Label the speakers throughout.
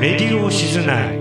Speaker 1: ディオ静内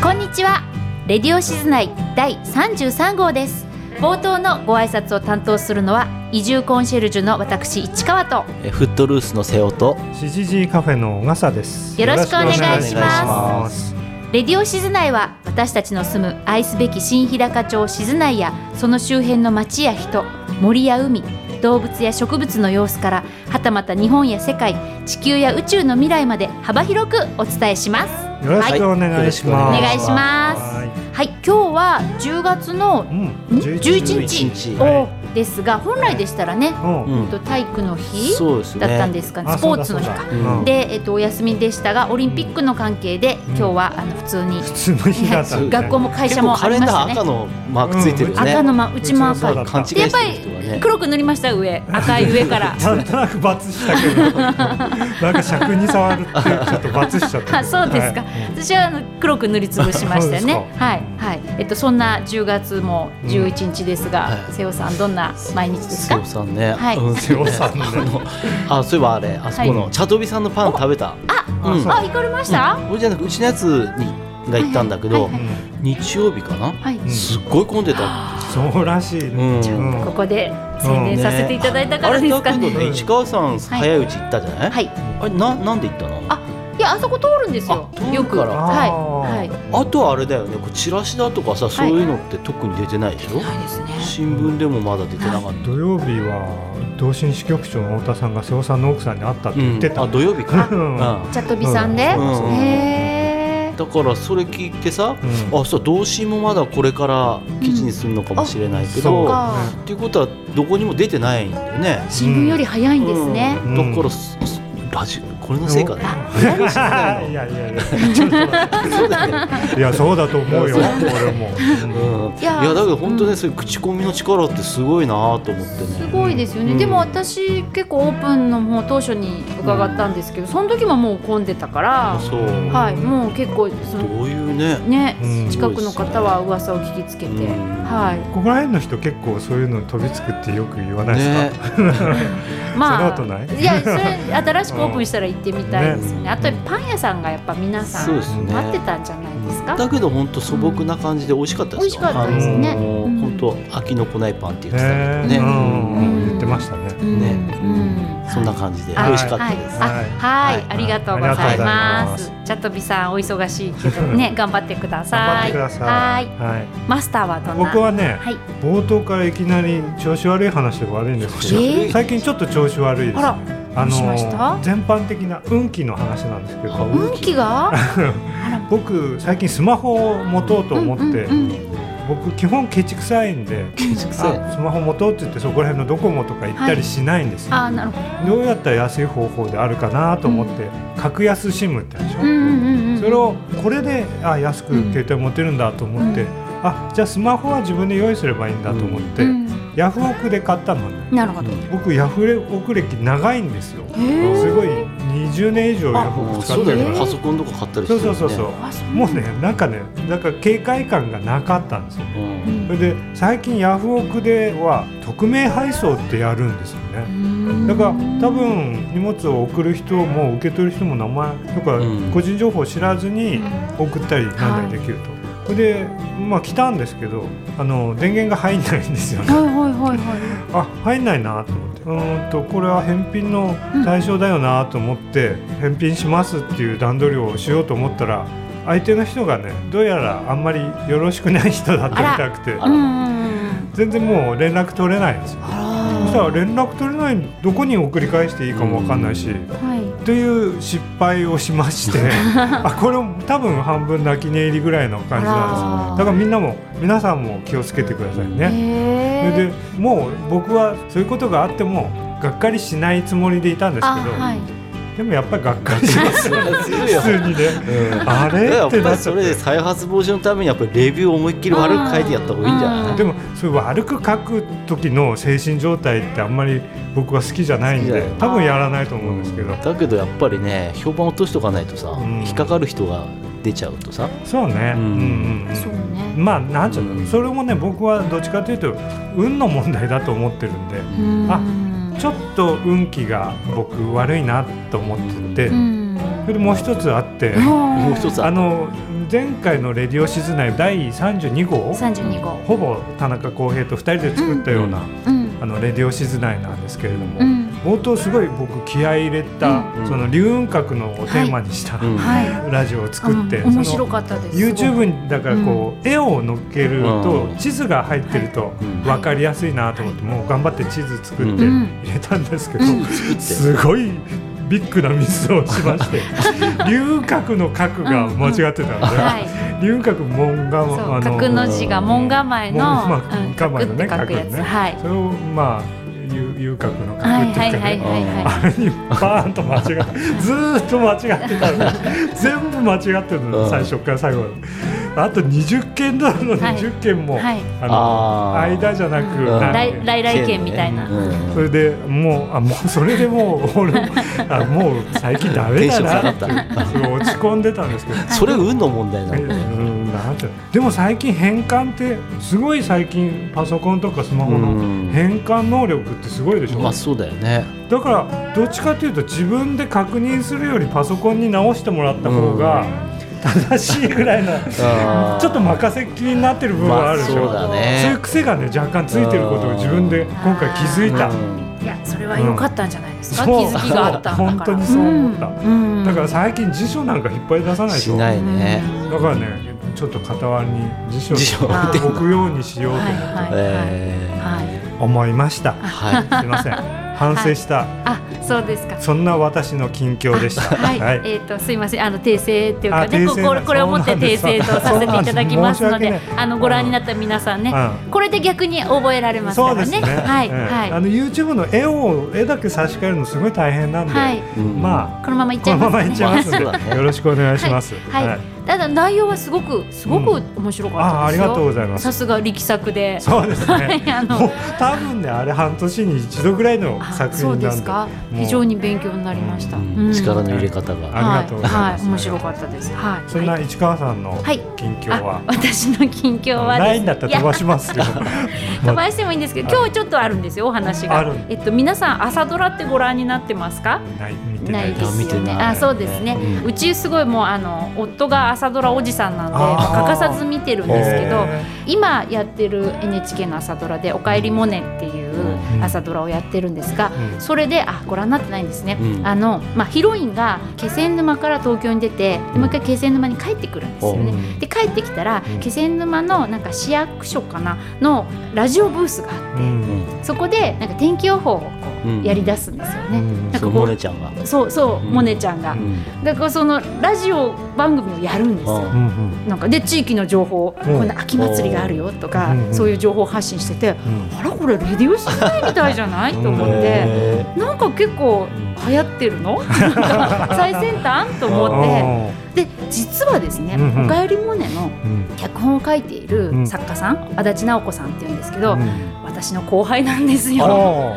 Speaker 2: こんにちはレディオシズナイ第33号です冒頭のご挨拶を担当するのは移住コンシェルジュの私市川と
Speaker 3: えフットルースの瀬尾と
Speaker 1: シジジカフェの小笠です
Speaker 2: よろしくお願いします
Speaker 1: よろくお願いします
Speaker 2: レディオシズナイは私たちの住む愛すべき新日高町静内やその周辺の町や人森や海動物や植物の様子からはたまた日本や世界地球や宇宙の未来まで幅広くお伝えします
Speaker 1: よろしくお願いします、
Speaker 2: お願いします
Speaker 1: は
Speaker 2: はい今日は10月の
Speaker 1: いうん11
Speaker 2: 11
Speaker 1: 日
Speaker 2: 日
Speaker 3: はい
Speaker 2: をですが本来でしたらね、
Speaker 1: うん
Speaker 3: うん
Speaker 2: えっと体育の日
Speaker 3: そうですね
Speaker 2: だったんですかね、
Speaker 1: あ
Speaker 2: スポーツの日
Speaker 1: そう
Speaker 2: か。
Speaker 1: だそうだ
Speaker 3: うん
Speaker 2: で、えっと、お休みでしたがオリンピックの関係で、今日はあの普通に、
Speaker 1: 普通の日だったね
Speaker 2: 学校も会
Speaker 3: 結
Speaker 2: 社
Speaker 3: 構
Speaker 2: もあ
Speaker 3: カ
Speaker 2: り
Speaker 3: レン
Speaker 2: まし
Speaker 3: ダ
Speaker 2: た
Speaker 3: ー
Speaker 2: ね
Speaker 3: 赤。のマークついてる
Speaker 1: 赤
Speaker 3: よね、
Speaker 2: 赤のまうちも
Speaker 1: うちもそうだ
Speaker 2: 赤
Speaker 1: った。
Speaker 2: い。
Speaker 3: 勘違い
Speaker 2: でやっ
Speaker 3: し
Speaker 2: ぱ
Speaker 3: てる人が
Speaker 2: り
Speaker 3: ね
Speaker 2: 黒く塗りました上赤い上から
Speaker 1: なんとなくバツしたけ どなんか尺に触るってちょっとバツしちゃった
Speaker 2: あ そうですか
Speaker 1: はい
Speaker 2: 私はあの黒く塗りつぶしましたよね
Speaker 1: そうで。すか
Speaker 2: はいはい。えっとそんな10月も11日ですが、
Speaker 3: うんはい
Speaker 2: 瀬尾さんどんな毎日です
Speaker 3: 瀬
Speaker 2: か
Speaker 3: 尾？さんね、
Speaker 2: はい
Speaker 3: うん瀬尾さん
Speaker 1: 瀬
Speaker 3: ね
Speaker 1: 尾さんね
Speaker 3: あのあそういえばあれあそこの、茶飛びさんのパン食べた
Speaker 1: あ
Speaker 3: うん
Speaker 1: そう
Speaker 2: あ行かれました？
Speaker 3: 俺じゃなくうちのやつにが行ったんだけど、
Speaker 2: はいは
Speaker 1: う
Speaker 3: 日曜日かな、
Speaker 2: はい。
Speaker 1: ん
Speaker 3: すっごい混んでた、
Speaker 1: んそうらしいね
Speaker 3: うん
Speaker 2: ちょっとここで宣伝させていただいたか
Speaker 3: あ
Speaker 2: ら
Speaker 3: れ
Speaker 2: で
Speaker 3: だ
Speaker 2: すか
Speaker 3: けど
Speaker 2: ね。
Speaker 3: ね市川さん早いうち行ったじゃない、
Speaker 2: はい。
Speaker 3: あれななんで行ったの
Speaker 2: あいやあそこ通るんですよ
Speaker 3: あ通。る
Speaker 2: よく
Speaker 3: か
Speaker 2: は
Speaker 3: ら
Speaker 2: いはい。
Speaker 3: あとはあれだよねこうチラシだとかさそういうのって特に出てないでしょ、
Speaker 2: ないですね。
Speaker 3: 新聞でもまだ出てなかった、
Speaker 1: 土曜日は同心支局長の太田さんが瀬尾さんの奥さんに会ったって言ってた、
Speaker 3: あ土曜日か、
Speaker 1: うん
Speaker 3: うん
Speaker 2: チャットビさんで。
Speaker 1: うん
Speaker 2: へー
Speaker 3: だからそれ聞いてさ、
Speaker 1: うん
Speaker 3: あそう動詞もまだこれから記事にするのかもしれないけ
Speaker 1: う
Speaker 3: ど、
Speaker 1: ん
Speaker 3: っ
Speaker 1: あ
Speaker 2: か
Speaker 3: ていうことはどこにも出てないんだよね。
Speaker 2: 新聞より早いんですね。
Speaker 3: うんだからすすラジオこれのせいかね。
Speaker 1: いやいやいやちょっといやそうだと思うよ
Speaker 3: そう
Speaker 1: 俺も、
Speaker 3: うん
Speaker 2: い
Speaker 3: い
Speaker 2: や
Speaker 3: やだけど本当ね、
Speaker 2: うん
Speaker 3: そういう口コミの力ってすごいなと思って
Speaker 2: す
Speaker 3: ね。
Speaker 2: ごいですよね、
Speaker 1: うん
Speaker 2: でも私結構オープンのもう当初に伺ったんですけど、その時ももう混んでたから、
Speaker 3: そう
Speaker 1: うん
Speaker 2: はいもう結構そ
Speaker 3: ど
Speaker 2: の
Speaker 3: ういうね。
Speaker 2: ね、
Speaker 1: うん
Speaker 2: 近くの方は噂を聞きつけて、
Speaker 3: うん
Speaker 2: はい
Speaker 1: ここら辺の人結構そういうの飛びつくってよく言わないですか、
Speaker 3: ね、
Speaker 2: ま
Speaker 1: そんなこと
Speaker 2: あ
Speaker 1: ない
Speaker 2: いやそれ新しくオープンしたら行ってみたいですよね,、
Speaker 1: うんね
Speaker 2: あとやっぱパン屋さんがやっぱ皆さ
Speaker 3: そうんですね。
Speaker 2: 待ってたんじゃないですか、
Speaker 3: だけど本当素朴な感じで美味しかったで
Speaker 2: 美味
Speaker 3: すよ。
Speaker 2: しかったです
Speaker 1: ね
Speaker 3: あの
Speaker 2: うん
Speaker 3: 本当飽きのこないパンって言ってたけ
Speaker 1: ね
Speaker 3: ど
Speaker 1: うん
Speaker 3: ね。
Speaker 1: 言ってましたね
Speaker 2: うん
Speaker 3: ね
Speaker 2: うん
Speaker 3: そんな感じで美
Speaker 2: はい
Speaker 3: 味しかったです。
Speaker 2: はい
Speaker 1: はい
Speaker 2: はい、
Speaker 3: はい
Speaker 2: ありがとうご
Speaker 1: あ
Speaker 2: ざいま
Speaker 1: りがとうござい
Speaker 2: す。チャットビさんお忙しいけどね頑張ってくだ
Speaker 1: 頑張っ
Speaker 2: さ
Speaker 1: て
Speaker 2: い。
Speaker 1: ください
Speaker 2: はい。
Speaker 1: はい
Speaker 2: マスターはどんな？
Speaker 1: 僕はね
Speaker 2: はい。
Speaker 1: 冒頭からいきなり調子悪い話で悪いんですけど、
Speaker 2: えー
Speaker 1: 最近ちょっと調子悪いです
Speaker 2: あら
Speaker 1: あの
Speaker 2: どうしました
Speaker 1: 全般的な運気の話なんですけ
Speaker 3: あ
Speaker 1: ど
Speaker 3: 運
Speaker 2: 運気が？
Speaker 1: 僕最近スマホを持とうと思って、
Speaker 2: うんうん
Speaker 1: 僕基本ケチくさいんで
Speaker 3: 建築性
Speaker 1: あスマホ持とうって言ってそこら辺のドコモとか行ったりしないんですよ、
Speaker 2: あーなるほ
Speaker 1: どうやったら安い方法であるかなと思って、格安 SIM ってあるでしょ、
Speaker 2: ど。うんうんうん。
Speaker 1: それをこれであ安く携帯持てるんだと思って、
Speaker 2: うん
Speaker 1: あじゃあスマホは自分で用意すればいいんだと思って、
Speaker 2: うん
Speaker 1: ヤフオクで買ったのね
Speaker 2: なるほど。
Speaker 1: 僕ヤフオク歴長いんですよ
Speaker 2: へー
Speaker 1: すごい20年以上ヤフオク使
Speaker 3: そ
Speaker 1: っ
Speaker 3: う
Speaker 1: て
Speaker 3: だ
Speaker 1: る
Speaker 3: よ
Speaker 1: か
Speaker 3: ね。
Speaker 1: ら
Speaker 3: パソコンとか買ったりし
Speaker 1: そ
Speaker 3: て
Speaker 1: うそ
Speaker 3: るよ
Speaker 1: うそうそう、もうねなんかねなんか警戒感がなかったんですよ
Speaker 3: う。
Speaker 2: うんん
Speaker 1: それで最近ヤフオクでは匿名配送ってやるんですよねだから多。分荷物を送る人も受け取る人も名前とか
Speaker 3: うん
Speaker 1: 個人情報を知らずに送ったりなんだりできると、それでまあ来たんですけどあの電源が入んないんですよ
Speaker 2: はい
Speaker 1: ね
Speaker 2: はいはいは
Speaker 1: あ入んないなと思ってうーんとこれは返品の対象だよなと思って、返品しますっていう段取りをしようと思ったら相手の人がねどうやらあんまりよろしくない人だったみたくて
Speaker 3: あ
Speaker 2: い。う
Speaker 3: ら
Speaker 2: んうんうん。
Speaker 1: 全然もう連絡取れないんですよそしたら
Speaker 2: あ
Speaker 1: 連絡取れないどこに送り返していいかも分かんないし、
Speaker 2: ら。はい。
Speaker 1: という失敗をしましてあこれも多分半分泣き寝入りぐらいの感じなんで
Speaker 2: あ
Speaker 1: す
Speaker 2: ら
Speaker 1: だからみんなも皆さんも気をつけてくださいね。それ
Speaker 2: へ
Speaker 1: で
Speaker 2: ー
Speaker 1: もう僕はそういうことがあってもがっかりしないつもりでいたんですけど、
Speaker 2: あはい。
Speaker 1: でもやっぱりがっかりし ます普通にね
Speaker 3: うん
Speaker 1: あれ
Speaker 3: や
Speaker 1: っ
Speaker 3: ってぱ
Speaker 1: なっちゃ
Speaker 3: りそ
Speaker 1: っ
Speaker 3: れで
Speaker 1: て
Speaker 3: 再発防止のためにやっぱりレビューを思いっきり悪く書いてやった方がいいんじゃない
Speaker 2: うん
Speaker 1: でもそれ悪く書く時の精神状態ってあんまり僕は好きじゃないん
Speaker 3: 好
Speaker 1: で
Speaker 3: きだよ
Speaker 1: 多分やらないと思うんですけど、
Speaker 3: だけどやっぱりね評判落としとかないとさ、
Speaker 1: うん
Speaker 3: 引っかかる人が出ちゃうとさ
Speaker 1: そうね、う
Speaker 3: うんん
Speaker 1: うんうん
Speaker 2: そうね
Speaker 1: まあなんちゃうの、
Speaker 3: うん
Speaker 1: それもね僕はどっちかというと運の問題だと思ってるんで
Speaker 2: うん
Speaker 1: あちょっと運気が僕悪いなと思ってて、
Speaker 2: うん
Speaker 1: それでもう一つあって、
Speaker 3: もう一つ
Speaker 1: あ
Speaker 3: あ
Speaker 1: の前回の「レディオ静内」第32号
Speaker 2: 三十二号
Speaker 1: ほぼ田中康平と2人で作ったような、
Speaker 2: うん
Speaker 1: あのレディオ静内なんですけれども、
Speaker 2: うん
Speaker 1: 冒頭すごい僕気合い入れた、
Speaker 3: うん
Speaker 1: その龍雲閣のをテーマにした、
Speaker 3: うん
Speaker 2: はい
Speaker 1: ラジオを作って、
Speaker 2: うん面
Speaker 1: そ
Speaker 2: 白
Speaker 1: の
Speaker 2: かったです
Speaker 1: YouTube にだからこう、絵を載っけると
Speaker 3: うん
Speaker 1: 地図が入ってると
Speaker 3: うん
Speaker 1: 分かりやすいなと思って、もう頑張って地図作って
Speaker 3: うん
Speaker 1: 入れたんですけど、
Speaker 2: うん
Speaker 3: 作って
Speaker 1: すごいビッグなミスをしまして 龍角の角が間違ってたんで、
Speaker 2: はい
Speaker 1: 龍角門が
Speaker 2: そう
Speaker 1: あ
Speaker 2: 角の字が門構えの
Speaker 1: 門構え
Speaker 2: うん
Speaker 1: 構えのね
Speaker 2: 角って書くやつ
Speaker 1: 角ね
Speaker 2: はい
Speaker 1: それをまあ龍龍角の角
Speaker 2: はい
Speaker 1: って
Speaker 2: は
Speaker 1: いう
Speaker 2: い
Speaker 1: か
Speaker 2: はい
Speaker 1: ね。
Speaker 2: はいはい
Speaker 1: あれにバーンと間違ってずーっと間違ってた の全部間違ってるの、
Speaker 3: うん
Speaker 1: 最初から最後まであと20件だの
Speaker 2: はい
Speaker 1: 20件も、
Speaker 2: はい
Speaker 1: あの
Speaker 3: あー
Speaker 1: 間じゃなく、
Speaker 2: うん
Speaker 1: なんか
Speaker 2: 来来来県みたいな
Speaker 3: うんうん
Speaker 1: それでもうあもうそ れでもう俺あもう最近ダメだなって
Speaker 3: テンション下がった
Speaker 1: すごい落ち込んでたんですけど。
Speaker 3: それ運の問題な
Speaker 1: え
Speaker 3: のね
Speaker 1: うんなんてでも最近変換ってすごい最近パソコンとかスマホ
Speaker 3: うん
Speaker 1: の変換能力ってすごいでしょ、
Speaker 3: まあそうだよね
Speaker 1: だからどっちかというと自分で確認するよりパソコンに直してもらった方が正しいぐらい な、ちょっと任せっきりになってる部分はあるでしょ、
Speaker 3: まあそうだね
Speaker 1: そういう癖がね若干ついてることを自分で今回気づいた。
Speaker 3: うん
Speaker 2: いやそれは良かったんじゃないですか、
Speaker 1: うん
Speaker 2: 気づきがあったんだから
Speaker 1: そう本当にそう思った
Speaker 2: うんうん
Speaker 1: だから最近辞書なんか引っ張り出さないでし
Speaker 3: し
Speaker 1: ょ
Speaker 3: ないね
Speaker 1: だからねちょっと傍らに辞書
Speaker 3: 辞書
Speaker 1: を
Speaker 2: あー
Speaker 1: 置くようにしよう
Speaker 2: はい
Speaker 1: と
Speaker 2: はいはい、
Speaker 3: えー
Speaker 2: はい、
Speaker 1: 思いました
Speaker 3: はい
Speaker 1: すいません反省した、
Speaker 2: あそうですか
Speaker 1: そんな私の近況でした
Speaker 2: はい、
Speaker 1: はい
Speaker 2: えっ、とすいませんあの訂正っていうか
Speaker 1: あ訂
Speaker 2: ね
Speaker 1: 正
Speaker 2: こ
Speaker 1: な
Speaker 2: これこれをもって訂正とさせていただきますの
Speaker 1: そう
Speaker 2: で
Speaker 1: なんです申し訳ない
Speaker 2: あのご覧になった皆さんね、
Speaker 1: う
Speaker 2: これで逆に覚えられますか
Speaker 1: そう
Speaker 2: ら
Speaker 1: で
Speaker 2: ね
Speaker 1: すね、
Speaker 2: はい、
Speaker 1: うん
Speaker 2: はい
Speaker 1: あの YouTube の絵を絵だけ差し替えるのすごい大変なんで、
Speaker 2: はい
Speaker 3: うん
Speaker 1: まあ
Speaker 2: このままいっち
Speaker 1: こ
Speaker 2: ゃ
Speaker 1: の
Speaker 2: いま
Speaker 1: ます
Speaker 2: ね
Speaker 1: まいっちゃいますんで、
Speaker 3: そうだね
Speaker 1: よろしくお願いします、
Speaker 2: はい、ただ内容はすごくすごく面白
Speaker 1: あ
Speaker 2: か
Speaker 1: ー
Speaker 2: った
Speaker 1: あ
Speaker 2: で
Speaker 1: り
Speaker 2: すよ、
Speaker 1: がとうございます
Speaker 2: さすが力作で
Speaker 1: そうですね、
Speaker 2: はいあの
Speaker 1: もう多分ねあれ半年に一度ぐらいの
Speaker 2: あ
Speaker 1: 作
Speaker 2: そう
Speaker 1: 品
Speaker 2: で
Speaker 1: なん
Speaker 2: す
Speaker 1: で
Speaker 2: か
Speaker 1: もう
Speaker 2: 非常に勉強になりました、
Speaker 3: うん力の入れ方
Speaker 1: ありが
Speaker 3: が
Speaker 1: とうございます
Speaker 2: ははい、面白かったですはい
Speaker 1: そんな
Speaker 2: はい
Speaker 1: 市川さんの
Speaker 2: はい
Speaker 1: 近況は
Speaker 2: あ、私の近況はです
Speaker 1: ないんだったら飛ばしますよ。
Speaker 2: いや飛ばしてもいいんですけど今日ちょっとあるんですよお話
Speaker 1: あ
Speaker 2: が
Speaker 1: る
Speaker 2: えっと皆さん朝ドラってご覧になってますか
Speaker 1: ない見て
Speaker 2: な
Speaker 1: ないい
Speaker 2: で
Speaker 1: です。
Speaker 2: すよ
Speaker 3: 見て
Speaker 2: ね。
Speaker 3: ない
Speaker 2: あ、そうですね。
Speaker 3: うん
Speaker 2: うちすごいもうあの夫が朝ドラおじさんなんで、
Speaker 1: あー
Speaker 2: まあ欠かさず見てるんですけど、
Speaker 1: へ
Speaker 2: 今やってる NHK の朝ドラで「おかえりモネ」っていう
Speaker 1: うん
Speaker 2: 朝ドラをやってるんですが、
Speaker 1: うん
Speaker 2: それであご覧になってないんですね。
Speaker 3: うん
Speaker 2: あのまあヒロインが気仙沼から東京に出て、でもう一回気仙沼に帰ってくるんですよね。
Speaker 1: ー
Speaker 2: で帰ってきたら
Speaker 1: うん
Speaker 2: 気仙沼のなんか市役所かなのラジオブースがあっ
Speaker 1: う
Speaker 2: て
Speaker 3: うんん
Speaker 2: そこでなんか天気予報をこ
Speaker 3: うん
Speaker 2: うやり出すんですよね。
Speaker 1: うん
Speaker 2: なんかこ
Speaker 3: そ
Speaker 2: う
Speaker 3: のモネちゃんが
Speaker 2: そうそう、
Speaker 3: うん
Speaker 2: モネちゃんが、
Speaker 3: うん
Speaker 2: だからそのラジオ番組をやるんですよ、
Speaker 1: うんうん
Speaker 2: なんかで地域の情報、こんな秋祭りがあるよとか、
Speaker 1: うん
Speaker 2: そういう情報発信してて、
Speaker 1: うん
Speaker 2: あらこれレディオしないみたいじ ゃないと思って、
Speaker 3: へ
Speaker 2: なんか結構流行って るのなんか最先端と思っ
Speaker 1: あ
Speaker 2: てで実はですね「
Speaker 1: うんうん
Speaker 2: おかえりモネ」
Speaker 1: ー
Speaker 2: の
Speaker 1: うん
Speaker 2: 脚本を書いている作家さん、足立直子さんっていうんですけど、
Speaker 1: うん
Speaker 2: 私の後輩なんです
Speaker 1: あ
Speaker 2: よ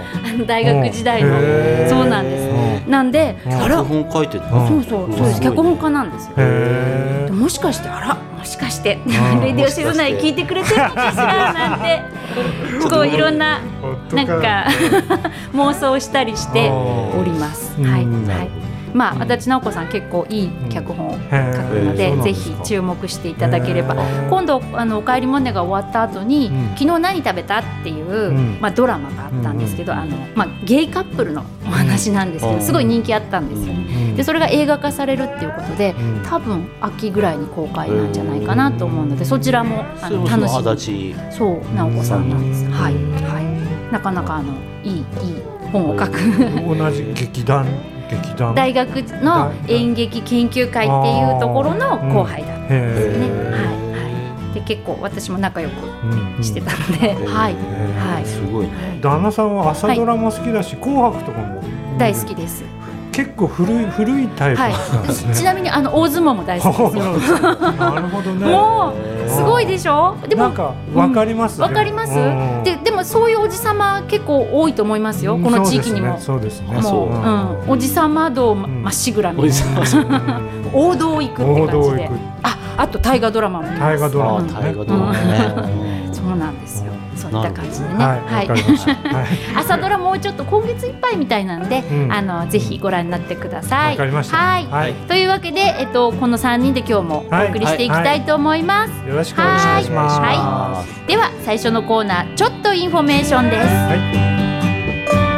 Speaker 2: 大学時代の
Speaker 1: うんへー
Speaker 2: そうなんです
Speaker 1: ー
Speaker 2: なんで、
Speaker 1: うん
Speaker 2: あら
Speaker 3: 脚本書いてる
Speaker 1: うん
Speaker 2: そうそう、
Speaker 3: うん
Speaker 2: そうです
Speaker 1: す
Speaker 3: ごい
Speaker 2: 脚本家なんですよ。
Speaker 1: へ
Speaker 2: で
Speaker 1: ー
Speaker 2: もしかして、あら、もしかして、
Speaker 1: うん
Speaker 2: レディオシズナイ聞いてくれてるのかしらなんて、こういろんな
Speaker 1: 夫
Speaker 2: なん
Speaker 1: か
Speaker 2: か 妄想したりしております。
Speaker 1: うん
Speaker 2: はい、
Speaker 1: な
Speaker 2: は
Speaker 1: る
Speaker 2: い。まあ、足立直子さん結構いい脚本を書くの
Speaker 3: へ
Speaker 2: で、
Speaker 3: ー
Speaker 2: ぜひ注目していただければ
Speaker 1: へ。ー
Speaker 2: 今度あの「おかえりモネ」が終わった後に、
Speaker 1: うん
Speaker 2: 昨日何食べた?」っていう、
Speaker 1: ん
Speaker 2: まあ、ドラマがあったんですけど、
Speaker 3: うん
Speaker 2: あのまあ、ゲイカップルのお話なんですけど、
Speaker 3: うん
Speaker 2: すごい人気あったんですよね。でそれが映画化されるっていうことで、
Speaker 1: うん
Speaker 2: 多分秋ぐらいに公開なんじゃないかなと思うので、そちらもあ
Speaker 3: それ
Speaker 2: の
Speaker 3: もそ
Speaker 2: 楽し
Speaker 3: の
Speaker 2: み
Speaker 3: 足立
Speaker 2: そう直子さんなんです。
Speaker 1: うん
Speaker 2: はいはい。なかなかあのいいいい本を書く。
Speaker 1: 同じ劇団劇団
Speaker 2: 大学の演劇研究会っていうところの後輩だっ
Speaker 1: へ
Speaker 2: たんですね。
Speaker 1: ー
Speaker 2: はいはい。で結構私も仲良く
Speaker 1: うんうん
Speaker 2: してたので、はい。
Speaker 1: ー
Speaker 2: はい
Speaker 3: すごいね
Speaker 1: 旦那さんは朝ドラも好きだし、紅白とかも
Speaker 2: 大好きです。
Speaker 1: 結構古い古いタイプなんです
Speaker 2: はい、ち
Speaker 1: ね。
Speaker 2: なみにあの大相撲も 大好き
Speaker 1: ほ
Speaker 2: で
Speaker 1: う
Speaker 2: すよ。
Speaker 1: なるほどね。
Speaker 2: もうすごいでしょ。で
Speaker 1: な
Speaker 2: も
Speaker 1: んかわかりますね。
Speaker 2: わかります
Speaker 1: うん。
Speaker 2: ででもそういうおじさま結構多いと思いますよ。この地域にも。
Speaker 1: そうですね。
Speaker 3: あ
Speaker 2: も、
Speaker 3: そうう
Speaker 1: う
Speaker 2: う
Speaker 1: ん
Speaker 2: ん、おじさま道まっしぐらみ
Speaker 3: お
Speaker 2: たい
Speaker 3: じ
Speaker 2: な
Speaker 3: さん
Speaker 1: うん
Speaker 2: 王道行くって
Speaker 1: 王
Speaker 2: 感じ
Speaker 1: 道行
Speaker 2: で
Speaker 1: く。
Speaker 2: ああと大河ドラマも見ます
Speaker 1: 大河ドラ
Speaker 3: あ
Speaker 1: マ
Speaker 3: あ
Speaker 1: ね
Speaker 3: 大河ドラマね、うん
Speaker 2: そうなんですよそういった感じでね
Speaker 1: はい、
Speaker 2: は
Speaker 1: わ
Speaker 2: い
Speaker 1: かりました。はい
Speaker 2: 朝ドラもうちょっと今月いっぱいみたいなんで、
Speaker 1: うん
Speaker 2: あのぜひご覧になってくださ
Speaker 1: わ
Speaker 2: い
Speaker 1: かりました。
Speaker 2: はい
Speaker 1: はい、
Speaker 2: というわけで、えっと、この3人で今日もお送りしていきたいと思います、
Speaker 1: よろしくお願いします。
Speaker 2: はいでは最初のコーナーちょっとインフォメーションです
Speaker 1: はい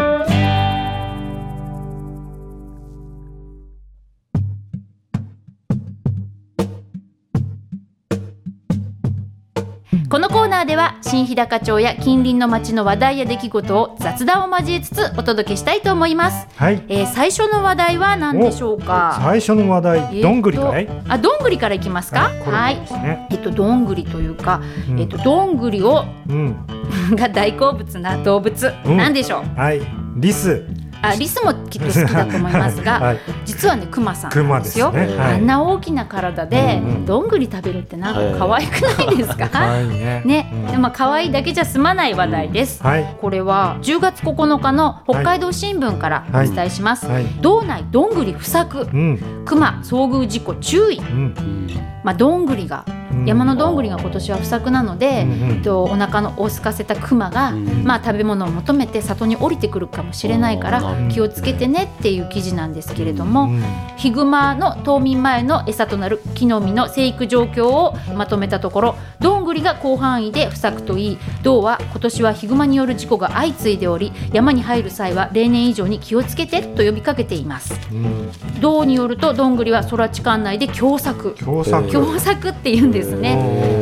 Speaker 2: このコーナーでは新日高町や近隣の町の話題や出来事を雑談を交えつつお届けしたいと思います、
Speaker 1: はい、
Speaker 2: えー、最初の話題は何でしょうか
Speaker 1: 最初の話
Speaker 2: え
Speaker 1: 題、
Speaker 2: ーと
Speaker 1: どんぐりかい。
Speaker 2: あ、どんぐりからいきますか
Speaker 1: これ
Speaker 2: はい
Speaker 1: ですね。
Speaker 2: えっと、どんぐりというか、
Speaker 1: うん
Speaker 2: えっと、どんぐりを
Speaker 1: うん、
Speaker 2: が大好物な動物、
Speaker 1: うん
Speaker 2: なんでしょう
Speaker 1: はい、リス。
Speaker 2: あリスもきっと好きだと思いますが、
Speaker 1: はい、
Speaker 2: 実はねクマさん
Speaker 1: ク
Speaker 2: な
Speaker 1: マ
Speaker 2: ん
Speaker 1: で
Speaker 2: で
Speaker 1: すす
Speaker 2: よ
Speaker 1: ね。は
Speaker 2: あ
Speaker 1: い
Speaker 2: ん。な大きな体で、
Speaker 1: うんうん
Speaker 2: どんぐり食べるってなんか可愛くないですか、
Speaker 1: 可愛いね。
Speaker 2: ね、
Speaker 1: うん
Speaker 2: でも可愛いだけじゃ済まない話題です、
Speaker 1: はい、
Speaker 2: これは10月9日の北海道新聞から
Speaker 1: はい
Speaker 2: お伝えします、
Speaker 1: はい、
Speaker 2: 道内どんぐり不作
Speaker 1: うん、
Speaker 2: クマ遭遇事故注意
Speaker 1: うん、
Speaker 2: まあどんぐりが
Speaker 1: うん
Speaker 2: 山のどんぐりが今年は不作なので、
Speaker 1: うんうん
Speaker 2: えっと、お腹のお空かせたクマが、
Speaker 3: うん
Speaker 2: まあ、食べ物を求めて里に降りてくるかもしれないから
Speaker 3: うん
Speaker 2: 気をつけてねっていう記事なんですけれども、
Speaker 1: うん
Speaker 2: ヒグマの冬眠前の餌となる木の実の生育状況をまとめたところどんぐりが広範囲で不作といい道は今年はヒグマによる事故が相次いでおり山に入る際は例年以上に気をつけてと呼びかけています
Speaker 1: うん、
Speaker 2: 道によるとどんぐりは空地管内で凶作
Speaker 1: 共作。
Speaker 2: 凶作って言うんですね、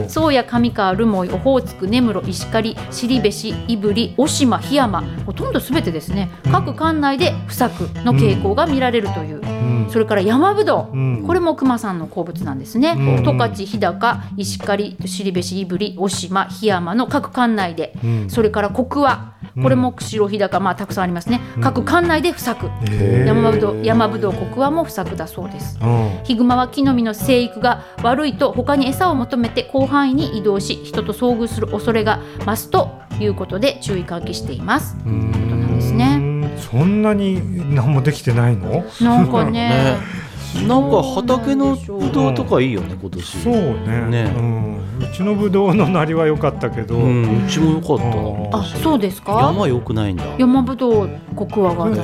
Speaker 1: おー
Speaker 2: 宗谷上川留萌オホーツク根室石狩後志胆振雄島檜山ほとんどすべてですね
Speaker 1: うん
Speaker 2: 各管内で不作の傾向が見られるという、
Speaker 1: うん
Speaker 2: それから山ぶどう、
Speaker 1: うん
Speaker 2: これも熊さんの好物なんですね
Speaker 1: うん
Speaker 2: 十勝日高石狩後志胆振雄島檜山の各管内で
Speaker 1: うん
Speaker 2: それからコクワ
Speaker 1: うん
Speaker 2: これも釧路日高まあたくさんありますね
Speaker 1: うん
Speaker 2: 各管内で不作
Speaker 1: へー
Speaker 2: 山ぶどう山ぶどうコクワも不作だそうです
Speaker 1: うん
Speaker 2: ヒグマは木の実の生育が悪いと他に餌を求めて広範囲に移動し人と遭遇する恐れが増すということで注意喚起しています。
Speaker 1: うん
Speaker 2: となんですね
Speaker 1: そんなに何もできてないの？
Speaker 2: なんかね、
Speaker 3: なんか畑のぶどうとかいいよね今年
Speaker 1: そうね。
Speaker 3: ね
Speaker 1: うん、うちのブドウのなりは良かったけど、
Speaker 3: うん、うちも良かったな
Speaker 1: うん
Speaker 2: あ、そうですか。
Speaker 3: 山良くないんだ
Speaker 2: 山ぶどうコクワがダメ。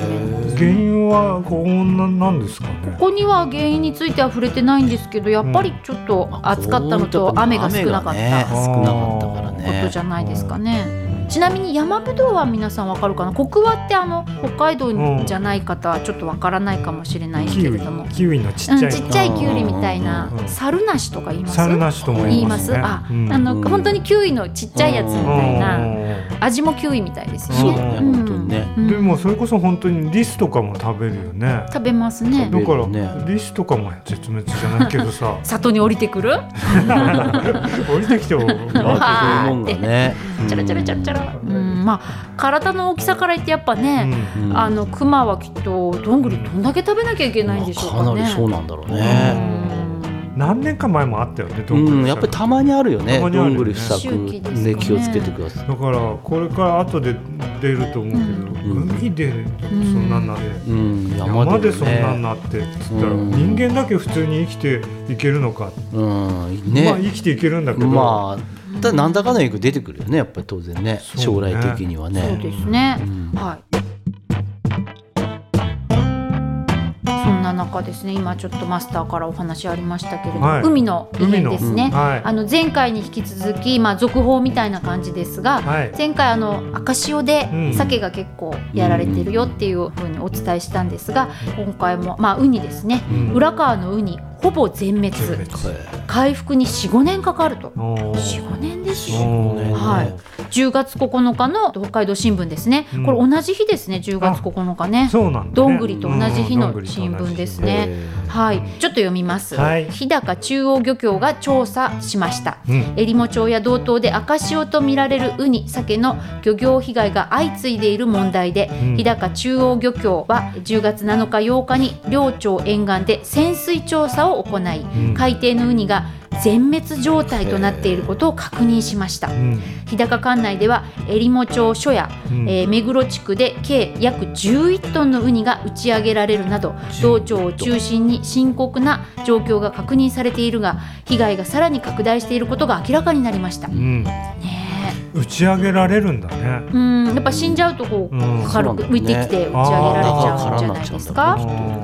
Speaker 1: 原因はこんななんですかね。
Speaker 2: ここには原因については触れてないんですけど、やっぱりちょっと暑かったのと雨が少なかっ
Speaker 3: 雨がね
Speaker 2: た
Speaker 3: 少なかったから
Speaker 2: こ
Speaker 3: ね
Speaker 2: とじゃないですかね。ちなみに山ぶどうは皆さんわかるかな。コクワってあの北海道じゃない方はちょっとわからないかもしれないけ
Speaker 1: キ
Speaker 2: れ
Speaker 1: ウイ
Speaker 2: ども、。
Speaker 1: キウイのち
Speaker 2: う
Speaker 1: っ
Speaker 2: ん、
Speaker 1: ち
Speaker 2: ち
Speaker 1: ゃい。
Speaker 2: っちゃいキュウリみたい
Speaker 1: う
Speaker 2: な
Speaker 1: んうんうん
Speaker 2: 猿なしとか言います
Speaker 1: 猿なしとも
Speaker 2: 言
Speaker 1: 言
Speaker 2: い
Speaker 1: い
Speaker 2: ま
Speaker 1: ますすね。
Speaker 2: あ、
Speaker 1: うん
Speaker 2: あの
Speaker 3: うん
Speaker 2: 本当にキウイのちっちゃいやつみたいな、味もキウイみたいですし
Speaker 3: そう
Speaker 2: ね
Speaker 3: だね、
Speaker 2: ん
Speaker 3: 本当にね、
Speaker 2: うん
Speaker 1: でもそれこそ本当にリスとかも食べるよね。
Speaker 2: 食べますね
Speaker 3: 食べ
Speaker 1: だ
Speaker 3: る
Speaker 1: から、
Speaker 3: ね
Speaker 1: リスとかも絶滅じゃないけど さ
Speaker 2: 里に降りてくる
Speaker 1: 降りてきても
Speaker 2: わ
Speaker 3: あ
Speaker 2: ー
Speaker 3: そういうもんがね
Speaker 2: チャラチャラチャラチャラ、うん、まあ体の大きさから言ってやっぱね、
Speaker 3: うん
Speaker 2: あのクマはきっとどんぐりどんだけ食べなきゃいけないんでしょうかね
Speaker 3: まあかなりそうなんだろうね
Speaker 2: うん
Speaker 1: 何年か前もあったよねど
Speaker 3: うん
Speaker 1: ぐり
Speaker 3: ん、やっぱりたまにあるよね
Speaker 1: たまにあ
Speaker 3: ど
Speaker 1: るよね
Speaker 3: んぐり不作
Speaker 2: 周期ですかね
Speaker 3: ね気をつけてください
Speaker 1: だからこれから後で出ると思うけど、
Speaker 3: うん
Speaker 1: 海でそんなんなんで、
Speaker 3: うん、山
Speaker 1: 山
Speaker 3: で
Speaker 1: で
Speaker 3: も
Speaker 1: そんなん
Speaker 3: ね
Speaker 1: なってっつったら、
Speaker 3: うん
Speaker 1: 人間だけ普通に生きていけるのか、
Speaker 3: うん
Speaker 1: まあ
Speaker 3: ね
Speaker 1: 生きていけるんだけど、
Speaker 3: まあただなんだかんだよく出てくるよねやっぱり当然ね
Speaker 1: そうね
Speaker 3: 将来的には
Speaker 2: そう
Speaker 3: ね
Speaker 2: ですね、
Speaker 3: うん
Speaker 2: はい。そんな中ですね、今ちょっとマスターからお話ありましたけれども、
Speaker 1: はい
Speaker 2: 海の異変ですね。
Speaker 1: 海のうんはい
Speaker 2: あの前回に引き続き、まあ続報みたいな感じですが。
Speaker 1: はい
Speaker 2: 前回あの赤潮で
Speaker 1: うん
Speaker 2: 鮭が結構やられてるよっていうふうにお伝えしたんですが、今回もまあウニですね、
Speaker 1: うん
Speaker 2: 浦川のウニほぼ全滅
Speaker 1: 全滅
Speaker 2: 回復に45年かかると
Speaker 1: おー
Speaker 2: 45年です
Speaker 1: う
Speaker 2: よ。
Speaker 1: ん
Speaker 3: 15年ね
Speaker 2: はい10月9日の北海道新聞ですね。
Speaker 1: うん
Speaker 2: これ同じ日ですね。10月9日ね。
Speaker 1: そうなんだ、ね。
Speaker 2: どんぐりと同じ日の
Speaker 1: うんどんぐりと同じ
Speaker 2: 新聞ですね
Speaker 3: えー
Speaker 2: はい、ちょっと読みます、
Speaker 1: はい
Speaker 2: 日高中央漁協が調査しました
Speaker 1: うん。
Speaker 2: えりも町や道東で赤潮と見られるウニ鮭の漁業被害が相次いでいる問題で、
Speaker 1: うん
Speaker 2: 日高中央漁協は10月7日8日に両町沿岸で潜水調査を行い、
Speaker 1: ん
Speaker 2: 海底のウニが全滅状態となっていることを確認しました、
Speaker 1: うん
Speaker 2: 日高管内ではえりも町署や、
Speaker 1: うん
Speaker 2: えー目黒地区で計約11トンのウニが打ち上げられるなど道庁を中心に深刻な状況が確認されているが被害がさらに拡大していることが明らかになりました。
Speaker 1: う
Speaker 2: ね
Speaker 1: ん、
Speaker 2: え
Speaker 1: 打ち上げられるんだね。
Speaker 2: うんやっぱ死んじゃうとこう
Speaker 1: うん
Speaker 2: 軽く浮いてきて打ち上げられちゃうんじゃないです
Speaker 3: あ
Speaker 2: か。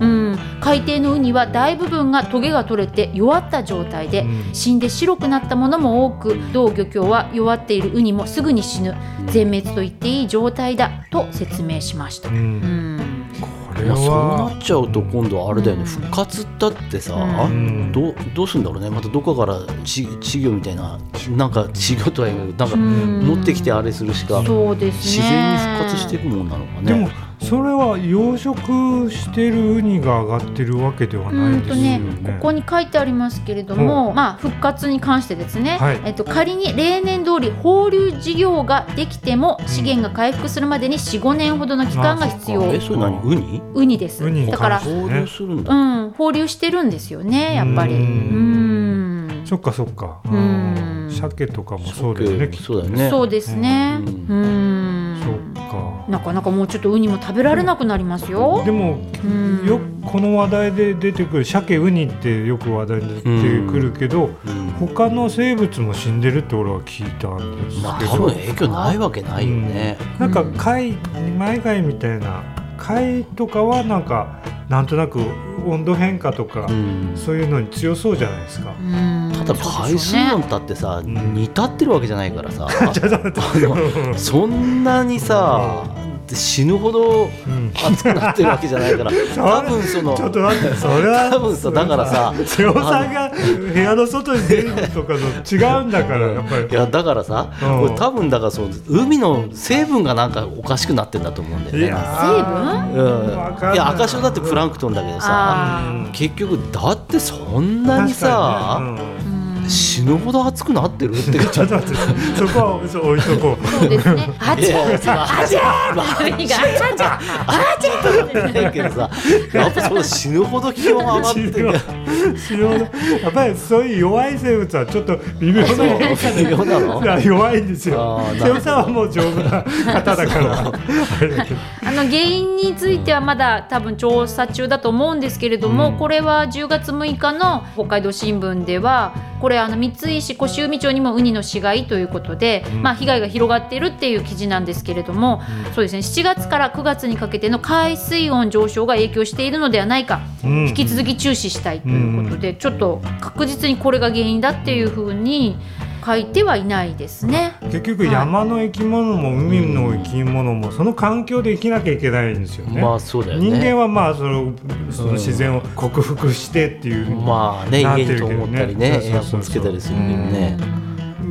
Speaker 2: う、
Speaker 1: うん
Speaker 2: 海底のウニは大部分がトゲが取れて弱った状態で、
Speaker 1: うん、
Speaker 2: 死んで白くなったものも多く同漁協は弱っているウニもすぐに死ぬ全滅と言っていい状態だと説明しました。うんん
Speaker 1: これ
Speaker 3: まあそうな
Speaker 1: は
Speaker 3: っちゃうと今度あれだよね、
Speaker 2: うん
Speaker 3: 復活だってさ、
Speaker 1: ん
Speaker 3: どうどうするんだろうねまたどこかからち稚魚みたいななんか稚魚とは言うけどなんか
Speaker 2: うん
Speaker 3: 持ってきてあれするしか、
Speaker 2: そうですね
Speaker 3: 自然に復活していくもんなのかね。
Speaker 1: でもそれは養殖してるウニが上がってるわけではないですよね。
Speaker 3: うんと
Speaker 2: ここに書いてありますけれども、まあ復活に関してですね、
Speaker 1: はい
Speaker 2: えっと仮に例年通り放流事業ができても資源が回復するまでに4、5年ほどの期間が必要
Speaker 1: あ
Speaker 3: えそれ何ウニ
Speaker 2: ウニです
Speaker 1: ウニに
Speaker 2: だから
Speaker 1: 関し
Speaker 3: 放流するんだ、
Speaker 2: うん放流してるんですよねやっぱり
Speaker 1: う
Speaker 2: うんん
Speaker 1: そっかそっか。
Speaker 2: うん
Speaker 1: 鮭とかもそうだよね。きっと
Speaker 3: そうだよね
Speaker 2: そうですね
Speaker 3: う
Speaker 2: うんん
Speaker 1: そうか。
Speaker 2: なかなかもうちょっとウニも食べられなくなりますよ
Speaker 1: でも
Speaker 2: うん
Speaker 1: よくこの話題で出てくる鮭ウニってよく話題で出てくるけど、
Speaker 3: うん
Speaker 1: 他の生物も死んでるって俺は聞いたんです
Speaker 3: まあ
Speaker 1: け
Speaker 3: 多
Speaker 1: ど、
Speaker 3: 分影響ないわけないよね、
Speaker 1: なんか貝前貝みたいな貝とかはなんかなんとなく温度変化とか、
Speaker 3: うん
Speaker 1: そういうのに強そうじゃないですか。
Speaker 2: うん
Speaker 3: ただ
Speaker 2: そうで
Speaker 3: 海
Speaker 2: す
Speaker 3: 水
Speaker 2: よね
Speaker 3: 温だってさ、
Speaker 1: ん
Speaker 3: 煮立ってるわけじゃないか らさ
Speaker 1: う
Speaker 3: そんなにさ死ぬほど
Speaker 1: ん
Speaker 3: 熱くなってるわけじゃ ないから多分その
Speaker 1: ちょっと待ってそれは
Speaker 3: 多分さだからさ
Speaker 1: 瀬尾さんが部屋の外に出るのとかと違うんだからやっぱり
Speaker 3: いやだからさ、
Speaker 1: うん
Speaker 3: これ多分だからそう海の成分がなんかおかしくなってんだと思うんだよね。
Speaker 1: ー
Speaker 3: うん、
Speaker 1: わかんない
Speaker 3: いや赤潮だってプランクトンだけどさ
Speaker 2: あ
Speaker 3: 結局だってそんなに
Speaker 1: 確か
Speaker 3: さ、
Speaker 1: にねうん
Speaker 2: ーうん
Speaker 3: 死ぬほど熱くなってるって
Speaker 1: ちょっと待って、そこはそう置いとこ
Speaker 2: そうです ね。あ
Speaker 3: い
Speaker 2: ちゃ
Speaker 3: やその
Speaker 2: あちゃーってがあちゃあちゃあちゃーって
Speaker 3: だけどさやっぱその死ぬほど気温上が
Speaker 1: う。
Speaker 3: って
Speaker 1: 資
Speaker 3: る
Speaker 1: 料、資料の、やっぱりそういう弱い生物はちょっと微妙
Speaker 3: そう
Speaker 1: な。
Speaker 3: 微妙なの
Speaker 1: いや弱いんですよ
Speaker 3: あ。ーな
Speaker 1: 瀬
Speaker 3: るほど
Speaker 1: 尾さんはもう丈夫な方だから。あれだけど
Speaker 2: あの原因についてはまだ多分調査中だと思うんですけれども、これは10月6日の北海道新聞ではこれあの三井市越海町にもウニの死骸ということで、まあ被害が広がっているっていう記事なんですけれども、そうですね7月から9月にかけての海水温上昇が影響しているのではないか、
Speaker 1: うん
Speaker 2: 引き続き注視したいということで、ちょっと確実にこれが原因だっていうふうに書いてはいないですね。
Speaker 1: 結局山の生き物も海の生き物もその環境で生きなきゃいけないんですよね。
Speaker 3: まあそうだよね
Speaker 1: 人間はまあそのその自然を克服してっていう。
Speaker 3: まあね
Speaker 1: なって
Speaker 3: 家
Speaker 1: る
Speaker 3: に
Speaker 1: けど
Speaker 3: と
Speaker 1: ね
Speaker 3: 思ったりねエ
Speaker 1: そうそう
Speaker 3: アコ
Speaker 1: そうそう
Speaker 3: ンつけたりするけどね。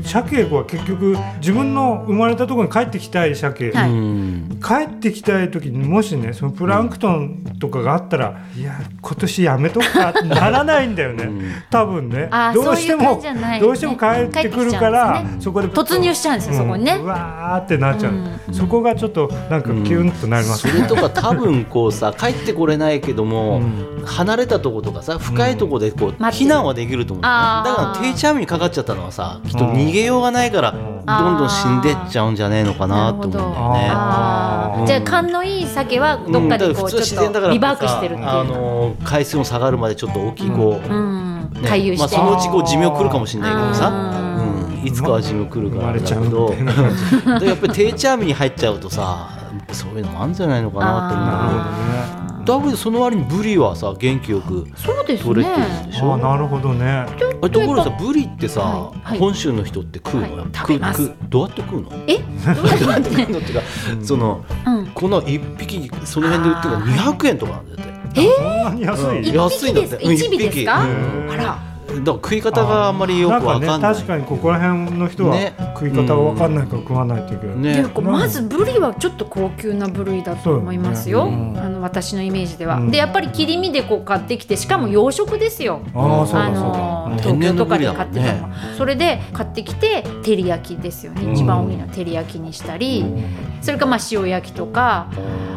Speaker 1: 鮭は結局自分の生まれたところに帰ってきたい鮭。
Speaker 2: はい
Speaker 3: うん
Speaker 1: 帰ってきたい時にもしねそのプランクトンとかがあったら、いや今年やめとくかってならないんだよね、
Speaker 3: うん
Speaker 1: 多分ね
Speaker 2: あー
Speaker 1: どうして
Speaker 2: そういう感
Speaker 1: も
Speaker 2: じじゃない
Speaker 1: どうしても帰ってくるから
Speaker 2: 帰ってきちゃうんですね
Speaker 1: そこで
Speaker 2: 突入しちゃうんですよそこにね
Speaker 1: うわーってなっちゃう、
Speaker 2: うん
Speaker 1: そこがちょっとなんかキュンとなります
Speaker 3: それとか多分こうさ帰ってこれないけど
Speaker 1: う
Speaker 3: も、
Speaker 1: ん
Speaker 3: 離れたとことかさ深いとこでこう、
Speaker 2: 待って
Speaker 3: 避難はできると思う、
Speaker 2: あー
Speaker 3: だから定置網にかかっちゃったのはさきっと逃げようがないから、
Speaker 1: うん
Speaker 3: どんどん死んでっちゃうんじゃねえのかなと思うんだよね。
Speaker 2: あ
Speaker 1: う
Speaker 2: ー
Speaker 1: ん
Speaker 2: じゃあ勘のいい鮭はどっかでこ
Speaker 3: うんだら普
Speaker 2: う
Speaker 3: 通
Speaker 2: ちょ
Speaker 3: は
Speaker 2: っ
Speaker 3: 自然だか
Speaker 2: と
Speaker 3: ら
Speaker 2: リバークしてるっていう
Speaker 3: あのー海水温下がるまでちょっと大きいこう、
Speaker 2: うん
Speaker 3: ね
Speaker 2: 回遊
Speaker 3: まあ、
Speaker 2: して
Speaker 3: そのうちこう寿命来るかもしれないけどさ、
Speaker 2: あ
Speaker 3: うん、いつかは寿命来るか
Speaker 1: 生
Speaker 3: ら
Speaker 1: ま
Speaker 3: だ
Speaker 1: れ
Speaker 3: け
Speaker 1: ちゃうみ
Speaker 3: ど
Speaker 1: たいな感じ
Speaker 3: だからやっぱり定置網に入っちゃうとさそういうのもあるんじゃないのか
Speaker 2: あ
Speaker 3: なと思うんだけどだけどその割にブリはさ元気よく
Speaker 2: ーそうです
Speaker 3: 取れてる
Speaker 2: ね
Speaker 3: でし
Speaker 1: あ
Speaker 3: ょ、
Speaker 1: ーなるほどね
Speaker 3: あところでさブリってさ、
Speaker 2: はいはい
Speaker 3: 本州の人って食うの、
Speaker 2: はい
Speaker 3: 食
Speaker 2: 食べます
Speaker 3: う食うどうやって食 うの
Speaker 2: えどうやって
Speaker 3: 食うのっていうか、その
Speaker 2: うん
Speaker 3: この一匹その辺で売ってるのが200円とかなんだよって
Speaker 1: そんなに安い、
Speaker 3: うん
Speaker 2: 一匹
Speaker 3: 安いんだって
Speaker 2: です一尾ですか
Speaker 1: うん
Speaker 2: あら
Speaker 3: だから食い方があんまりよく
Speaker 1: な
Speaker 3: わ
Speaker 1: んか
Speaker 3: かん
Speaker 1: ね
Speaker 3: ない
Speaker 1: 確かにここら辺の人は
Speaker 3: ね
Speaker 1: 食い方がわかんないから食わないといけない、
Speaker 3: ね
Speaker 2: でこうまずブリはちょっと高級な部類だと思いますよ、
Speaker 1: そうだよねうん
Speaker 2: あの私のイメージでは、
Speaker 1: うん
Speaker 2: でやっぱり切り身でこう買ってきてしかも洋食ですよ
Speaker 1: ああそう
Speaker 2: あ
Speaker 1: だそうだ、
Speaker 2: のー
Speaker 1: うん
Speaker 3: 天
Speaker 2: 東京
Speaker 3: 然の
Speaker 2: とか
Speaker 3: ブ
Speaker 2: で
Speaker 3: リだも
Speaker 2: 買っ
Speaker 3: ん
Speaker 2: て
Speaker 3: ね
Speaker 2: たの、それで買ってきて照り焼きですよね、
Speaker 1: うん
Speaker 2: 一番多いのは照り焼きにしたり、それからまあ塩焼きとか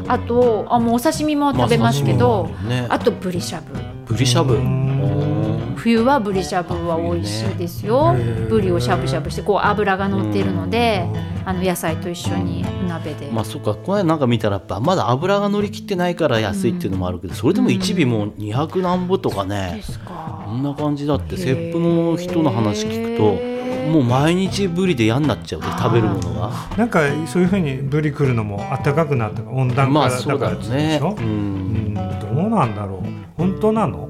Speaker 2: あとあもうお刺身も食べますけど、
Speaker 3: あ、ね
Speaker 2: あ、とブリしゃぶ
Speaker 3: ブリしゃぶ
Speaker 1: うん
Speaker 3: おー
Speaker 2: 冬はブリしゃぶは美味しいですよ、
Speaker 1: 冬ね
Speaker 2: ブリをしゃぶしゃぶしてこう油が乗ってるので、あの野菜と一緒に鍋で、
Speaker 3: まあそっかこの間なんか見たらやっぱまだ油が乗り切ってないから安いっていうのもあるけど、それでも1尾もう200何ぼとか
Speaker 2: で
Speaker 3: ね、
Speaker 2: す
Speaker 3: こ
Speaker 2: か
Speaker 3: んな感じだって切符の人の話聞くともう毎日ブリで嫌になっちゃうで食べるものが
Speaker 1: なんかそういうふうにブリ来るのも暖かくなったから温暖
Speaker 3: ま
Speaker 1: 化
Speaker 3: あ
Speaker 1: だ
Speaker 3: そう
Speaker 1: か
Speaker 3: だ
Speaker 1: らっ
Speaker 3: よ
Speaker 1: てことで
Speaker 3: ね
Speaker 1: しょ、
Speaker 3: う
Speaker 1: うんんどうなんだろう本当なの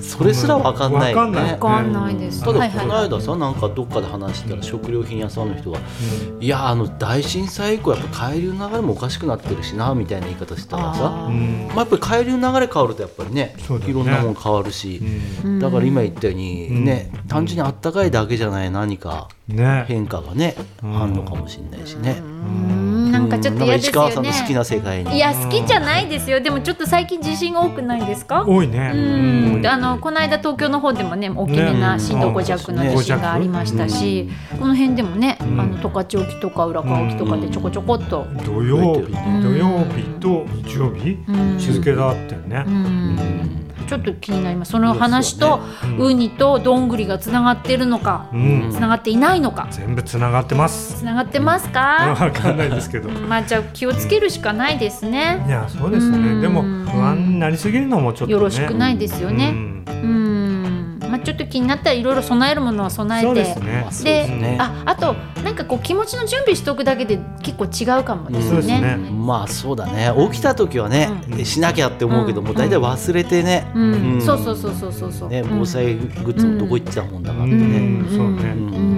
Speaker 3: それすら分かんないよね
Speaker 1: わ
Speaker 2: わかんないです、
Speaker 3: ただ
Speaker 2: はい
Speaker 3: こ
Speaker 2: は
Speaker 3: の
Speaker 2: い
Speaker 3: 間さなんかどっかで話してたら食料品屋さんの人が「いやあの大震災以降やっぱ海流の流れもおかしくなってるしな」みたいな言い方してたからさ
Speaker 1: う
Speaker 2: あ
Speaker 1: んうん
Speaker 3: まあ、やっぱり海流の流れ変わるとやっぱりね
Speaker 1: そうだよ
Speaker 3: い
Speaker 1: ね
Speaker 3: ろんなもん変わるし、
Speaker 2: うん
Speaker 3: だから今言ったように
Speaker 1: うん
Speaker 3: ね、単純にあったかいだけじゃない何か
Speaker 1: ね
Speaker 3: 変化がね、
Speaker 1: うん
Speaker 3: あるのかもしれないしね。
Speaker 2: うんなんかちょっと嫌です
Speaker 3: うんな
Speaker 2: よ
Speaker 3: んか市川さんの好き
Speaker 2: ね
Speaker 3: な世界
Speaker 2: い
Speaker 3: に
Speaker 2: や好きじゃないですよでもちょっと最近地震が多くないですか
Speaker 1: 多いうね、
Speaker 2: ん
Speaker 1: うん
Speaker 2: あのこの間東京の方でもね大きめな震度5弱の
Speaker 3: ね
Speaker 2: 地震がありましたし、この辺でもね、
Speaker 1: ん
Speaker 2: あの十勝沖とか浦河沖とかでちょこちょこっと、
Speaker 1: 土曜日
Speaker 2: ん
Speaker 1: 土曜日と日曜日
Speaker 2: うん
Speaker 1: 日付があったよね
Speaker 2: う、ん、ちょっと気になりますその話と、
Speaker 1: ねうん
Speaker 2: ウニとどんぐりがつながってるのか、
Speaker 1: うん
Speaker 2: つながっていないのか
Speaker 1: 全部つながってます
Speaker 2: つながってますか、
Speaker 1: わかんないですけど
Speaker 2: まあじゃあ気をつけるしかないですね
Speaker 1: い。やそうです
Speaker 2: うん
Speaker 1: ねでも不安になりすぎるのもちょっとね
Speaker 2: よろしくないですよ
Speaker 1: う
Speaker 2: ね。
Speaker 1: ん
Speaker 2: うん、まあちょっと気になったらいろいろ備えるものは備
Speaker 1: そう
Speaker 2: え
Speaker 1: で
Speaker 2: て
Speaker 1: す。ね
Speaker 3: まあそう
Speaker 2: で
Speaker 3: ですね
Speaker 2: ああとなんかこう気持ちの準備しておくだけで結構違うかもです
Speaker 1: そうです
Speaker 2: ね。
Speaker 1: ね
Speaker 3: まあそうだね起きた時はね、
Speaker 1: うん
Speaker 3: しなきゃって思うけど、
Speaker 2: うん
Speaker 3: もう大体忘れてね、
Speaker 2: うん、
Speaker 3: うん
Speaker 2: そうそうそうそうそうそう。
Speaker 3: ね
Speaker 2: うん
Speaker 3: 防災グッズもどこ行ってたもんだから
Speaker 1: う
Speaker 2: うん
Speaker 3: ね、
Speaker 2: ん
Speaker 1: そうね
Speaker 2: うん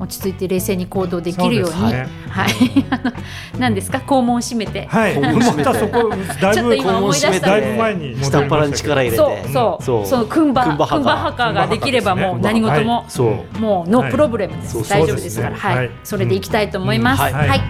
Speaker 2: 落ち着いて冷静に行動できるように、
Speaker 1: そうですね
Speaker 2: はい、 あの何ですか肛門を閉めて、
Speaker 1: はい
Speaker 3: ここも
Speaker 1: またそこだ
Speaker 2: ち
Speaker 1: い
Speaker 2: ょっと
Speaker 1: ぶ
Speaker 2: 今思い出したんで
Speaker 1: だいぶ前に
Speaker 3: 下っ腹に力入れて
Speaker 2: そうそう
Speaker 3: そ
Speaker 2: そううクンバ
Speaker 3: ク
Speaker 2: ク
Speaker 3: ン
Speaker 2: ン
Speaker 3: バ
Speaker 2: バ
Speaker 3: ハカ
Speaker 2: ハカができればもう何事も、
Speaker 3: そう
Speaker 2: もうノープロブレムです、
Speaker 3: はい
Speaker 2: 大丈夫ですから
Speaker 1: そうそうですね
Speaker 2: は
Speaker 1: はいい、
Speaker 2: それでいきたいと思います、
Speaker 3: うん
Speaker 1: は
Speaker 2: はいい、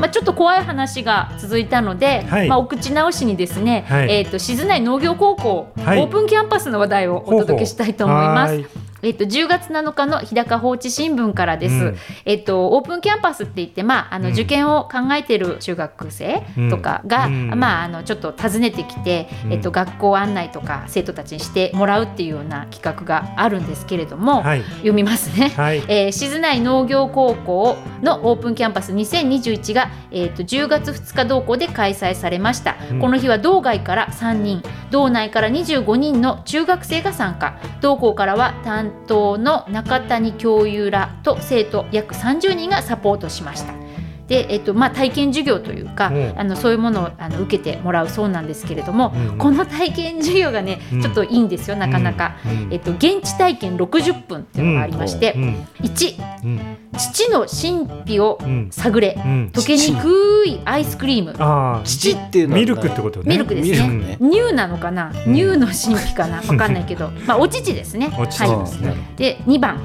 Speaker 2: まあ、ちょっと怖い話が続いたので、
Speaker 1: はい
Speaker 2: まあ、お口直しにですね、
Speaker 1: はい
Speaker 2: えー、と静内農業高校、
Speaker 1: はい
Speaker 2: オープンキャンパスの話題をお届けしたいと思います。えっと、10月7日の日高放置新聞からです、
Speaker 1: うん
Speaker 2: えっと、オープンキャンパスって言って、まあ、あの
Speaker 1: うん
Speaker 2: 受験を考えている中学生とかが、
Speaker 1: うん
Speaker 2: まあ、あのちょっと訪ねてきて、
Speaker 1: うん
Speaker 2: えっと、学校案内とか生徒たちにしてもらうっていうような企画があるんですけれども、
Speaker 1: はい
Speaker 2: 読みますね。
Speaker 1: はい
Speaker 2: えー、静内農業高校のオープンキャンパス2021が、えー、と10月2日同校で開催されました、
Speaker 1: うん
Speaker 2: この日は道外から3人道内から25人の中学生が参加同校からは担当の中谷教諭らと生徒約30人がサポートしましたで、えーとまあ、体験授業というか、
Speaker 1: うん
Speaker 2: あのそういうものをあの受けてもらうそうなんですけれども、
Speaker 1: うんうん
Speaker 2: この体験授業がね、
Speaker 1: うん
Speaker 2: ちょっといいんですよなかなか、
Speaker 1: うん
Speaker 2: えっと、現地体験60分っていうのがありまして、
Speaker 1: うん
Speaker 2: 1
Speaker 1: うん
Speaker 2: 父の神秘を
Speaker 1: うん
Speaker 2: 探れ
Speaker 1: うん
Speaker 2: 溶けにくいアイスクリーム
Speaker 1: ああ
Speaker 3: 父っていうのは
Speaker 1: ミルクってことね
Speaker 2: ミルクです
Speaker 3: ミルク
Speaker 2: ね
Speaker 3: ね
Speaker 2: 乳なのかな乳の神秘かな わかんないけどまあお乳ですね
Speaker 1: お乳
Speaker 2: は
Speaker 1: ですね
Speaker 2: い、で2番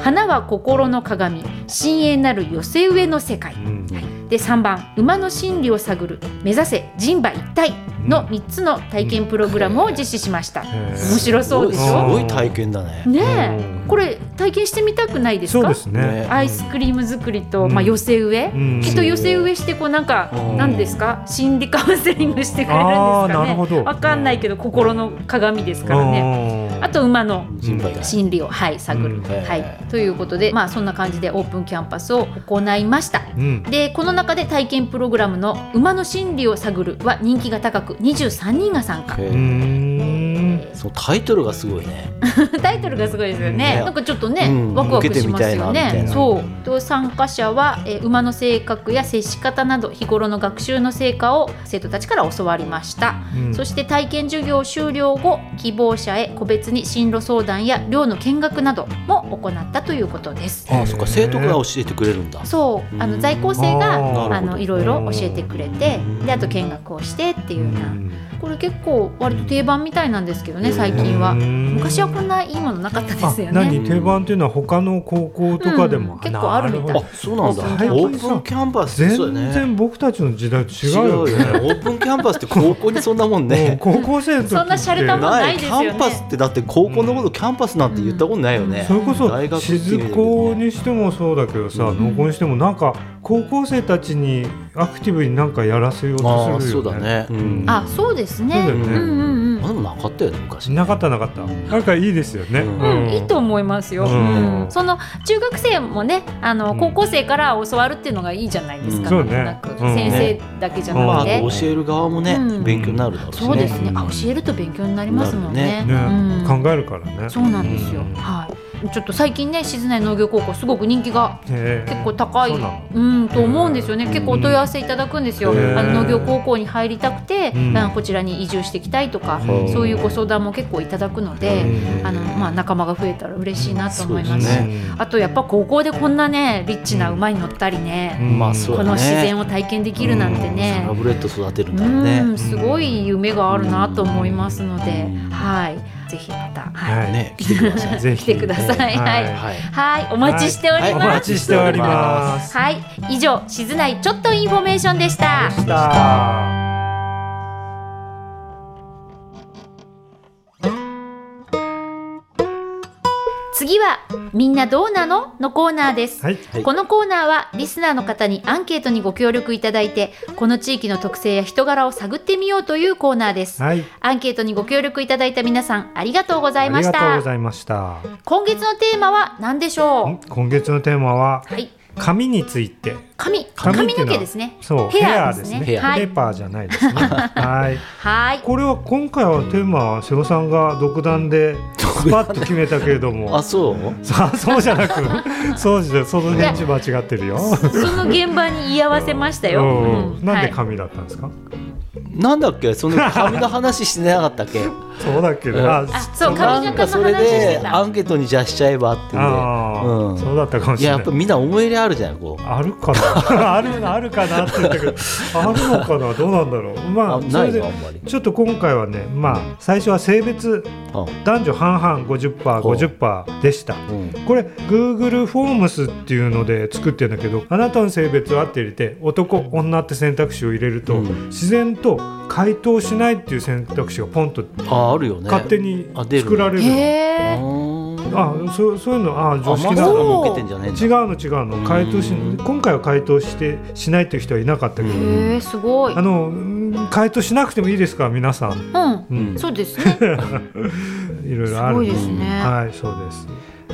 Speaker 2: 花は心の鏡深淵なる寄せ植えの世界
Speaker 1: うん
Speaker 2: で3番馬の心理を探る目指せ人馬一体の3つの体験プログラムを実施しました、
Speaker 1: へえ
Speaker 2: 面白そうでし
Speaker 3: す
Speaker 2: ょ
Speaker 3: ごい体験だね。
Speaker 2: ね
Speaker 1: うん
Speaker 2: えこれ体験してみたくないです
Speaker 1: そう
Speaker 2: か
Speaker 1: ですね
Speaker 2: アイスクリーム作りと、
Speaker 1: うん
Speaker 2: まあ、寄せ植え、
Speaker 1: うん
Speaker 2: きっと寄せ植えしてこうなんか、
Speaker 3: うん
Speaker 2: なんですか心理カウンセリングしてくれるんです
Speaker 1: あーなる
Speaker 2: か
Speaker 1: ほど
Speaker 2: ねわかんないけど心の鏡ですからねあと馬の
Speaker 3: 人馬以外
Speaker 2: 心理を、はい、探る、
Speaker 1: うん
Speaker 2: はい、ということで、まあ、そんな感じでオープンキャンパスを行いました。
Speaker 1: うん
Speaker 2: でこの中で体験プログラムの「馬の心理を探る」は人気が高く23人が参加
Speaker 3: へえ
Speaker 1: うん
Speaker 3: そのタイトルがすごいね。
Speaker 2: タイトルがすごいですよね
Speaker 3: ね
Speaker 2: なんかちょっとね、
Speaker 3: うん
Speaker 2: ワクワクしますよ
Speaker 3: 受けてみたいなみたい
Speaker 2: ね
Speaker 3: な
Speaker 2: そうと参加者は、えー馬の性格や接し方など日頃の学習の成果を生徒たちから教わりました、
Speaker 1: うん
Speaker 2: そして体験授業終了後希望者へ個別に進路相談や寮の見学なども行ったということです
Speaker 3: ああ、そっか、生徒が教えてくれるんだ。
Speaker 2: そうあ
Speaker 3: う
Speaker 2: の
Speaker 3: ん
Speaker 2: 在校生が
Speaker 1: あー
Speaker 2: あのいろいろ教えてくれてであと見学をしてっていうようなこれ結構割と定番みたいなんですけどね、
Speaker 3: うん
Speaker 2: 最近は
Speaker 1: うーん
Speaker 2: 昔はこんないいものなかったですよ
Speaker 1: あ
Speaker 2: ね
Speaker 1: 何定番っていうのは他の高校とかでも、
Speaker 2: うん結構あるみたい
Speaker 1: なほ
Speaker 3: あ
Speaker 1: ど
Speaker 3: そうなんだ
Speaker 2: オープンキャンパス
Speaker 3: オープンキャンパスそう
Speaker 1: 全
Speaker 3: だね
Speaker 1: 然僕たちの時代と違
Speaker 3: 違
Speaker 1: う
Speaker 3: う
Speaker 1: よ
Speaker 3: よ
Speaker 1: ね
Speaker 3: ねオープンキャンパスって高校にそんなもん
Speaker 1: もう
Speaker 3: ね
Speaker 1: 高校生の時って
Speaker 2: そんな洒落たもん
Speaker 3: な
Speaker 2: ない
Speaker 3: い
Speaker 2: です
Speaker 3: キ
Speaker 2: よね
Speaker 3: ャンパスってだって高校のことキャンパスなんて言ったことないよね
Speaker 1: それこ
Speaker 3: 大
Speaker 1: そ
Speaker 3: 学っていうより
Speaker 1: 静
Speaker 3: ね
Speaker 1: 高にしてもそうだけどさ、
Speaker 3: うん
Speaker 1: 農高にしてもなんか高校生たちにアクティブになんかやらせよう
Speaker 3: あ
Speaker 1: と
Speaker 3: あ
Speaker 1: する
Speaker 3: そ
Speaker 1: よね。
Speaker 3: うだねうん
Speaker 2: あそうです
Speaker 1: そうだ
Speaker 2: ね
Speaker 1: よね
Speaker 2: うんうん
Speaker 3: まあでもなかったよね昔
Speaker 1: なかったなかった。なんかいいですよね。
Speaker 3: うん
Speaker 2: うん、うん、いいと思いますよ、う
Speaker 1: うん
Speaker 2: んその中学生もねあ
Speaker 1: う
Speaker 2: の
Speaker 1: ん
Speaker 2: 高校生から教わるっていうのがいいじゃないですか、
Speaker 3: うん
Speaker 1: そうね
Speaker 2: なんとなく
Speaker 1: うん
Speaker 2: 先生だけじゃ
Speaker 3: ま
Speaker 2: な
Speaker 3: あ
Speaker 2: くて、
Speaker 1: うん
Speaker 3: 教える側もね
Speaker 2: うん
Speaker 3: 勉強になるだろうしね
Speaker 2: そうですね、
Speaker 1: うん
Speaker 2: あ教えると勉強になりますもんね
Speaker 1: ね、
Speaker 2: うん
Speaker 1: 考えるからね。
Speaker 2: そうなんですよ、
Speaker 1: うん
Speaker 2: はいちょっと最近ね静内農業高校すごく人気が
Speaker 1: へえ
Speaker 2: 結構高い、
Speaker 1: そうなの
Speaker 2: うん、と思うんですよね、
Speaker 3: うん
Speaker 2: 結構お問い合わせいただくんですよ、
Speaker 1: うん
Speaker 2: あの農業高校に入りたくて、
Speaker 1: うん
Speaker 2: あのこちらに移住していきたいとか、
Speaker 1: うん
Speaker 2: そういうご相談も結構いただくので、
Speaker 1: うん
Speaker 2: あのまあ、仲間が増えたら嬉しいなと思い
Speaker 3: そ
Speaker 2: ま
Speaker 3: う
Speaker 2: す
Speaker 3: ですね
Speaker 2: あとやっぱ高校でこんなねリッチな馬に乗ったりね、
Speaker 3: まあそう
Speaker 2: こ
Speaker 3: だね
Speaker 2: の自然を体験できるなんてね、
Speaker 3: ラブレッド育てるんだ
Speaker 2: う
Speaker 3: ろうね
Speaker 2: ん、すごい夢があるなと思いますので、
Speaker 3: うん
Speaker 2: はい、ぜひまた、はい、
Speaker 1: はい。
Speaker 3: ね来てくだ さい
Speaker 1: ぜ
Speaker 2: 来てくださいはい
Speaker 3: はい
Speaker 2: はい、お待ちしており
Speaker 1: お
Speaker 2: ま
Speaker 1: 待
Speaker 2: す。
Speaker 1: ちしております。
Speaker 2: はい、以上、静内ちょっとインフォメーションでした。
Speaker 1: でした
Speaker 2: 次は、みんなどうなののコーナーです。
Speaker 1: はい。
Speaker 3: はい
Speaker 2: このコーナーはリスナーの方にアンケートにご協力いただいてこの地域の特性や人柄を探ってみようというコーナーです
Speaker 1: はい。
Speaker 2: アンケートにご協力いただいた皆さんありがとうござ
Speaker 1: あ
Speaker 2: い
Speaker 1: り
Speaker 2: まし
Speaker 1: がとう
Speaker 2: た
Speaker 1: ございました。
Speaker 2: 今月のテーマは何でし
Speaker 1: ん
Speaker 2: ょ
Speaker 1: 今月のテーマは
Speaker 2: うはい
Speaker 1: 髪について。
Speaker 2: 髪
Speaker 1: 髪
Speaker 2: 髪
Speaker 1: っていうのは
Speaker 2: の毛ですね
Speaker 1: そう、
Speaker 2: ヘ
Speaker 1: ヘ
Speaker 2: ア
Speaker 1: ア
Speaker 2: で
Speaker 1: ですす
Speaker 2: ね
Speaker 1: ね。
Speaker 3: ヘ
Speaker 2: ア
Speaker 1: ペーパーじゃないですね。はい。
Speaker 2: はい
Speaker 1: これは今回はテーマは瀬尾さんが独断でスパッと決めたけれども
Speaker 3: あそう
Speaker 1: さあそうじゃなくそうじゃその返事間違ってるよ。
Speaker 2: その現場に居合わせましたよ。
Speaker 1: うん
Speaker 2: うん
Speaker 1: なんで
Speaker 2: はい
Speaker 1: 髪だったんですか。
Speaker 3: なんだっけその髪の話してなかったっ け
Speaker 1: そうだっけ
Speaker 3: うん
Speaker 1: ど。あ
Speaker 2: あ、そう
Speaker 3: な
Speaker 2: 髪
Speaker 3: ん
Speaker 2: 型
Speaker 3: か
Speaker 2: の
Speaker 3: それ
Speaker 2: 話して
Speaker 3: で
Speaker 2: た。
Speaker 3: アンケートにじゃあしちゃえばって
Speaker 1: あー
Speaker 3: んで、
Speaker 1: そうだったかも
Speaker 3: うん、い
Speaker 1: しれ
Speaker 3: やや
Speaker 1: な
Speaker 3: っ
Speaker 1: い
Speaker 3: ぱ。みんな思い入れあるじゃないこう
Speaker 1: あるかな あるあるかなって言ったけどあるのかなどうなんだろうま
Speaker 3: あ
Speaker 1: あそ
Speaker 3: な
Speaker 1: れ
Speaker 3: い
Speaker 1: で
Speaker 3: のあんまり
Speaker 1: ちょっと今回はねまあ最初は性別
Speaker 3: あ
Speaker 1: 男女半々 50%50% でした
Speaker 3: うん
Speaker 1: これ Google フォームスっていうので作ってるんだけどあなたの性別はって入れて男女って選択肢を入れると、
Speaker 3: うん
Speaker 1: 自然と回答しないっていう選択肢がポンと
Speaker 3: ああるよね
Speaker 1: 勝手に
Speaker 3: あ出る
Speaker 1: 作られるの、
Speaker 2: へー
Speaker 1: あそうそういうのあ
Speaker 3: あ
Speaker 1: 常
Speaker 3: マスタ
Speaker 1: 識
Speaker 3: ー
Speaker 1: だ
Speaker 3: が
Speaker 1: 違う
Speaker 2: お
Speaker 3: 向けてんじゃねえんだ
Speaker 1: の違うの回答し
Speaker 3: うん
Speaker 1: 今回は回答してしないという人はいなかったけど、
Speaker 3: うん
Speaker 2: へーすごい。
Speaker 1: あ
Speaker 2: う
Speaker 1: のうん回答しなくてもいいですか皆さん、
Speaker 2: ん、
Speaker 1: う
Speaker 3: うん
Speaker 1: ん、
Speaker 2: そうですね。
Speaker 1: いろい
Speaker 2: す
Speaker 1: ろある
Speaker 2: ごい
Speaker 1: の
Speaker 2: ですね。
Speaker 1: はいそうです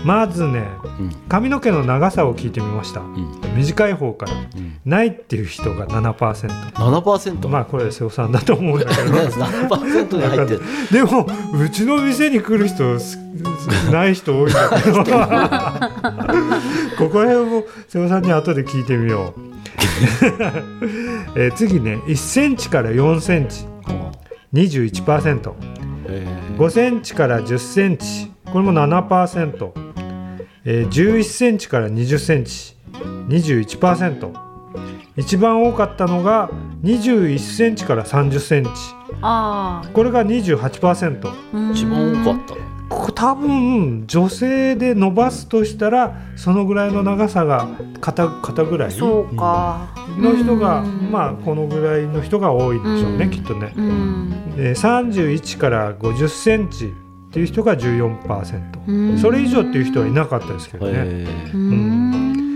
Speaker 1: まずね
Speaker 3: うん
Speaker 1: 髪の毛の長さを聞いてみました
Speaker 3: うん
Speaker 1: 短い方から
Speaker 3: うん
Speaker 1: ないっていう人が7%
Speaker 3: 七パーセント
Speaker 1: まあこれ瀬尾さんだと思うんだけど
Speaker 3: 七パーセントに入 ってる
Speaker 1: でもうちの店に来る人すない人多いんだけどここら辺も瀬尾さんに後で聞いてみよう、 えー次ね1センチから4センチ21%
Speaker 3: えー
Speaker 1: 5センチから10センチこれも7%、えー、11センチから20センチ21%一番多かったのが21センチから30センチ
Speaker 2: あ
Speaker 1: これが28%
Speaker 2: あ、うん
Speaker 3: 一番多かった
Speaker 1: ここ多分女性で伸ばすとしたらそのぐらいの長さが肩肩ぐらい
Speaker 2: そうか。
Speaker 1: の人が
Speaker 2: うん
Speaker 1: まあこのぐらいの人が多いんでしょうね
Speaker 2: うん
Speaker 1: きっとね
Speaker 2: うん。
Speaker 1: えー31から50センチっていう人が14%
Speaker 2: うん
Speaker 1: それ以上っていう人はいなかったですけどね
Speaker 3: えー
Speaker 2: う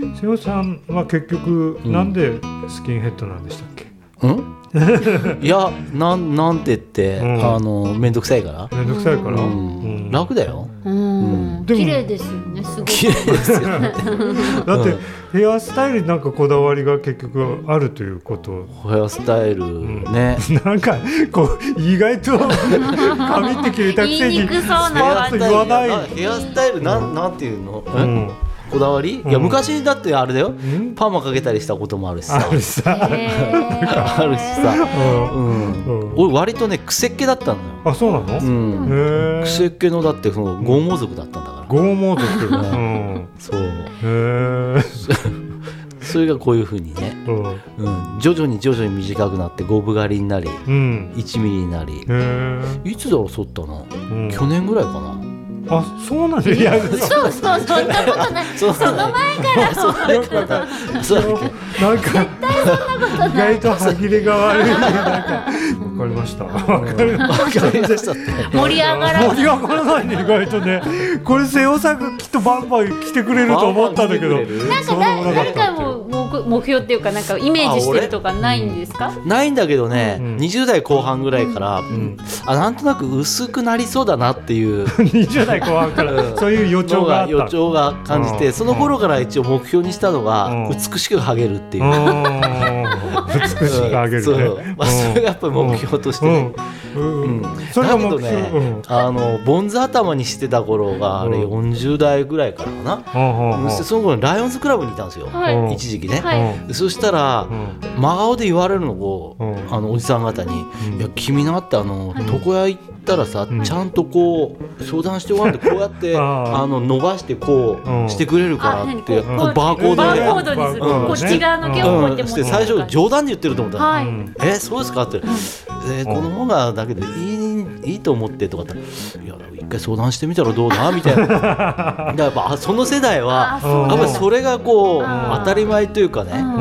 Speaker 2: ん。
Speaker 1: 瀬尾さんは結局
Speaker 3: うん
Speaker 1: なんでスキンヘッドなんでしたっけ
Speaker 3: うん いやなんなんてって、
Speaker 1: うん
Speaker 3: あの面倒くさいから、
Speaker 1: めんどくさいから
Speaker 3: う
Speaker 1: うん
Speaker 3: ん、楽だよ
Speaker 2: うん
Speaker 1: でも
Speaker 2: 綺麗ですよね。すご
Speaker 3: 綺
Speaker 2: い。
Speaker 3: 麗ですよ
Speaker 1: だってヘアスタイルになんかこだわりが結局あるということ
Speaker 3: ヘアスタイルね、
Speaker 1: なんかこう意外と髪って切れたくせに
Speaker 2: 言いにくそうな
Speaker 1: スパッと言わない、う
Speaker 3: ヘアスタイルなんなんていうの、
Speaker 1: ん
Speaker 3: こだわり、
Speaker 1: うん
Speaker 3: いや昔だってあれだよ
Speaker 1: ん、
Speaker 3: パーマかけたりしたこともあるしさ
Speaker 1: あるさ、
Speaker 2: へー
Speaker 3: あるしさう、
Speaker 1: うんんうん
Speaker 3: 俺割とね癖っ気だったのよ、
Speaker 1: あそうなの、
Speaker 3: う
Speaker 1: へえ
Speaker 3: ん癖っ気のだってその剛毛族だったんだから、
Speaker 1: 剛毛族、うん、
Speaker 3: そう
Speaker 1: へえ
Speaker 3: それがこういうふうにね、
Speaker 1: うん
Speaker 3: うん、徐々に徐々に短くなって五分刈りになり
Speaker 1: うん
Speaker 3: 1ミリになり
Speaker 1: へえ
Speaker 3: いつだろう剃ったの
Speaker 1: うん
Speaker 3: 去年ぐらいかな
Speaker 1: あそうなんですいや
Speaker 2: そうそうそんなことない。
Speaker 3: その前からそうだよそうだっけ
Speaker 1: なんか意外と歯切れが悪いなんかわかりましたわかりま
Speaker 3: わかりましたって
Speaker 2: 盛り上がらない
Speaker 1: 盛り上がらないね意外とねこれ瀬尾さんがきっとバンバン来てくれると思ったんだけど
Speaker 3: バンバン来てくれる
Speaker 2: なんか
Speaker 1: そうでも
Speaker 2: だ
Speaker 1: なか
Speaker 2: 誰
Speaker 1: った
Speaker 2: かも目目標っていうかなんかイメージしてるとかないんですか？
Speaker 3: ないんだけどね、
Speaker 1: うん
Speaker 3: 20代後半ぐらいから、
Speaker 1: ん
Speaker 3: あなんとなく薄くなりそうだなっていう
Speaker 1: 20代後半からそう いう予兆があった
Speaker 3: の予兆が感じて、
Speaker 1: うん
Speaker 3: その頃から一応目標にしたのが、
Speaker 1: うん
Speaker 3: 美しくハゲるっていう
Speaker 1: う。ーん美しくあげ
Speaker 3: そ
Speaker 1: るね
Speaker 3: う、まあ、それがやっぱり目標として、ね
Speaker 1: うんうん
Speaker 3: うん
Speaker 1: それが目
Speaker 3: だ
Speaker 1: 標
Speaker 3: けどね、あのボンズ頭にしてた頃があれ
Speaker 1: う
Speaker 3: 40代ぐらいからかな、
Speaker 1: うん
Speaker 3: そしてその頃ライオンズクラブにいたんですよ、
Speaker 2: はい
Speaker 1: うん
Speaker 3: 一時期ね、
Speaker 2: はい
Speaker 1: うん
Speaker 3: そしたら、
Speaker 1: うん
Speaker 3: 真顔で言われるのを、
Speaker 1: うん
Speaker 3: あのおじさん方に「
Speaker 1: うん
Speaker 3: いや君なってあの
Speaker 2: はい
Speaker 3: 床屋行ったらさ、
Speaker 1: ん
Speaker 3: ちゃんとこう相談してごらんってこうやって
Speaker 1: あー
Speaker 3: あの伸ばしてこう、
Speaker 1: うん
Speaker 3: してくれるから
Speaker 2: あ
Speaker 3: っ
Speaker 2: 何
Speaker 3: て、
Speaker 2: こ
Speaker 3: こ
Speaker 2: う
Speaker 3: うバーコード
Speaker 2: バ
Speaker 3: で。
Speaker 2: ーコードにする。
Speaker 3: うん
Speaker 2: こっち側の毛をこうやって
Speaker 3: う
Speaker 2: 持
Speaker 3: ん、し
Speaker 2: って
Speaker 3: て最初冗談で言ってると思ったの、
Speaker 2: はい
Speaker 1: うん
Speaker 3: えそうですかって、えこの方がだけどいいいいと思ってとかっていや一回相談してみたらどうだみた いなだからやっぱあその世代
Speaker 2: あ
Speaker 3: は
Speaker 2: そう
Speaker 1: ー
Speaker 3: やっぱりそれがこう
Speaker 2: あー
Speaker 3: 当たり前というかね、
Speaker 1: うん
Speaker 3: う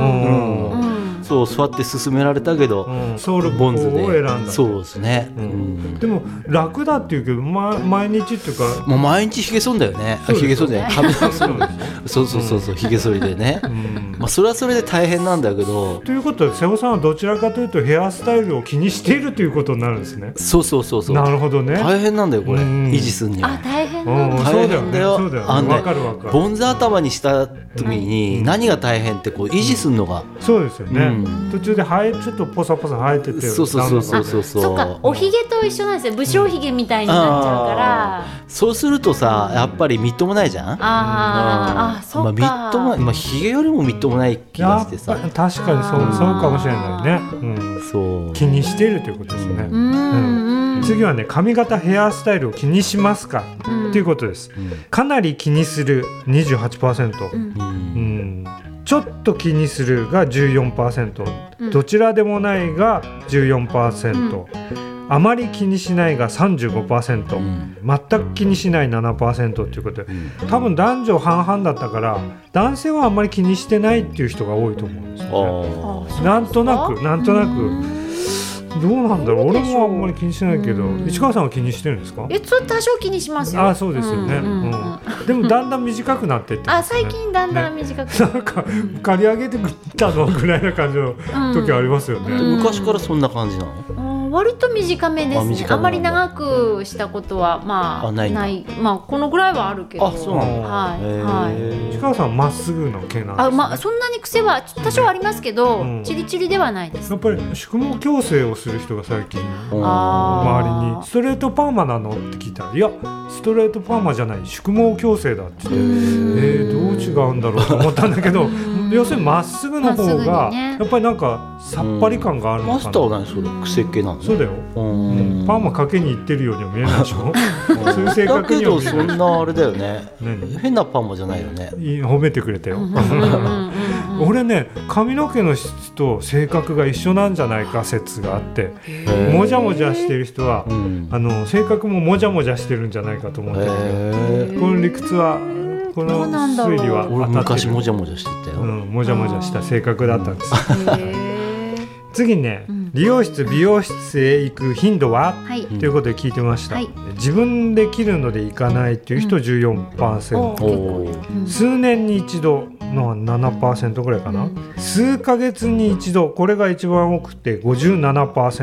Speaker 2: うんん
Speaker 3: そうそうやって進められたけど、
Speaker 1: うんソウル
Speaker 3: ボ
Speaker 1: ボ
Speaker 3: ン
Speaker 1: ン
Speaker 3: ズ
Speaker 1: ズ
Speaker 3: で
Speaker 1: を選んだ
Speaker 3: そうですね、う
Speaker 1: うんんでも楽だっていうけど、ま、毎日っていうか、
Speaker 3: もう毎日ひげ剃んだよねあ
Speaker 1: そうです
Speaker 3: ひげ剃んじゃない 髪の毛
Speaker 1: そうです
Speaker 3: そうそうそうそうひげ剃りでね、
Speaker 1: うん
Speaker 3: まあ、それはそれで大変なんだけど
Speaker 1: ということは瀬尾さんはどちらかというとヘアスタイルを気にしているということになるんですね。
Speaker 3: そうそうそうそう
Speaker 1: なるほどね。
Speaker 3: 大変なんだよこれ
Speaker 1: うん
Speaker 3: 維持するに
Speaker 2: あ
Speaker 3: は。
Speaker 2: 大変
Speaker 1: うん
Speaker 2: なんだ。
Speaker 1: そ
Speaker 3: 大
Speaker 1: うだよ
Speaker 3: 変だ
Speaker 1: ね。
Speaker 3: よ
Speaker 1: そうだ
Speaker 3: あ
Speaker 1: よね。
Speaker 3: のね
Speaker 1: わかるわかる。
Speaker 3: ボンズ頭にした時に何が大変ってこう維持するのが、
Speaker 1: そうですよね。
Speaker 3: うん
Speaker 1: 途中で生えちょっとポサポサ生えてて、
Speaker 3: そうそうそうそうそう
Speaker 2: そっかおひげと一緒なんですね。武将ひげみたいになっちゃうから。
Speaker 3: そうするとさやっぱりみっともないじゃん
Speaker 2: あーあそっか。
Speaker 3: まあ、みっともないまあひげよりもみっともない気
Speaker 1: や
Speaker 3: が
Speaker 1: っ
Speaker 3: して
Speaker 1: ぱ
Speaker 3: さ
Speaker 1: 確かにそう
Speaker 2: あー
Speaker 1: そうかもしれないね。うん
Speaker 3: そう
Speaker 1: 気にしているということですね。
Speaker 2: うんうん。
Speaker 1: 次はね髪型ヘアスタイルを気にしますか、
Speaker 2: うん
Speaker 1: っていうことです
Speaker 3: うん
Speaker 1: かなり気にする28%、
Speaker 2: う
Speaker 1: うん
Speaker 2: ん
Speaker 3: うん
Speaker 1: ちょっと気にするが14%、
Speaker 2: うん
Speaker 1: どちらでもないが14%、あまり気にしないが35%、
Speaker 3: うん
Speaker 1: 全く気にしない7%ということで
Speaker 3: うん
Speaker 1: 多分男女半々だったから男性はあんまり気にしてないっていう人が多いと思うんです
Speaker 3: あ
Speaker 1: よね。
Speaker 3: ー
Speaker 1: なんとなくなんとなくどうなんだろう
Speaker 2: どう
Speaker 1: 俺
Speaker 2: でしょう
Speaker 1: もあんまり気にしてないけど
Speaker 2: うん
Speaker 1: 市川さんは気にしてるんですか
Speaker 2: えそれ多少気にしますよ。
Speaker 1: あそうですよね、うん
Speaker 2: んんん
Speaker 1: でもだんだん短くなってってますね、
Speaker 2: あ最近だんだん短く。
Speaker 1: なんか刈り上げてくったのぐらいな感じの 時ありますよね、
Speaker 2: うん
Speaker 3: 昔からそんな感じなの、
Speaker 2: うん割と短めです
Speaker 3: あ短めなん
Speaker 2: ね。
Speaker 3: だ
Speaker 2: あまり長くしたことはま
Speaker 3: あ
Speaker 2: あ
Speaker 3: ないんだ
Speaker 2: まあこのぐらいはあるけど。
Speaker 3: あそうなんだ
Speaker 2: はい
Speaker 3: へ
Speaker 2: はい。
Speaker 3: ー
Speaker 1: 市川さんはまっすぐの毛なんです、ね
Speaker 2: あまあそんなに癖は多少ありますけど、
Speaker 1: うん
Speaker 2: チリチリではないです。
Speaker 1: やっぱり宿毛矯正をする人が最近
Speaker 3: うん
Speaker 2: あ
Speaker 1: 周
Speaker 2: ー
Speaker 1: りに「ストレートパーマなの?」って聞いたら「いやストレートパーマじゃない宿毛矯正だ」って言って。えー、どう違うんだろうと思ったんだけど要するにまっすぐの方
Speaker 2: ま
Speaker 1: が
Speaker 2: っすぐにね
Speaker 1: やっぱりなんかさっぱり感があるの
Speaker 3: マ
Speaker 1: か
Speaker 3: ス
Speaker 1: な
Speaker 3: ターは何それ癖っ気なの
Speaker 1: そうだよ、
Speaker 3: うん
Speaker 1: パーマかけにいってるようには見えないで しょそういう性
Speaker 3: だ
Speaker 1: 格
Speaker 3: け
Speaker 1: には
Speaker 3: ど
Speaker 1: 見え
Speaker 3: そん
Speaker 1: ない
Speaker 3: なあれだよね
Speaker 1: 何
Speaker 3: 変なパンマじゃないよね
Speaker 1: いい褒めてくれたよ
Speaker 2: うんうんうんうんう ん
Speaker 1: 俺ね髪の毛の質と性格が一緒なんじゃないか説があってもじゃもじゃしてる人は
Speaker 3: うん
Speaker 1: あの性格ももじゃもじゃしてるんじゃないかと思うんだけ
Speaker 3: へえ
Speaker 1: どこの理屈はこ
Speaker 2: ど
Speaker 1: の
Speaker 2: うなんだろう
Speaker 1: 推理は当
Speaker 3: 俺
Speaker 1: たって
Speaker 3: 昔
Speaker 1: る
Speaker 3: もじゃもじゃしてた
Speaker 1: う
Speaker 3: よ
Speaker 1: ん、もじゃもじゃした性格だったんです
Speaker 2: へー
Speaker 1: 次ね、
Speaker 2: うん
Speaker 1: 理容室美容室へ行く頻度は、
Speaker 2: はい。
Speaker 3: ん
Speaker 1: ということで聞いてました、
Speaker 2: はい
Speaker 1: 自分で切るので行かないという人14%、
Speaker 2: お
Speaker 3: おー
Speaker 2: うん
Speaker 1: 数年に一度の7%ぐらいかな、数ヶ月に一度これが一番多くて57%、
Speaker 2: へ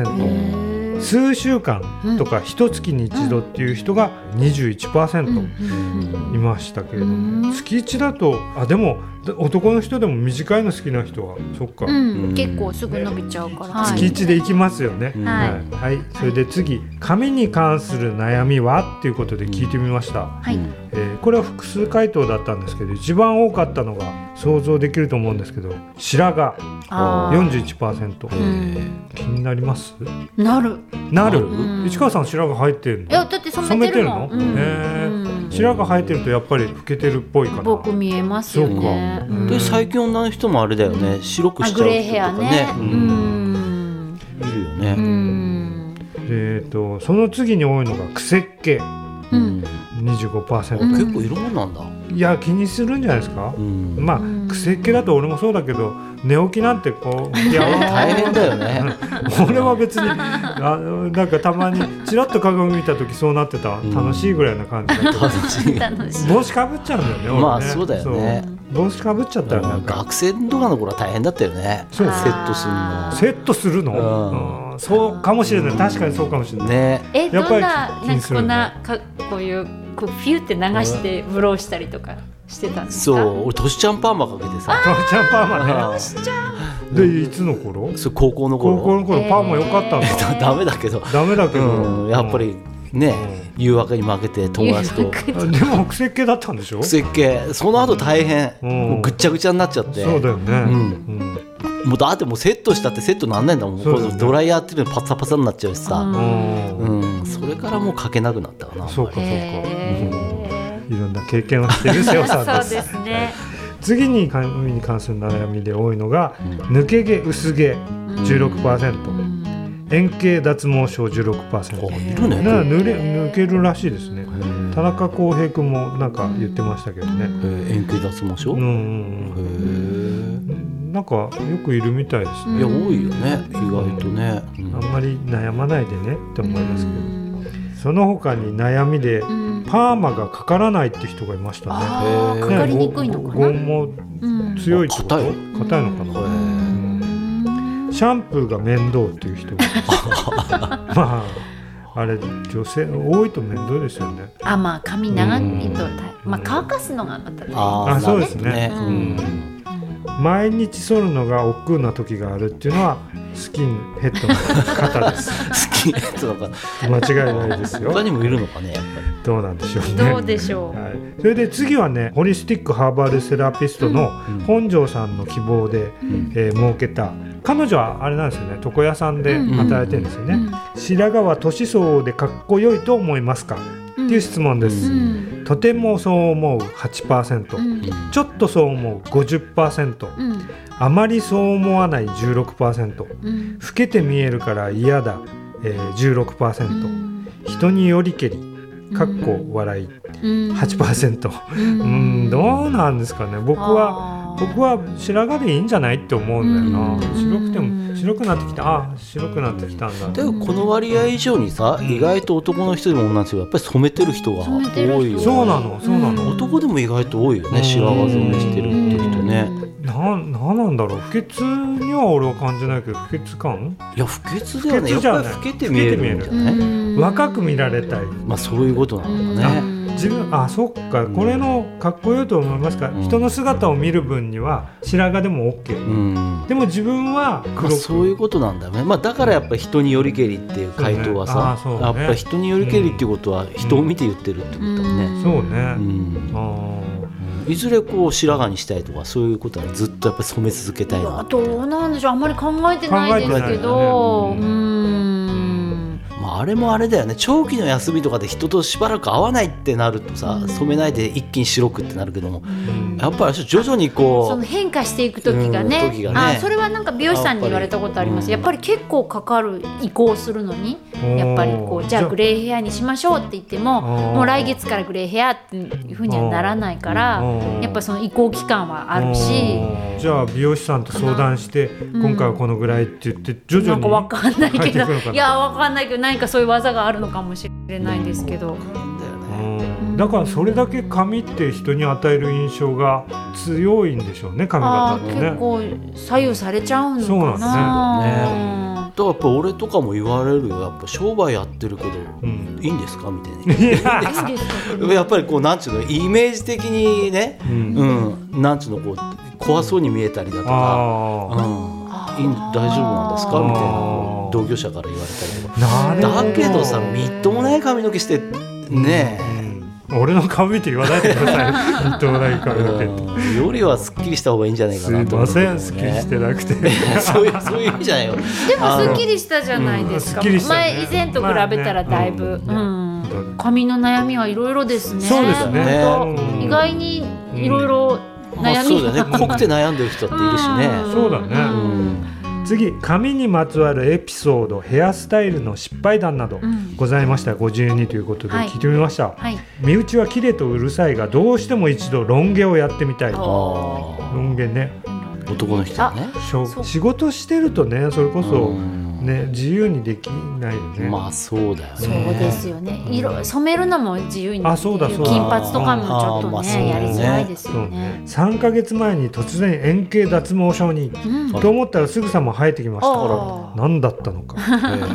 Speaker 2: ー
Speaker 1: 数週間とか一月に一度っていう人が
Speaker 2: うん
Speaker 1: 21%いましたけれども、
Speaker 2: うん
Speaker 1: 月1だとあでも男の人でも短いの好きな人はそっか、
Speaker 2: うん
Speaker 3: うん
Speaker 2: 結構すぐ伸びちゃうから。はい
Speaker 1: 月1で行きますよね。
Speaker 3: うん
Speaker 2: はい
Speaker 1: はい、それで次髪に関する悩みはっていうことで聞いてみました、
Speaker 2: はい。
Speaker 1: えーこれは複数回答だったんですけど一番多かったのが想像できると思うんですけど白髪
Speaker 2: あー
Speaker 1: 41%
Speaker 2: うん
Speaker 1: 気になります
Speaker 2: なる。
Speaker 1: なる
Speaker 3: うん
Speaker 1: 市川さん白髪入ってる
Speaker 2: いや
Speaker 1: の
Speaker 2: だって染めてるもん。
Speaker 1: 染めてるの
Speaker 2: うん
Speaker 1: へー
Speaker 2: うん
Speaker 1: 白髪生えてるとやっぱり老けてるっぽいかな
Speaker 2: 僕見えますよね。
Speaker 1: そうかうん
Speaker 3: で最近女の人もあれだよね白く
Speaker 2: あ
Speaker 3: しち
Speaker 2: グ
Speaker 3: ゃう
Speaker 2: レー
Speaker 3: 人と
Speaker 2: ヘア
Speaker 3: かね
Speaker 2: ね。う
Speaker 3: うん
Speaker 2: ん。
Speaker 3: いるよ
Speaker 2: う
Speaker 3: ね、
Speaker 2: ん。
Speaker 1: えー、とその次に多いのが癖っ気
Speaker 2: うん。
Speaker 1: 25%、
Speaker 3: 結構いろんなんだ、
Speaker 1: いや気にするんじゃないですか、
Speaker 3: うん
Speaker 1: ま
Speaker 2: うん
Speaker 1: あ癖っ気だと俺もそうだけど寝起きなんてこう いや
Speaker 3: 大変だよね
Speaker 1: 俺は別にあのなんかたまにちらっと鏡見た時そうなってた
Speaker 3: うん
Speaker 1: 楽しいぐらいな感じ だけど
Speaker 3: 楽しい
Speaker 2: 楽しい。
Speaker 1: 帽子かぶっちゃうんだよね俺ね
Speaker 3: まあそうだよね
Speaker 1: そう帽子かぶっちゃったらなんか
Speaker 3: 学生とかの頃は大変だったよねセ
Speaker 1: そう
Speaker 3: ットするの
Speaker 1: セットする
Speaker 3: うん
Speaker 1: の、うん、そうかもしれない確かにそうかもしれない、
Speaker 3: ね
Speaker 2: えど
Speaker 1: や
Speaker 2: ん
Speaker 1: っぱり
Speaker 2: な
Speaker 1: 気
Speaker 2: なん
Speaker 1: に
Speaker 2: か
Speaker 1: す
Speaker 2: こ
Speaker 1: る
Speaker 2: ん
Speaker 1: ね
Speaker 2: なかこういうこうフィュって流してブローしたりとかしてたんです
Speaker 3: そ
Speaker 2: か。
Speaker 3: う。俺トシちゃんパーマかけてさ
Speaker 1: トラちゃんパーマね
Speaker 3: うん
Speaker 1: でいつの頃
Speaker 3: そう高校の頃
Speaker 1: 高校の頃パーマ良かったんだ、
Speaker 2: え
Speaker 3: ダメだけど、
Speaker 1: ダメだけど、
Speaker 3: うん、やっぱりね、誘惑に負けて友達と
Speaker 1: うんでも癖っ気だったんでしょ
Speaker 3: 設計その後大変、
Speaker 1: うん
Speaker 3: もうぐっちゃぐちゃになっちゃって
Speaker 1: そうだよね、
Speaker 3: ん
Speaker 1: うん
Speaker 3: もうだってもうセットしたってセットなんないんだもん、
Speaker 1: そうだよね
Speaker 3: このドライヤーっていうのパサパサになっちゃうしさ、
Speaker 1: うん
Speaker 3: うんそれからもうかけなくなったかな
Speaker 1: そうかそうか、
Speaker 2: へ
Speaker 1: いろんな経験をしている瀬尾さん
Speaker 2: ー
Speaker 1: で
Speaker 2: そう
Speaker 1: す
Speaker 2: ですね。
Speaker 1: 次に髪に関する悩みで多いのが
Speaker 3: うん
Speaker 1: 抜け毛薄毛16%、
Speaker 2: うん
Speaker 1: 円形脱毛症16%
Speaker 3: あ
Speaker 1: ね
Speaker 3: いるね、
Speaker 2: な
Speaker 1: 濡れ抜けるらしいですね
Speaker 3: へー
Speaker 1: 田中康平君もなんか言ってましたけどね
Speaker 3: えー円形脱毛症、
Speaker 1: うんう
Speaker 3: へ
Speaker 1: ん
Speaker 3: え
Speaker 1: うんなんかよくいるみたいです
Speaker 2: う
Speaker 1: ね
Speaker 2: ん
Speaker 3: いや多いよね意外とね、うん
Speaker 1: あんまり悩まないでねって思いますけど
Speaker 2: う
Speaker 1: その他に悩みで
Speaker 2: ん
Speaker 1: パーマがかからないって人がいましたね
Speaker 2: ああ
Speaker 3: へー
Speaker 2: かかりにくいのかな。
Speaker 1: ねご剛
Speaker 2: うん
Speaker 1: 毛強いってこと
Speaker 3: 硬
Speaker 1: 硬
Speaker 3: い
Speaker 1: いのかな、
Speaker 3: へー
Speaker 2: うん
Speaker 1: シャンプーが面倒っていう人がまああれ女性多いと面倒ですよね
Speaker 2: あまあ髪長いと
Speaker 3: うん
Speaker 2: 大まあ乾かすのがまたね。
Speaker 3: あー
Speaker 1: あそうですね
Speaker 3: なるほど
Speaker 1: 毎日剃るのが億劫な時があるっていうのはスキンヘッドの方です
Speaker 3: 好きなやつとか
Speaker 1: 間違いないですよ
Speaker 3: 他にもいるのかねやっぱり
Speaker 1: どうなんでしょうね
Speaker 2: どうでしょう。
Speaker 1: はい、それで次はねホリスティックハーバルセラピストの
Speaker 3: うん
Speaker 1: 本庄さんの希望で、
Speaker 3: ん
Speaker 1: えー儲けた彼女はあれなんですよね床屋さんで働いてるんですよね、白髪は年相応でかっこよいと思いますか、
Speaker 2: うん
Speaker 1: っていう質問です、
Speaker 2: うん
Speaker 1: とてもそう思う8%、
Speaker 2: うん
Speaker 1: ちょっとそう思う50%、
Speaker 2: うん
Speaker 1: あまりそう思わない16%老
Speaker 2: うん
Speaker 1: けて見えるから嫌だ、えー、16%、人によりけりかっこ笑い
Speaker 2: うん
Speaker 1: 8%う
Speaker 2: うん
Speaker 1: んどうなんですかね僕は
Speaker 2: あー
Speaker 1: 僕は白髪でいいんじゃないって思うんだよな、
Speaker 2: うん
Speaker 1: 白くて
Speaker 2: うん
Speaker 1: も白くなってきたあ白くなってきたんだ
Speaker 3: でもこの割合以上にさ、
Speaker 1: うん
Speaker 3: 意外と男の人でも女の人でもやっぱり染めてる人が
Speaker 2: 染めてる人
Speaker 3: 多いよね
Speaker 1: そうなのそうなの、
Speaker 2: うん
Speaker 3: 男でも意外と多いよね、
Speaker 1: うん
Speaker 3: 白髪染めしてるっていう人ね、
Speaker 1: なんなんなんだろう不潔には俺は感じないけど不潔感
Speaker 3: いや不潔だよね
Speaker 1: 不潔
Speaker 3: やっ
Speaker 1: じゃな
Speaker 3: ぱ
Speaker 1: い
Speaker 3: り老けて見えるんだよ
Speaker 2: うん
Speaker 3: ね、
Speaker 2: うん
Speaker 1: 若く見られたい
Speaker 3: まあそういうことなのかね、
Speaker 1: 自分あそっか
Speaker 3: うん
Speaker 1: これのかっこよいと思いますか、
Speaker 3: うん
Speaker 1: 人の姿を見る分には白髪でも OK、
Speaker 3: うん
Speaker 1: でも自分は
Speaker 3: ま
Speaker 1: 黒
Speaker 3: あ、
Speaker 1: く、
Speaker 3: そういうことなんだよね、まあ、だからやっぱり人によりけりっていう回答はさ、
Speaker 1: そうねあーそ
Speaker 3: やっ
Speaker 1: うね
Speaker 3: ぱり人によりけりっていうことは人を見て言ってるってことだよね、
Speaker 1: そうね、
Speaker 3: うん
Speaker 1: あ
Speaker 3: いずれこう白髪にしたいとかそういうことはずっとやっぱり染め続けたい
Speaker 2: いや
Speaker 3: な、
Speaker 2: どうなんでしょうあんまり考えてないですけど
Speaker 1: 考えて
Speaker 2: う
Speaker 1: ないよ
Speaker 2: ー
Speaker 1: ね
Speaker 2: ん
Speaker 3: まあ、あれもあれだよね長期の休みとかで人としばらく会わないってなるとさ染めないで一気に白くってなるけどもやっぱり徐々に
Speaker 2: そ
Speaker 3: こ
Speaker 2: の
Speaker 3: う
Speaker 2: 変化していく時がね,、
Speaker 3: うん時がね
Speaker 2: あそれはなんか美容師さんに言われたことありますや
Speaker 3: や
Speaker 2: っ
Speaker 3: っ
Speaker 2: ぱり結構かかる移行するのに
Speaker 1: ー
Speaker 2: やっぱりこうじゃあグレーヘアにしましょうって言っても
Speaker 1: あー
Speaker 2: もう来月からグレーヘアっていうふうにはならないか
Speaker 1: あ
Speaker 2: ら
Speaker 1: ー
Speaker 2: やっぱその移行期間はあるし
Speaker 1: あーじゃあ美容師さんと相談して
Speaker 2: ん
Speaker 1: 今回はこのぐらいって言って徐々
Speaker 2: なん
Speaker 1: に
Speaker 2: かわかんないけ
Speaker 1: 変えていくのか
Speaker 2: ど
Speaker 1: ない
Speaker 2: やわかんないけど何かそういう技があるのかもしれないですけど。
Speaker 3: だよね
Speaker 1: うんだからそれだけ髪って人に与える印象が強いんでしょうね髪
Speaker 2: ああ
Speaker 1: 型
Speaker 2: ー
Speaker 1: って
Speaker 2: 結
Speaker 1: ね。
Speaker 2: 構左右されちゃうのか
Speaker 1: そうな
Speaker 2: な。
Speaker 3: だからやっぱ俺とかも言われるよやっぱ商売やってるけど、
Speaker 1: うん
Speaker 3: いいんですかみたい
Speaker 1: いや
Speaker 2: いいですか
Speaker 3: な やっぱりこうなんちゅうのイメージ的にね、
Speaker 1: うん
Speaker 3: うんなんちゅうのこう怖そうに見えたりだとか、うん、
Speaker 1: あ
Speaker 2: あ
Speaker 3: いいん大丈夫なんですかみたいな
Speaker 1: あー
Speaker 3: 同業者から言われたりとか
Speaker 1: あなるほ
Speaker 3: だ
Speaker 1: ど
Speaker 3: けどさみっともない髪の毛してね
Speaker 1: うん俺の髪って言わないでくだ さい。みっともない
Speaker 3: え、
Speaker 1: 髪の毛って。
Speaker 3: うんよりはすっきりした方がいいんじゃないか
Speaker 1: すい
Speaker 3: なと
Speaker 1: ま
Speaker 3: 思うけ
Speaker 1: せ
Speaker 3: ど
Speaker 1: ん、
Speaker 3: ね
Speaker 1: すっきりしてなくて。
Speaker 3: そういうそういう意味じゃないよ
Speaker 2: でもすっきりしたじゃないですか。
Speaker 1: うんすっきりしたね
Speaker 2: 前以前と比べたらだいぶ。
Speaker 1: まあね
Speaker 2: うん
Speaker 1: ことで
Speaker 2: 髪の悩みはいろいろですね。
Speaker 3: そうですね
Speaker 2: 本当
Speaker 1: うん
Speaker 2: 意外にいろいろ
Speaker 3: まあ
Speaker 2: 悩
Speaker 3: そう
Speaker 2: み
Speaker 3: だよ
Speaker 2: が。
Speaker 3: ね濃くて悩んでる人だっているしね
Speaker 1: そうだね
Speaker 3: うん
Speaker 1: 次髪にまつわるエピソードヘアスタイルの失敗談など
Speaker 2: うん
Speaker 1: ございましたら52ということで
Speaker 2: はい
Speaker 1: 聞いてみました、
Speaker 2: はい。
Speaker 1: 身内は綺麗とうるさいがどうしても一度ロン毛をやってみたい
Speaker 3: あ
Speaker 2: お
Speaker 1: ロ
Speaker 3: ー
Speaker 1: ン毛ね
Speaker 3: 男の人だね
Speaker 1: しょ
Speaker 2: そう
Speaker 1: 仕事してるとねそれこそ、
Speaker 3: ん
Speaker 1: ね自由にできないよね、
Speaker 3: まあそうだよ
Speaker 2: そう
Speaker 3: ね
Speaker 2: ですよね。色染めるのも自由に。
Speaker 1: あそうだそうだ
Speaker 2: 金髪とかもちょっ
Speaker 3: あーま
Speaker 2: と
Speaker 3: あそ
Speaker 2: ね
Speaker 3: うだね
Speaker 2: やりづらいです
Speaker 1: そう
Speaker 2: よ
Speaker 1: ね
Speaker 2: ね。
Speaker 1: 3か月前に突然円形脱毛症に
Speaker 2: うん。
Speaker 1: と思ったらすぐさま生えてきまし
Speaker 2: あ
Speaker 1: た
Speaker 2: ら
Speaker 1: 何だったのか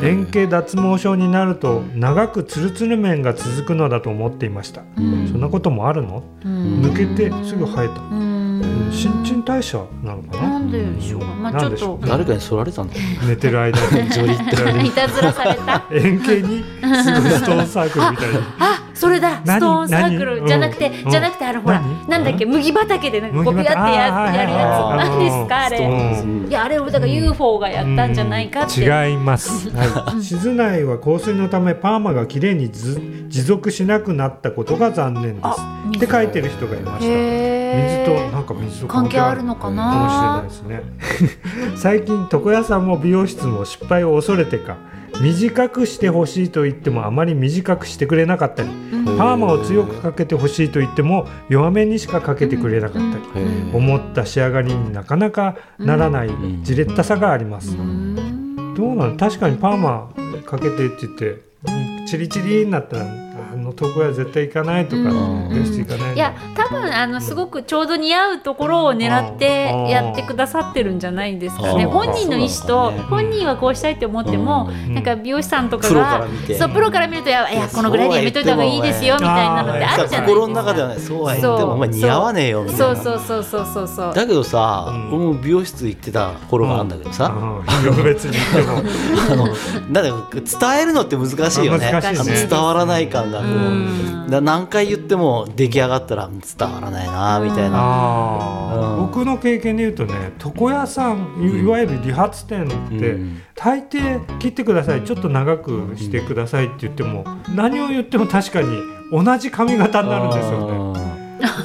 Speaker 3: うん
Speaker 1: 円形脱毛症になると長くツルツル面が続くのだと思っていました
Speaker 3: うん
Speaker 1: そんなこともあるの
Speaker 2: うん
Speaker 1: 抜けてすぐ生えた
Speaker 2: う
Speaker 1: うん
Speaker 2: ん。
Speaker 1: 新陳代謝なのか
Speaker 2: な
Speaker 1: なん
Speaker 2: ででしょうか。まあち
Speaker 1: な
Speaker 2: ょ
Speaker 1: ん
Speaker 2: っ
Speaker 1: でしょ
Speaker 2: と
Speaker 1: う
Speaker 3: 誰かに剃られたんだよ
Speaker 1: 寝てる間に
Speaker 3: ジョリッと
Speaker 2: いたずらされた。
Speaker 1: 円形にすぐストーンサークルみたいに
Speaker 2: あ、 それだ。
Speaker 1: 何
Speaker 2: ストーンサークル
Speaker 1: 何
Speaker 2: じゃなくて
Speaker 1: うん、
Speaker 2: じゃなくてあのほら、
Speaker 1: 何
Speaker 2: なんだっけ麦畑でなんかこうピ
Speaker 1: 麦
Speaker 2: ャって
Speaker 1: 畑
Speaker 2: ややる
Speaker 3: あーはい
Speaker 2: や
Speaker 3: はい
Speaker 2: つ。何ですかあ
Speaker 1: ー
Speaker 2: れ。いやあれをだから UFO がやったんじゃないかって。
Speaker 1: 違います、はい、静内は香水のためパーマが綺麗にず持続しなくなったことが残念
Speaker 2: あ
Speaker 1: ですって書いてる人がいました水
Speaker 2: へ
Speaker 1: と
Speaker 2: ー
Speaker 1: なんか水と
Speaker 2: 関係あるのか
Speaker 1: か
Speaker 2: な
Speaker 1: もしれないですね 最近床屋さんも美容室も失敗を恐れてか短くしてほしいと言ってもあまり短くしてくれなかったり
Speaker 2: うん
Speaker 1: パーマを強くかけてほしいと言っても弱めにしかかけてくれなかったり
Speaker 3: へー
Speaker 1: 思った仕上がりになかなかならない
Speaker 3: ん
Speaker 1: じれったさがあります、
Speaker 2: うん
Speaker 1: どうなの確かにパーマかけてって言ってうんチリチリになったらあの床屋絶対行かないとか
Speaker 3: うん
Speaker 1: ベスト行かないの
Speaker 2: いや多分あのすごくちょうど似合うところを狙ってやってくださってるんじゃないですかね
Speaker 1: あー
Speaker 2: 本人の意思と
Speaker 3: そうなのかね
Speaker 2: 本人はこうしたいって思っても
Speaker 3: うん
Speaker 2: なんか美容師さんとか
Speaker 3: プロから
Speaker 2: が
Speaker 3: 見て
Speaker 2: そうプロから見るといやいやこのぐらいでやめといた方がいいですよみ
Speaker 1: そう
Speaker 2: たいなのって
Speaker 1: あ
Speaker 2: あ
Speaker 1: ー
Speaker 2: るじゃない
Speaker 3: 心の中で
Speaker 2: で
Speaker 3: はねそうは言ってもお前似合わねえよみた
Speaker 2: す
Speaker 3: いな
Speaker 2: かそうそうそうそうそうそう
Speaker 3: だけどさ、
Speaker 1: うん
Speaker 3: 俺も美容室行ってた頃があるんだけどさ、
Speaker 1: うんうん別に行っても
Speaker 3: あのなんか伝えるのって難しいよね
Speaker 1: 難しい
Speaker 2: ね
Speaker 3: あの伝わらない感がこう
Speaker 2: うん
Speaker 3: だ何回言っても出来上がったら伝わらないなみたいな、
Speaker 1: あー
Speaker 3: うん
Speaker 1: 僕の経験で言うとね床屋さんいいわゆる理髪店って、
Speaker 3: うん
Speaker 1: 大抵切ってくださいちょっと長くしてくださいって言っても何を言っても確かに同じ髪型になるんですよ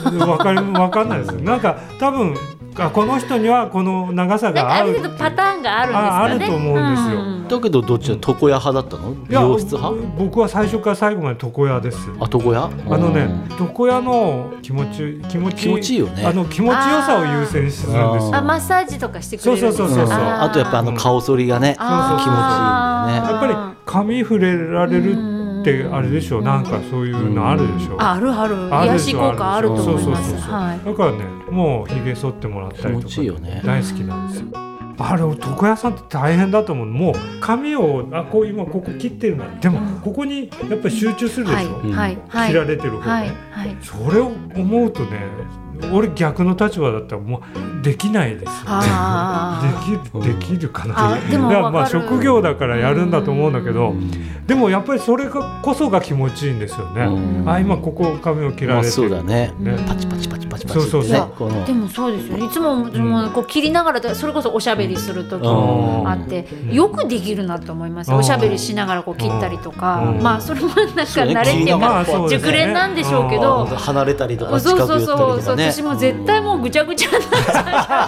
Speaker 1: ね。
Speaker 3: ね
Speaker 1: わかりわかんないですよ。なんか多分あこの人にはこの長さ
Speaker 2: なん
Speaker 1: が
Speaker 2: かあ
Speaker 1: 合う
Speaker 2: る
Speaker 1: ってい
Speaker 2: 程
Speaker 1: う
Speaker 2: 度パターンがあるんです
Speaker 1: あ
Speaker 2: か
Speaker 1: あ
Speaker 2: ね
Speaker 1: ると思うんですよ
Speaker 3: だけどどっちの床屋派だったの美容室派
Speaker 1: いや僕は最初から最後まで床屋です。
Speaker 3: あ床屋
Speaker 1: あのね
Speaker 3: うん
Speaker 1: 床屋の気持ち気持ち
Speaker 3: 気持ちいいよね
Speaker 1: あの気持ちよさを優先するんです
Speaker 2: あ
Speaker 1: よ。
Speaker 2: マッサージとかしてくれるんです
Speaker 1: そう
Speaker 2: か
Speaker 1: そうそうそう
Speaker 3: あとやっぱあの顔剃りがね
Speaker 2: あー
Speaker 3: 気持ちいいんだよね
Speaker 1: やっぱり髪触れられるってあれでしょう。
Speaker 2: うん
Speaker 1: なんかそういうのあるでしょう。
Speaker 2: ああるある
Speaker 1: ある
Speaker 2: 癒
Speaker 1: で
Speaker 2: し
Speaker 1: しょ
Speaker 2: 効果あると思いま
Speaker 1: そうそう
Speaker 2: す
Speaker 1: そうそう
Speaker 2: はい
Speaker 1: だからねもうひげ剃ってもらったりと
Speaker 3: 気持
Speaker 1: か
Speaker 3: ちいいよね
Speaker 1: 大好きなんですよあれ床屋さんって大変だと思うもう髪をあこう今ここ切ってるのでもここにやっぱり集中するでしょ、
Speaker 2: はいはいはい
Speaker 1: 切られてる方ね、
Speaker 2: はいはい
Speaker 1: それを思うとね俺逆の立場だったらもうできないですよ
Speaker 2: あ
Speaker 1: できるできるかな
Speaker 2: あでも
Speaker 1: だからまあ
Speaker 2: わかる
Speaker 1: 職業だからやるんだと思うんだけど、
Speaker 3: うん
Speaker 1: でもやっぱりそれがこそが気持ちいいんですよね、
Speaker 3: うん
Speaker 1: あ今ここ髪を切
Speaker 3: ま
Speaker 1: ら
Speaker 3: あ
Speaker 1: れて
Speaker 3: そう
Speaker 1: る、
Speaker 3: だね
Speaker 1: ね
Speaker 2: うん
Speaker 3: パチパチパチパチパチ
Speaker 1: そうそう
Speaker 2: そう
Speaker 3: ねこの
Speaker 2: でもそうですよいつももうこう切りながらそれこそおしゃべりする時もあって
Speaker 1: ん
Speaker 2: よくできるなと思います
Speaker 1: うん
Speaker 2: おしゃべりしながらこう切ったりとか
Speaker 1: うん
Speaker 2: まあそれもなんか
Speaker 3: そうね
Speaker 2: 慣れっていう
Speaker 3: ま
Speaker 2: か
Speaker 3: あそうで
Speaker 1: ね
Speaker 3: す
Speaker 2: 熟練なんでしょうけ
Speaker 1: う
Speaker 2: ど
Speaker 3: 離れたりと
Speaker 2: そう
Speaker 3: か近く寄った
Speaker 2: そう
Speaker 3: りと
Speaker 2: そう
Speaker 3: かね
Speaker 2: 私も絶対もうぐちゃぐちゃになっち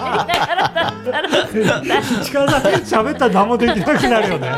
Speaker 2: ゃうしゃべりながらだったら
Speaker 1: 力さ喋ったら何もできなくなるよね。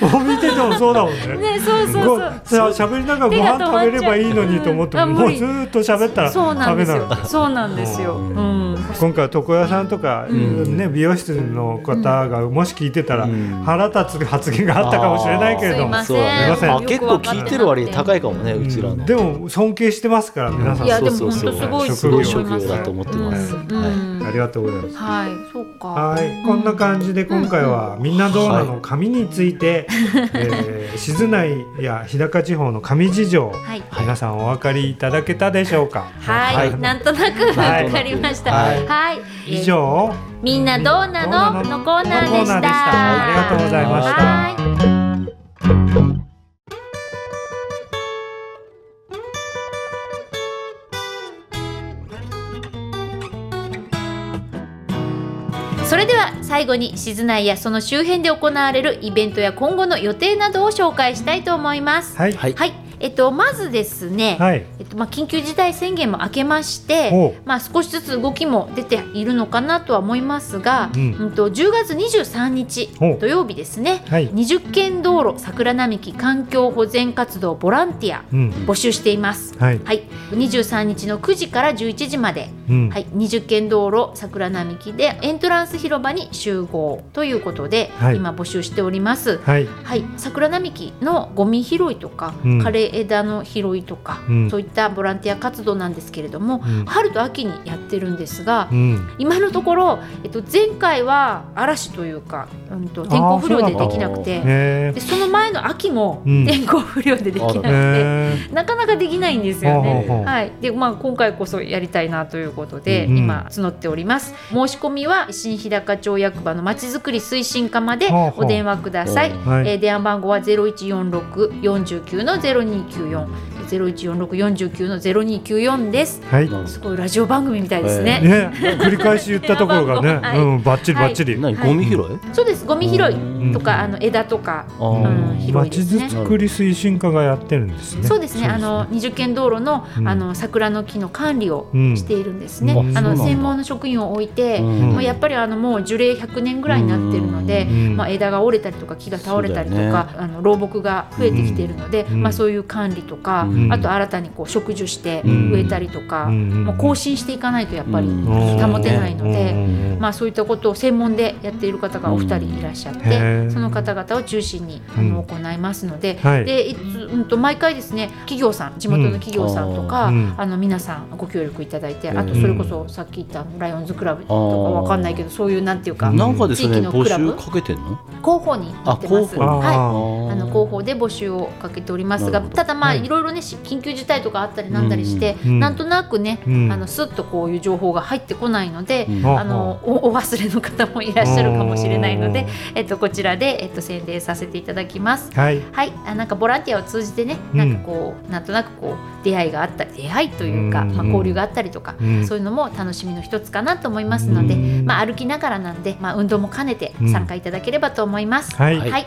Speaker 1: もう見ててもそうだもんね。
Speaker 2: ねそうそう
Speaker 1: ご
Speaker 2: そう
Speaker 1: さ喋りながらご
Speaker 2: 手が
Speaker 1: 飯
Speaker 2: 止まっちゃ
Speaker 1: 食
Speaker 2: う
Speaker 1: べればいいのにと思っても
Speaker 2: うんあ
Speaker 1: も
Speaker 2: 無
Speaker 1: う
Speaker 2: 理
Speaker 1: ずーっと喋ったら
Speaker 2: そうな
Speaker 1: ダ
Speaker 2: んで
Speaker 1: メ
Speaker 2: す
Speaker 1: なの
Speaker 2: よ。そうなんですよ。うん。
Speaker 1: 今回は床屋さんとか、
Speaker 3: ん
Speaker 1: ね美容室の方がもし聞いてたら、
Speaker 3: うん
Speaker 1: 腹立つ発言があったかもしれないけれども
Speaker 2: あーすいません
Speaker 3: そうだ
Speaker 1: すい
Speaker 3: ね
Speaker 1: ま
Speaker 3: あ
Speaker 1: せん
Speaker 3: 結構聞いてる割に高いかもね
Speaker 1: うん
Speaker 3: うちらの
Speaker 1: でも尊敬してますから皆さん、
Speaker 2: いや
Speaker 1: そう
Speaker 2: でも
Speaker 3: そうそうそう
Speaker 2: 本当
Speaker 1: すごいと
Speaker 3: す
Speaker 1: 思いま
Speaker 3: ごい
Speaker 1: す
Speaker 3: 職業だと思ってます
Speaker 2: う
Speaker 3: はい
Speaker 2: ん。
Speaker 1: ありがとうございます。
Speaker 2: はい、そうか。
Speaker 1: はい、こんな感じで今回は「みんなどうな
Speaker 3: は
Speaker 1: の?」紙について、えー静内や日高地方の紙事情、
Speaker 2: はい
Speaker 1: 皆さんお分かりいただけたでしょうか。
Speaker 2: は、
Speaker 3: はいい
Speaker 2: なんとなくわ
Speaker 1: はい
Speaker 2: かりました。
Speaker 3: は
Speaker 2: はい
Speaker 3: い。
Speaker 2: えー
Speaker 1: 以。上
Speaker 2: みんなどうなののコーナー
Speaker 1: のコーナー
Speaker 2: で
Speaker 1: でし
Speaker 2: したた。
Speaker 1: ありがとうございました
Speaker 2: はいそれでは最後に静内やその周辺で行われるイベントや今後の予定などを紹介したいと思います。
Speaker 1: はい、
Speaker 3: はい
Speaker 2: はい、えっと、まずですね、
Speaker 1: はい
Speaker 2: えっとまあ、緊急事態宣言も明けまして
Speaker 1: お、
Speaker 2: まあ、少しずつ動きも出ているのかなとは思いますが、う
Speaker 1: うんん
Speaker 2: と10月23日
Speaker 1: お
Speaker 2: 土曜日ですね、
Speaker 1: はい
Speaker 2: 20県道路桜並木環境保全活動ボランティア
Speaker 1: うん
Speaker 2: 募集しています。
Speaker 1: はい
Speaker 2: はい、23日の9時から11時まで、
Speaker 1: うん
Speaker 2: はい、20県道路桜並木でエントランス広場に集合ということで、
Speaker 1: はい
Speaker 2: 今募集しております。
Speaker 1: はい
Speaker 2: はい、桜並木のゴミ拾いとか、
Speaker 1: うん
Speaker 2: 枯れ枝の拾いとか、
Speaker 1: うん
Speaker 2: そういったボランティア活動なんですけれども、
Speaker 1: うん
Speaker 2: 春と秋にやってるんですが、
Speaker 1: うん
Speaker 2: 今のところ、えっと、前回は嵐というか、うん、と天候不良でできなくてそ
Speaker 1: へ
Speaker 2: でその前の秋も
Speaker 1: うん
Speaker 2: 天候不良でできなく
Speaker 1: え
Speaker 2: て、
Speaker 1: へ
Speaker 2: なかなかできないんです
Speaker 1: え
Speaker 2: よ
Speaker 1: ほう
Speaker 2: ね。
Speaker 1: ほうほう
Speaker 2: はい、で、まあ、今回こそやりたいなということで、
Speaker 1: うん
Speaker 2: 今募っております。申し込みは新日高町役場のまちづくり推進課まで
Speaker 1: ほうほう
Speaker 2: お電話ください。
Speaker 3: うん
Speaker 1: はい
Speaker 2: えー電話番号はゼロ一四六四十九のゼロ二九四。ゼロ一四六四十九のゼロ二九四です。
Speaker 1: はい
Speaker 3: なん
Speaker 2: すごいラジオ番組みたいですね。
Speaker 1: ね繰り返し言ったところ が
Speaker 2: 電話番
Speaker 1: ね
Speaker 2: 号
Speaker 1: うんバッチリバッチリ
Speaker 3: 何ゴミ拾い、
Speaker 2: そうです。ゴミ拾い
Speaker 3: い
Speaker 2: とか、あの枝とか。
Speaker 3: あー
Speaker 2: うん
Speaker 1: ま
Speaker 2: 広い
Speaker 1: ち
Speaker 2: ですね
Speaker 1: づくり推進課がやってるんですね
Speaker 2: そうですね。あの
Speaker 1: そう
Speaker 2: 二十県道路の、
Speaker 1: うん
Speaker 2: あの桜の木の管理を
Speaker 1: うん
Speaker 2: しているんですね。
Speaker 1: うん
Speaker 2: あ
Speaker 3: あそうな
Speaker 2: の
Speaker 3: んだ
Speaker 2: 専門の職員を置いて、
Speaker 3: うん
Speaker 2: まあやっぱりあのもう樹齢100年ぐらいになってるので、
Speaker 1: うん
Speaker 2: まあ枝が折れたりとか木が倒れたりとか、
Speaker 3: そうだよ
Speaker 2: あの老木が増えてきているので、
Speaker 1: うん
Speaker 2: まあそういう管理とか、
Speaker 3: うん
Speaker 2: あと新たにこう植樹して
Speaker 3: うん
Speaker 2: 植えたりとか、
Speaker 1: うん
Speaker 2: もう更新していかないとやっぱり
Speaker 3: うん
Speaker 2: 保てないので。
Speaker 1: うんうん
Speaker 2: まあ、そういったことを専門でやっている方がお二人いらっしゃって、
Speaker 1: うんへー
Speaker 2: その方々を中心にあの
Speaker 1: うん
Speaker 2: 行いますので,、
Speaker 1: はい
Speaker 2: でいつうん、と毎回ですね企業さん地元の企業さんとか、
Speaker 1: うんあー
Speaker 2: あの皆さんご協力いただいて、
Speaker 3: うん
Speaker 2: あとそれこそさっき言ったライオンズクラブとかわかんないけどそういうなんていうか
Speaker 1: うん
Speaker 3: なんかです
Speaker 2: 地
Speaker 3: ね
Speaker 2: 域のク
Speaker 3: 募
Speaker 2: ラブ
Speaker 3: 集かけてんの
Speaker 2: 広報になってます。
Speaker 3: あ広報
Speaker 2: は
Speaker 1: あ
Speaker 2: いあの広報で募集をかけております
Speaker 3: な
Speaker 2: が
Speaker 3: るほど
Speaker 2: ただまあ、
Speaker 1: はい
Speaker 2: い、ろいろねし緊急事態とかあったりなんだりして、
Speaker 1: うんうん
Speaker 2: なんとなくね、
Speaker 1: うん
Speaker 2: あのすっとこういう情報が入ってこないので、
Speaker 3: うん
Speaker 1: あ
Speaker 2: あのおお 忘れの方もいらっしゃるかもしれないので、えっと、こちらで、えっと、宣伝させていただきます。
Speaker 1: はい
Speaker 2: はい、あなんかボランティアを通じてね、
Speaker 1: うん
Speaker 2: なんかこうなんとなくこう出会いがあったり出会いというか、
Speaker 1: うん
Speaker 2: まあ、交流があったりとか、
Speaker 1: うん
Speaker 2: そういうのも楽しみの一つかなと思いますので、
Speaker 1: うん
Speaker 2: まあ、歩きながらなんで、まあ、運動も兼ねて
Speaker 1: うん
Speaker 2: 参加いただければと思います。
Speaker 1: はい
Speaker 2: はい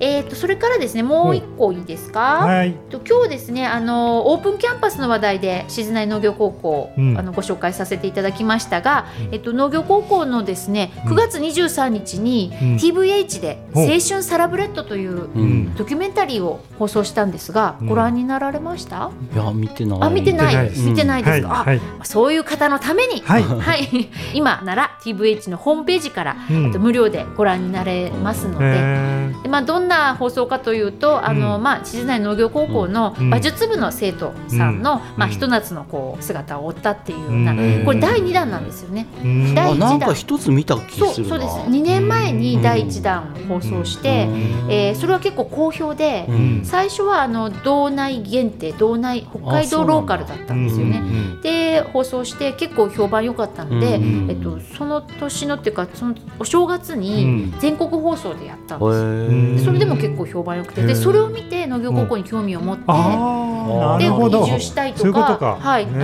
Speaker 2: えー、とそれからですねもう一個いいですか、
Speaker 1: はい
Speaker 2: えっと今日ですねあのオープンキャンパスの話題で静内農業高校、
Speaker 1: うん
Speaker 2: あのご紹介させていただきましたが、
Speaker 1: うん
Speaker 2: えっと農業高校のですね
Speaker 1: うん
Speaker 2: 9月23日に
Speaker 1: うん
Speaker 2: TVH で
Speaker 1: ほう
Speaker 2: 青春サラブレッドという
Speaker 3: うん
Speaker 2: ドキュメンタリーを放送したんですが、
Speaker 1: うん
Speaker 2: ご覧になられました？
Speaker 3: いや見てない
Speaker 2: あ見てないい
Speaker 1: うん
Speaker 2: 見てないですか？あ
Speaker 1: はい
Speaker 2: そういう方のために、
Speaker 1: はい
Speaker 2: はい、 今なら TVH のホームページから、
Speaker 1: うん
Speaker 2: えっと無料でご覧になれますので、
Speaker 1: へ
Speaker 2: でまあ、どんな放送かというとあの、
Speaker 1: うん
Speaker 2: まあ、静内農業高校の
Speaker 1: うん
Speaker 2: 馬術部の生徒さんの、まあ、
Speaker 1: うん
Speaker 2: ひと夏のこう姿を追ったっていうような、
Speaker 1: うん
Speaker 2: これ第2弾なんですよね。
Speaker 1: ーうん
Speaker 2: 第
Speaker 3: あ
Speaker 2: 一弾
Speaker 3: なんか一つ見た気
Speaker 2: そう
Speaker 3: する
Speaker 2: そ
Speaker 3: な
Speaker 2: うです2年前に第1弾を放送して、
Speaker 3: うん
Speaker 2: えーそれは結構好評で、
Speaker 3: うん
Speaker 2: 最初はあの道内限定道内北海道ローカルだったんですよ
Speaker 3: あそうなんだ
Speaker 2: ね。
Speaker 1: ううん
Speaker 2: で放送して結構評判良かったので、
Speaker 3: うん
Speaker 2: えっと、その年のっていうかそのお正月
Speaker 1: う
Speaker 2: に
Speaker 1: ん
Speaker 2: 全国放送でやったんですよ。
Speaker 3: へ
Speaker 2: で
Speaker 3: え
Speaker 2: それでも結構評判良くて
Speaker 1: へ
Speaker 2: で
Speaker 1: ー
Speaker 2: それを見て農業高校に興味を持って、
Speaker 1: ああ
Speaker 2: で
Speaker 1: なるほど
Speaker 2: 移住したい
Speaker 1: そうい
Speaker 2: と
Speaker 1: うことか
Speaker 2: かはい、あ
Speaker 1: へ
Speaker 2: の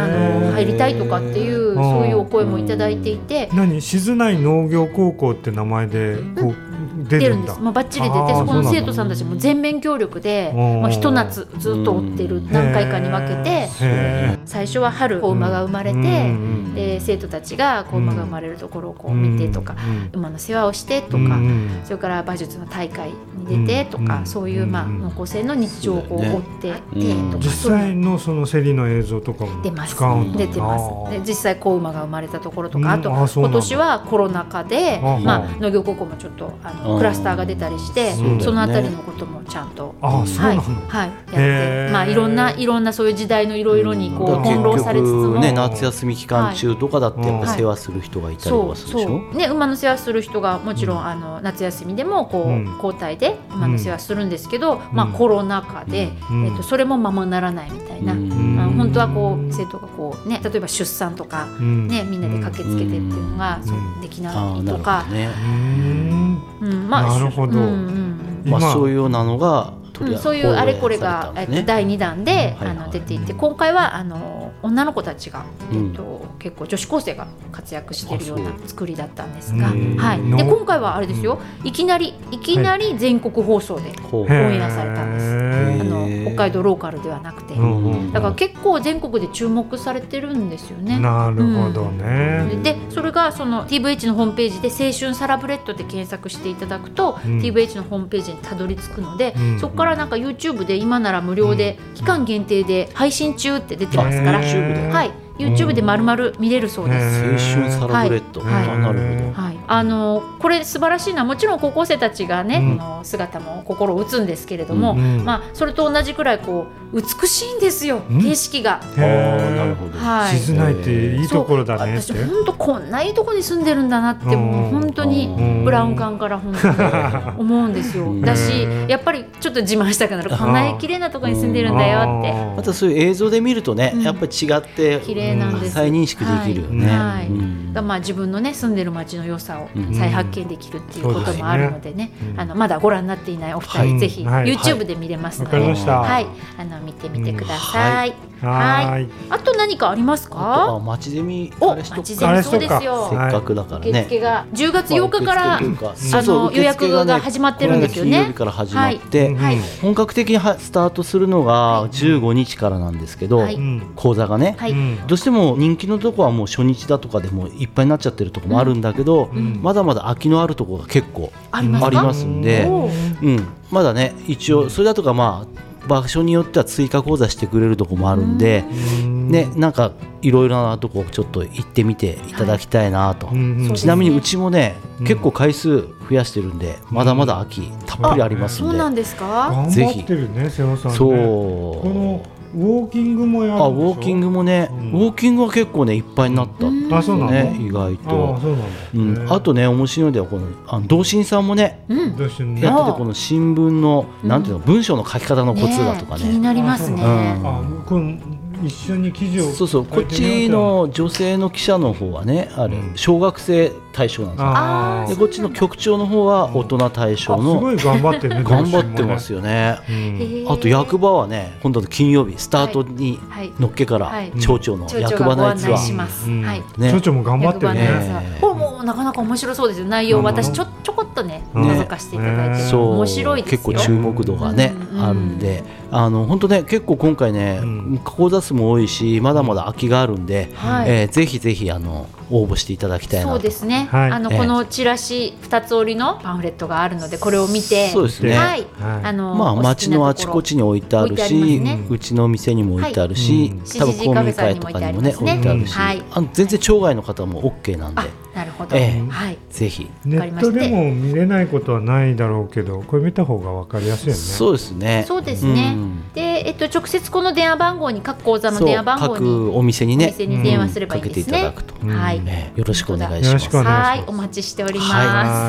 Speaker 1: ー
Speaker 2: 入りたいとかっていう
Speaker 1: ー
Speaker 2: そういうお声もいただいていて。
Speaker 1: 何静内農業高校って名前でこう出
Speaker 2: 出
Speaker 1: る
Speaker 2: るん
Speaker 1: ん
Speaker 2: で
Speaker 1: だ
Speaker 2: す。もうバッチリ出
Speaker 1: あ
Speaker 2: て、
Speaker 1: ー
Speaker 2: そこ
Speaker 1: そうな
Speaker 2: の
Speaker 1: んだ
Speaker 2: 生徒さんたちも全面協力で、
Speaker 1: おー
Speaker 2: まあひと夏ずっと追ってる何回かに分けて、
Speaker 1: へ
Speaker 2: 最初は春子馬が生まれ
Speaker 1: ー
Speaker 2: て、
Speaker 1: うん
Speaker 2: で生徒たちが子馬が生まれるところをこう見てとか、
Speaker 1: うん
Speaker 2: 馬の世話をしてとか、
Speaker 1: うん
Speaker 2: それから馬術の大会に出てとか、
Speaker 1: うん
Speaker 2: そういうまあ
Speaker 1: うん
Speaker 2: 濃厚性の日常をこう
Speaker 3: そうだ
Speaker 2: 追
Speaker 3: よ
Speaker 2: っ
Speaker 3: ね
Speaker 2: てってと
Speaker 3: うん
Speaker 2: か、
Speaker 1: 実
Speaker 2: そういう
Speaker 1: 際のその競りの映像とかも
Speaker 2: 出ます
Speaker 1: 使うんだ
Speaker 2: 出てます
Speaker 1: あー
Speaker 2: で実際子馬が生まれたところと
Speaker 1: うん
Speaker 2: かあと
Speaker 1: あそう
Speaker 2: 今
Speaker 1: なんだ
Speaker 2: 年はコロナ禍で
Speaker 1: あは
Speaker 2: まあ農業高校もちょっとあ
Speaker 3: あ
Speaker 2: の
Speaker 3: ー
Speaker 2: クラスターが出たりして
Speaker 3: そうだよね
Speaker 2: そのあたりのこともちゃんと
Speaker 1: あーそう
Speaker 2: は
Speaker 1: ないの
Speaker 2: はいやっ
Speaker 1: へ
Speaker 2: て
Speaker 1: ー
Speaker 2: まあいろんないろんなそういう時代のいろいろにこう
Speaker 1: だから
Speaker 2: 翻弄されつつも
Speaker 3: 結局ね夏休み期間中とかだってやっぱ世話する人がいたり
Speaker 2: そ
Speaker 3: は
Speaker 2: う
Speaker 3: するでし
Speaker 2: そ
Speaker 3: ょ
Speaker 2: うね馬の世話する人がもちろん、
Speaker 1: う
Speaker 2: あの夏休みでもこう、
Speaker 1: うん
Speaker 2: 交代で馬の世話するんですけど、
Speaker 1: ん
Speaker 2: まあコロナ禍で、
Speaker 1: うん
Speaker 2: えっとそれもままならないみたいな、
Speaker 3: う
Speaker 2: うん
Speaker 3: ん
Speaker 2: 本当はこう生徒がこうね例えば出産とか、
Speaker 1: うん
Speaker 2: ねみんなで駆けつけてっていうのが、
Speaker 1: ん
Speaker 2: そうできな
Speaker 3: あ
Speaker 2: いと
Speaker 3: ーなるほど
Speaker 2: か、
Speaker 3: ね
Speaker 1: うん
Speaker 2: うんまあ
Speaker 1: なるほど
Speaker 2: うんうん
Speaker 3: まあ
Speaker 1: 今
Speaker 3: そういうようなのが
Speaker 2: う
Speaker 3: 取
Speaker 2: ん
Speaker 3: り
Speaker 2: うん
Speaker 3: 上
Speaker 2: そういうあれこれ
Speaker 3: さ
Speaker 2: が、えっ
Speaker 3: れたんです
Speaker 2: と、
Speaker 3: ね
Speaker 2: 第2弾で、
Speaker 3: はいはい
Speaker 2: あの出ていて今回はあの女の子たちが、えっと、結構女子高生が活躍しているような
Speaker 3: あ
Speaker 2: 作りだったんですが、
Speaker 1: へー
Speaker 2: はい、で
Speaker 1: の
Speaker 2: 今回はあれですよいきなりいきなり全国放送で
Speaker 3: ほう
Speaker 2: へオンエアされたんです
Speaker 1: へーね。
Speaker 2: あの
Speaker 3: へー
Speaker 2: 北海道ローカルではなくて、
Speaker 1: うん
Speaker 2: だから結構全国で注目されてるんですよね。
Speaker 1: なるほどね。
Speaker 2: でそれがその TVH のホームページで「青春サラブレッド」で検索していただくと、
Speaker 1: うん
Speaker 2: TVH のホームページにたどり着くので、
Speaker 1: うん
Speaker 2: そこからなんか YouTube で今なら無料で、期間限定で配信中って出てますから、
Speaker 1: へー
Speaker 2: はい、YouTube で丸々見れるそうです。
Speaker 1: へー
Speaker 3: 青春サラブレッド、
Speaker 1: はいはい
Speaker 3: あなるほど
Speaker 2: はい、あのこれ素晴らしいのはもちろん高校生たちがね、
Speaker 1: うん
Speaker 2: この姿も心を打つんですけれども、
Speaker 1: うんうん
Speaker 2: まあ、それと同じくらいこう美しいんですよ、
Speaker 1: うん
Speaker 2: 景色が。
Speaker 1: へー
Speaker 3: あーなるほど、
Speaker 2: はい
Speaker 1: 静内っていいところだねって
Speaker 2: そう。私本当こんないいとこに住んでるんだなって、
Speaker 1: うん
Speaker 2: もう本当に
Speaker 1: うん
Speaker 2: ブラウン管から本当に思うんですよ、
Speaker 3: うん
Speaker 2: だし
Speaker 1: うん
Speaker 2: やっぱりちょっと自慢したくなるこんない綺麗なとこに住んでるんだよって
Speaker 3: またそういう映像で見るとね、
Speaker 2: うん
Speaker 3: やっぱり違って
Speaker 2: 綺麗なんです、
Speaker 3: 再認識できるよね、
Speaker 2: はいはい
Speaker 3: うん
Speaker 2: がまあ自分のね住んでる町の良さを
Speaker 3: うん
Speaker 2: 再発見できるっていうこともあるのでね、
Speaker 1: うん
Speaker 2: あのまだご覧になっていないお二人、
Speaker 1: はい
Speaker 2: ぜひ
Speaker 1: はい
Speaker 2: YouTube で見れます
Speaker 1: わ
Speaker 2: の
Speaker 1: か
Speaker 2: で、
Speaker 1: り
Speaker 2: は
Speaker 1: ま
Speaker 2: い
Speaker 1: した。
Speaker 2: あの見てみてください。はい
Speaker 1: はーい。
Speaker 2: あと何かあります
Speaker 3: あと
Speaker 2: か？
Speaker 3: あ町ゼミ
Speaker 2: お、
Speaker 3: あれしと
Speaker 2: 町ゼ
Speaker 3: くか
Speaker 1: あ
Speaker 2: ミ
Speaker 1: れ
Speaker 2: そうで
Speaker 1: しと
Speaker 2: す
Speaker 1: くか
Speaker 2: よ
Speaker 3: せ。っかくだから
Speaker 2: 受
Speaker 3: ね
Speaker 2: 付が10月8日から
Speaker 3: まあ受付という
Speaker 2: あの予約が始まってるんですよね
Speaker 3: 今度月曜日から始まって、
Speaker 1: うん
Speaker 2: はい
Speaker 3: 本格的にはスタートするのが15日からなんですけど、
Speaker 2: はい
Speaker 1: うん。
Speaker 3: 講座がね、
Speaker 2: はい、
Speaker 1: うん
Speaker 3: どうしても人気のとこはもう初日だとかでもういっぱいになっちゃってるとこもあるんだけど、
Speaker 1: ん
Speaker 3: まだまだ空きのあるとこが結構
Speaker 2: ありますか？
Speaker 3: ありますんで
Speaker 2: お
Speaker 3: うん、まだね一応それだとかまあ場所によっては追加講座してくれるとこもあるんで、
Speaker 1: うん
Speaker 3: ね、なんかいろいろなとこちょっと行ってみていただきたいなと、
Speaker 1: うん
Speaker 2: そう
Speaker 3: ちなみにうちもね、結構回数増やしてるんでまだまだ秋たっぷりあります
Speaker 2: そ
Speaker 3: ん
Speaker 2: う
Speaker 3: で、
Speaker 2: なんですか？
Speaker 1: 頑
Speaker 3: ぜ
Speaker 1: 張
Speaker 3: ひ
Speaker 1: ってるね、瀬尾さんね。
Speaker 3: そう
Speaker 1: このウォーキングもやるんでし
Speaker 3: あ
Speaker 1: ょ。
Speaker 3: ウォーキングもね、
Speaker 1: うん
Speaker 3: ウォーキングは結構ねいっぱいになったん
Speaker 1: あ、そうなの。
Speaker 3: ね、意外
Speaker 1: あ
Speaker 3: と
Speaker 1: あ、。そうなん
Speaker 3: うん
Speaker 1: だ。へー
Speaker 3: あ、とね面白いのではこのあの同心さんもね
Speaker 2: うん、
Speaker 1: どうしてね。
Speaker 3: やっててこの新聞のなんていうの文章の書き方のコツだとか
Speaker 2: え気に
Speaker 3: ね
Speaker 2: なりますね。
Speaker 3: うん
Speaker 1: あ、この一緒に記事を。
Speaker 3: そうそうこっち。の女性の記者の方はねあれ
Speaker 1: うん
Speaker 3: 小学生対象なんですよ
Speaker 1: あ
Speaker 2: あ
Speaker 3: でこっちの局長の方は大人対
Speaker 1: あ、
Speaker 3: 象
Speaker 1: す
Speaker 3: の
Speaker 1: ごい頑張ってるね。
Speaker 3: 頑張ってます
Speaker 1: よ。
Speaker 3: よね
Speaker 1: うん
Speaker 2: へー
Speaker 3: あと役場はね今度の金曜日スタートに
Speaker 2: はい。
Speaker 3: のっけから
Speaker 2: はい
Speaker 3: 町長の
Speaker 2: 町長
Speaker 3: 役
Speaker 2: が
Speaker 3: 場
Speaker 2: ご
Speaker 3: 内
Speaker 2: 案
Speaker 3: ツア
Speaker 2: 内し
Speaker 3: ー
Speaker 2: ます。
Speaker 1: うん
Speaker 2: はい。
Speaker 3: ね
Speaker 1: 町長も頑張ってる
Speaker 2: 役場内
Speaker 1: ね。
Speaker 2: ツアー
Speaker 3: ね
Speaker 2: これもうなかなか面白そうですよ。内容
Speaker 1: うん
Speaker 2: 私ちょちょこっとね
Speaker 1: うん
Speaker 2: 覗かせていただいて、
Speaker 1: ね
Speaker 3: そう
Speaker 2: 面白いですよ。
Speaker 3: 結構注目度がね、
Speaker 2: うん
Speaker 3: あるんであの本当ね結構今回ね、
Speaker 1: うん
Speaker 3: 講座数も多いしまだまだ空きがあるんで、
Speaker 2: はい
Speaker 3: えーぜひぜひあの応募していただきたいなと
Speaker 2: そうですね。
Speaker 1: はい
Speaker 2: あの
Speaker 3: ええ
Speaker 2: このチラシ二つ折りのパンフレットがあるのでこれを見て、
Speaker 3: そうですね、
Speaker 2: はい。
Speaker 1: はい
Speaker 2: あの
Speaker 3: まあ町のあちこ。ちに置いてあ
Speaker 2: 置
Speaker 3: る
Speaker 2: いてあ
Speaker 3: し
Speaker 2: ります
Speaker 1: ね
Speaker 3: うちの店にも置いてあるし、
Speaker 1: はい
Speaker 3: 多分公民会とかにもね
Speaker 2: うん
Speaker 3: 置いてあるし、
Speaker 2: はい
Speaker 3: あの全然町外の方も OK なんで
Speaker 2: あ、なるほど。
Speaker 3: ええ
Speaker 2: はい。
Speaker 3: ぜひ
Speaker 1: ネ
Speaker 2: わかり
Speaker 1: ッ
Speaker 2: まし
Speaker 1: ト
Speaker 2: た
Speaker 1: でも見れないことはないだろうけど、これ見た方がわかりやすいよね。
Speaker 3: そうですね
Speaker 2: そうですね。
Speaker 3: うん
Speaker 2: で、えっと直接この電話番号に各口座の
Speaker 3: そう
Speaker 2: 電話番号に
Speaker 3: 各お店
Speaker 2: お
Speaker 3: にね
Speaker 2: 店に電話すればいい
Speaker 3: かけ
Speaker 2: で
Speaker 3: てい
Speaker 2: す
Speaker 3: た
Speaker 2: ね。
Speaker 3: だくと、
Speaker 1: ん
Speaker 2: はい。
Speaker 3: ねよろしくお願いし
Speaker 1: よろ
Speaker 3: ま
Speaker 1: し
Speaker 3: す
Speaker 1: くお願いします
Speaker 2: はい、お待ちしておりま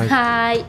Speaker 2: す。はい。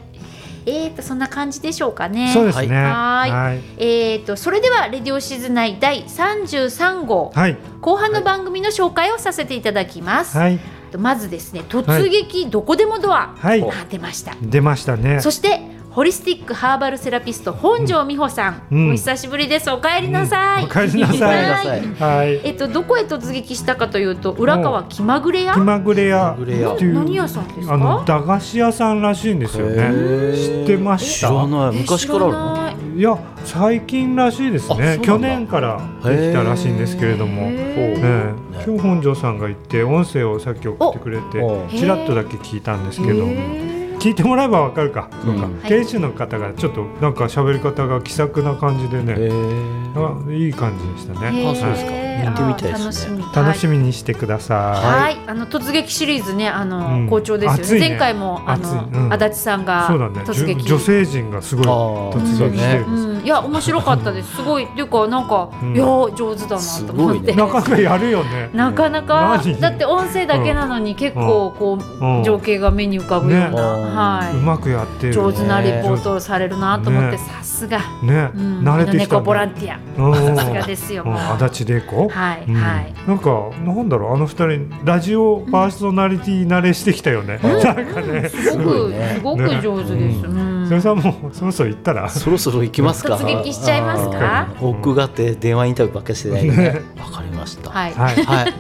Speaker 2: えっ、とそんな感じでしょうかね。
Speaker 1: そうですね。
Speaker 2: はい
Speaker 1: はい。
Speaker 2: えっ、とそれではレディオシズナイ第33号、
Speaker 1: はい。
Speaker 2: 後半の番組の紹介をさせていただきます。
Speaker 1: はい。
Speaker 2: まずですね突撃どこでもドア、
Speaker 1: はい
Speaker 2: あ出ました。
Speaker 1: 出ましたね。
Speaker 2: そしてホリスティックハーバルセラピスト本庄美穂さん、
Speaker 1: うん
Speaker 2: お久しぶりですお帰りなさい、
Speaker 1: うんお帰りなさい
Speaker 3: お帰りなさい
Speaker 1: はい。
Speaker 2: えっとどこへ突撃したかというと浦川気まぐれ屋
Speaker 1: 気まぐれ屋
Speaker 3: 気まぐれ屋
Speaker 1: っていう
Speaker 2: 何屋さんですか
Speaker 1: あの駄菓子屋さんらしいんですよね。知ってまし
Speaker 3: 知
Speaker 1: た。
Speaker 3: らない
Speaker 2: え
Speaker 3: 昔からある
Speaker 2: 知
Speaker 3: の
Speaker 2: らない
Speaker 1: いや最近らしいです
Speaker 3: あそうなん
Speaker 1: ね
Speaker 3: だ
Speaker 1: 去年からできたらしいんですけれども、え
Speaker 2: へー
Speaker 1: え今日本庄さんが行って音声をさっき送ってくれて
Speaker 3: お
Speaker 1: ちらっとだけ聞いたんですけど
Speaker 2: へー
Speaker 1: 聞いてもらえばわかるかそうか、
Speaker 3: うん
Speaker 1: 店主の方がちょっとなんか喋り方が気さくな感じで
Speaker 3: へ
Speaker 1: ね、
Speaker 3: ー
Speaker 1: あいい感じでしたね、
Speaker 2: へー
Speaker 3: あそうですか
Speaker 1: 行ってみ
Speaker 3: たいですね
Speaker 2: 楽しみ
Speaker 1: 楽しみにしてくださ
Speaker 2: はい、はいあの突撃シリーズね、あの、
Speaker 1: うん
Speaker 2: 好調ですよ
Speaker 1: 熱
Speaker 2: ね。
Speaker 1: いね
Speaker 2: 前回もあの、
Speaker 1: 熱いうん
Speaker 2: 足立さん
Speaker 1: い、
Speaker 2: が
Speaker 1: そうだね
Speaker 2: 突撃。
Speaker 1: じょ女性陣がすごい
Speaker 3: あー
Speaker 1: 突撃してるんです、
Speaker 2: うん、いや面白かったです。すごいっていうかなんか、
Speaker 1: うん
Speaker 2: いやー上手だなと思っ
Speaker 3: すごい
Speaker 2: て。
Speaker 3: ね
Speaker 1: なかなかやるよね
Speaker 2: なかなか
Speaker 1: 何
Speaker 2: だって音声だけなのに結構
Speaker 1: う
Speaker 2: こう、
Speaker 1: ん
Speaker 2: 情景が目に浮かぶような、
Speaker 1: ね
Speaker 2: は
Speaker 1: う
Speaker 2: い、
Speaker 1: まくやってる
Speaker 2: 上手なレポート
Speaker 1: ね
Speaker 2: をされるなと思って、
Speaker 1: ね
Speaker 2: さすが、うん、
Speaker 1: 慣れてきた
Speaker 2: 猫ボラ
Speaker 1: ね
Speaker 2: ンティア
Speaker 1: うん
Speaker 2: さすがですよ。
Speaker 1: う
Speaker 2: もうんは
Speaker 1: 足立玲子
Speaker 2: いはい、
Speaker 1: うんなんかなんだろうあの二人ラジオパーソナリティ慣れしてきたよね、
Speaker 3: うん
Speaker 1: なんかね
Speaker 2: すご
Speaker 3: すご
Speaker 2: く
Speaker 3: いね
Speaker 2: すごく上手です。
Speaker 1: ね
Speaker 2: うん
Speaker 1: それさんもそろそろ行ったら
Speaker 3: そろそろ行きますか
Speaker 2: 突撃しちゃいますか
Speaker 3: あー奥がって電話インタビューばっかりしてないんで
Speaker 1: ね
Speaker 3: わかりました
Speaker 2: はい
Speaker 1: はい、
Speaker 3: はい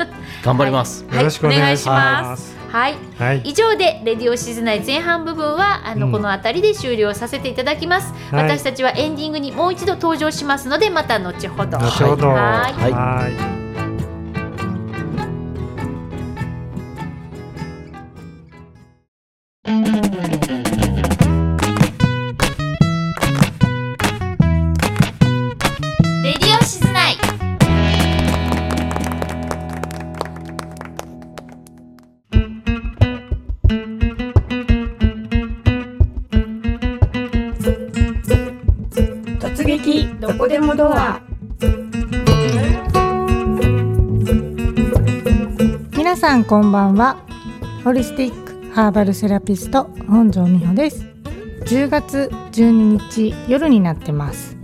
Speaker 3: 頑張ります
Speaker 2: はい
Speaker 1: よろしくお願いし
Speaker 2: お願いしま
Speaker 1: ます。
Speaker 2: はい
Speaker 1: はい
Speaker 2: 以上で「レディオシズナイ」前半部分はあの、
Speaker 1: うん
Speaker 2: この辺りで終了させていただきます、
Speaker 1: はい
Speaker 2: 私たちはエンディングにもう一度登場しますのでまた後ほど
Speaker 1: 後ほど
Speaker 2: はい
Speaker 3: はい
Speaker 1: はい
Speaker 2: レディオシズナイ
Speaker 4: 突撃どこでもドア
Speaker 5: 皆さんこんばんはホリスティックハーバルセラピスト本庄美穂です10月12日夜になってます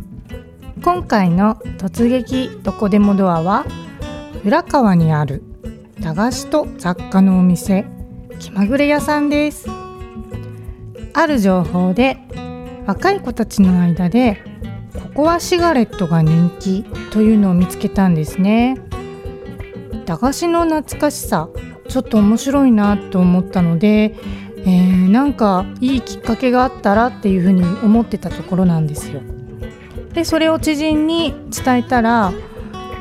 Speaker 5: 今回の突撃どこでもドアは浦川にある駄菓子と雑貨のお店気まぐれ屋さんですある情報で若い子たちの間でここはシガレットが人気というのを見つけたんですね駄菓子の懐かしさちょっと面白いなと思ったので、えーなんかいいきっかけがあったらっていうふうに思ってたところなんですよ。でそれを知人に伝えたら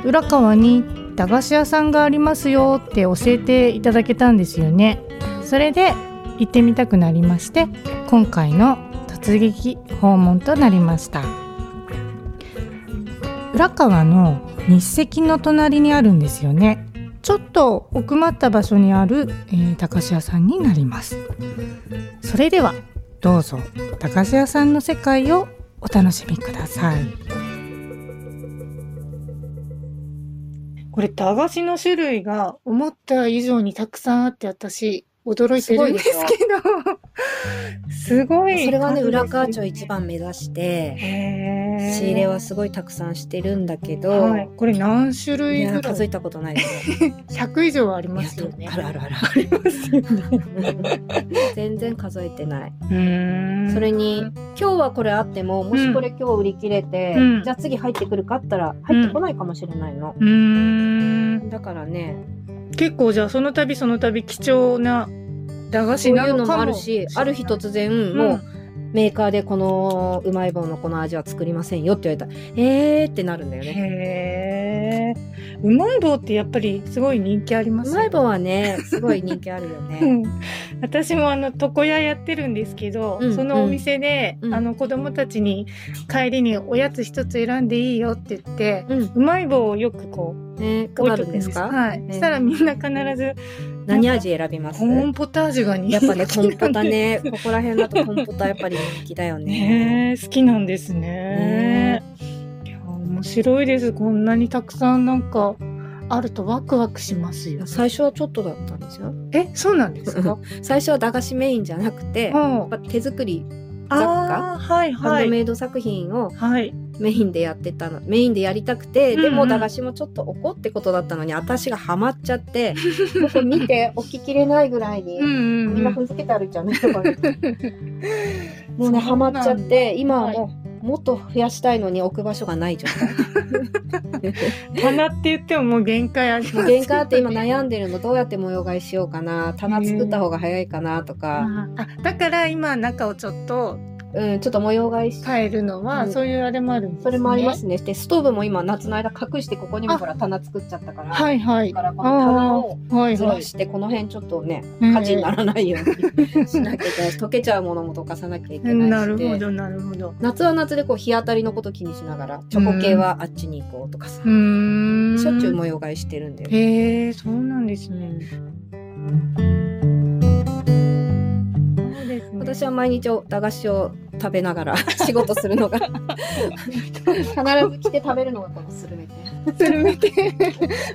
Speaker 5: 浦川に駄菓子屋さんがありますよって教えていただけたんですよね。それで行ってみたくなりまして今回の突撃訪問となりました。浦川の日赤の隣にあるんですよねちょっと奥まった場所にある、えー、駄菓子屋さんになりますそれではどうぞ駄菓子屋さんの世界をお楽しみください
Speaker 6: これ駄菓子の種類が思った以上にたくさんあって私驚いてるんですけど すごい
Speaker 4: それは
Speaker 6: 数
Speaker 4: ね
Speaker 6: です
Speaker 4: 裏川町一番目指して
Speaker 6: へー
Speaker 4: 仕入れはすごいたくさんしてるんだけど、
Speaker 6: はいこれ何種
Speaker 4: い、
Speaker 6: 類
Speaker 4: や
Speaker 6: ぐら
Speaker 4: 数え
Speaker 6: い
Speaker 4: たことないですね
Speaker 6: 100以上はあり
Speaker 4: い
Speaker 6: ま
Speaker 4: や
Speaker 6: すよね
Speaker 4: あるあるある
Speaker 6: ありますよね
Speaker 4: 全然数えてない
Speaker 6: うん
Speaker 4: それに今日はこれあってももしこれ今日売り切れて、
Speaker 6: うん
Speaker 4: じゃあ次入ってくるかあったら入ってこないかもしれないの、
Speaker 6: うーん
Speaker 4: だからね
Speaker 6: 結構じゃあその度その度貴重な駄菓
Speaker 4: そ
Speaker 6: 子
Speaker 4: う
Speaker 6: ないのか
Speaker 4: うの
Speaker 6: も
Speaker 4: もあるしある日突然もう、メーカーでこのうまい棒のこの味は作りませんよって言われたらえーってなるんだよね
Speaker 6: へえうまい棒ってやっぱりすごい人気あります
Speaker 4: う
Speaker 6: よ
Speaker 4: ま
Speaker 6: ね
Speaker 4: い棒はねすごい人気あるよ
Speaker 6: う
Speaker 4: ね
Speaker 6: ん私もあの床屋やってるんですけど、
Speaker 4: うん
Speaker 6: そのお店で、
Speaker 4: うん
Speaker 6: あの子供たちに帰りにおやつ一つ選んでいいよって言って、
Speaker 4: うん、
Speaker 6: うまい棒をよくこう
Speaker 4: ね、
Speaker 6: 置いと
Speaker 4: 配る
Speaker 6: く
Speaker 4: んですか、
Speaker 6: はい、
Speaker 4: ね
Speaker 6: したらみんな必ず
Speaker 4: 何味選びます
Speaker 6: コーンポタージュが人気
Speaker 4: やっ ぱね、コンポタ
Speaker 6: なんで
Speaker 4: ね、ここら辺だとコンポタやっぱり人気だよね。
Speaker 6: ねえ好きなんですねいや面白いですこんなにたくさんなんかあるとワクワクしますよ
Speaker 4: 最初はちょっとだったんですよ。
Speaker 6: えそうなんですか
Speaker 4: 最初は駄菓子メインじゃなくて、やっ
Speaker 6: もう
Speaker 4: ぱ手作り、
Speaker 6: あーはい
Speaker 4: ハン
Speaker 6: は
Speaker 4: ド
Speaker 6: い
Speaker 4: メイド作品を
Speaker 6: はい
Speaker 4: メインでやってたの、メインでやりたくて、
Speaker 6: うん
Speaker 4: でも駄菓子もちょっとおこってことだったのに、私がハマっちゃって、僕見て置ききれないぐらいに
Speaker 6: うんうん、
Speaker 4: みんな踏んづけて歩いちゃうね。と かもうね、ハマっちゃって、今はもう、もっと増やしたいのに置く場所がない状 態。
Speaker 6: 棚って言ってももう限界あります
Speaker 4: もう限界あって今悩んでるのどうやって模様替えしようかな棚作った方が早いかなと
Speaker 6: あ
Speaker 4: か、
Speaker 6: だから今中をちょっと
Speaker 4: うん、ちょっと模様替えし
Speaker 6: 変えるのは、
Speaker 4: うん
Speaker 6: そういうあれもあるんです、ね、
Speaker 4: それもありますねでストーブも今夏の間隠してここにもほら棚作っちゃったから、
Speaker 6: はいはい
Speaker 4: だからこの棚を
Speaker 6: はい
Speaker 4: ず
Speaker 6: は
Speaker 4: ら
Speaker 6: い
Speaker 4: してこの辺ちょっとね
Speaker 6: うん
Speaker 4: 火事にならないようにしなきゃいけないし溶けちゃ うものも溶かさなきゃいけないし
Speaker 6: なるほ
Speaker 4: で
Speaker 6: どなるほど
Speaker 4: 夏は夏でこう日当たりのこと気にしながらチョコ系はあっちに行こうとかさ
Speaker 6: う、ーん
Speaker 4: しょっちゅう模様替えしてるんだよね。
Speaker 6: へえそうなんですねそうですね
Speaker 4: 私は毎日お駄菓子を食べなが ら仕事するのが必ず来て食べるのがこのスルメ店
Speaker 6: スル メて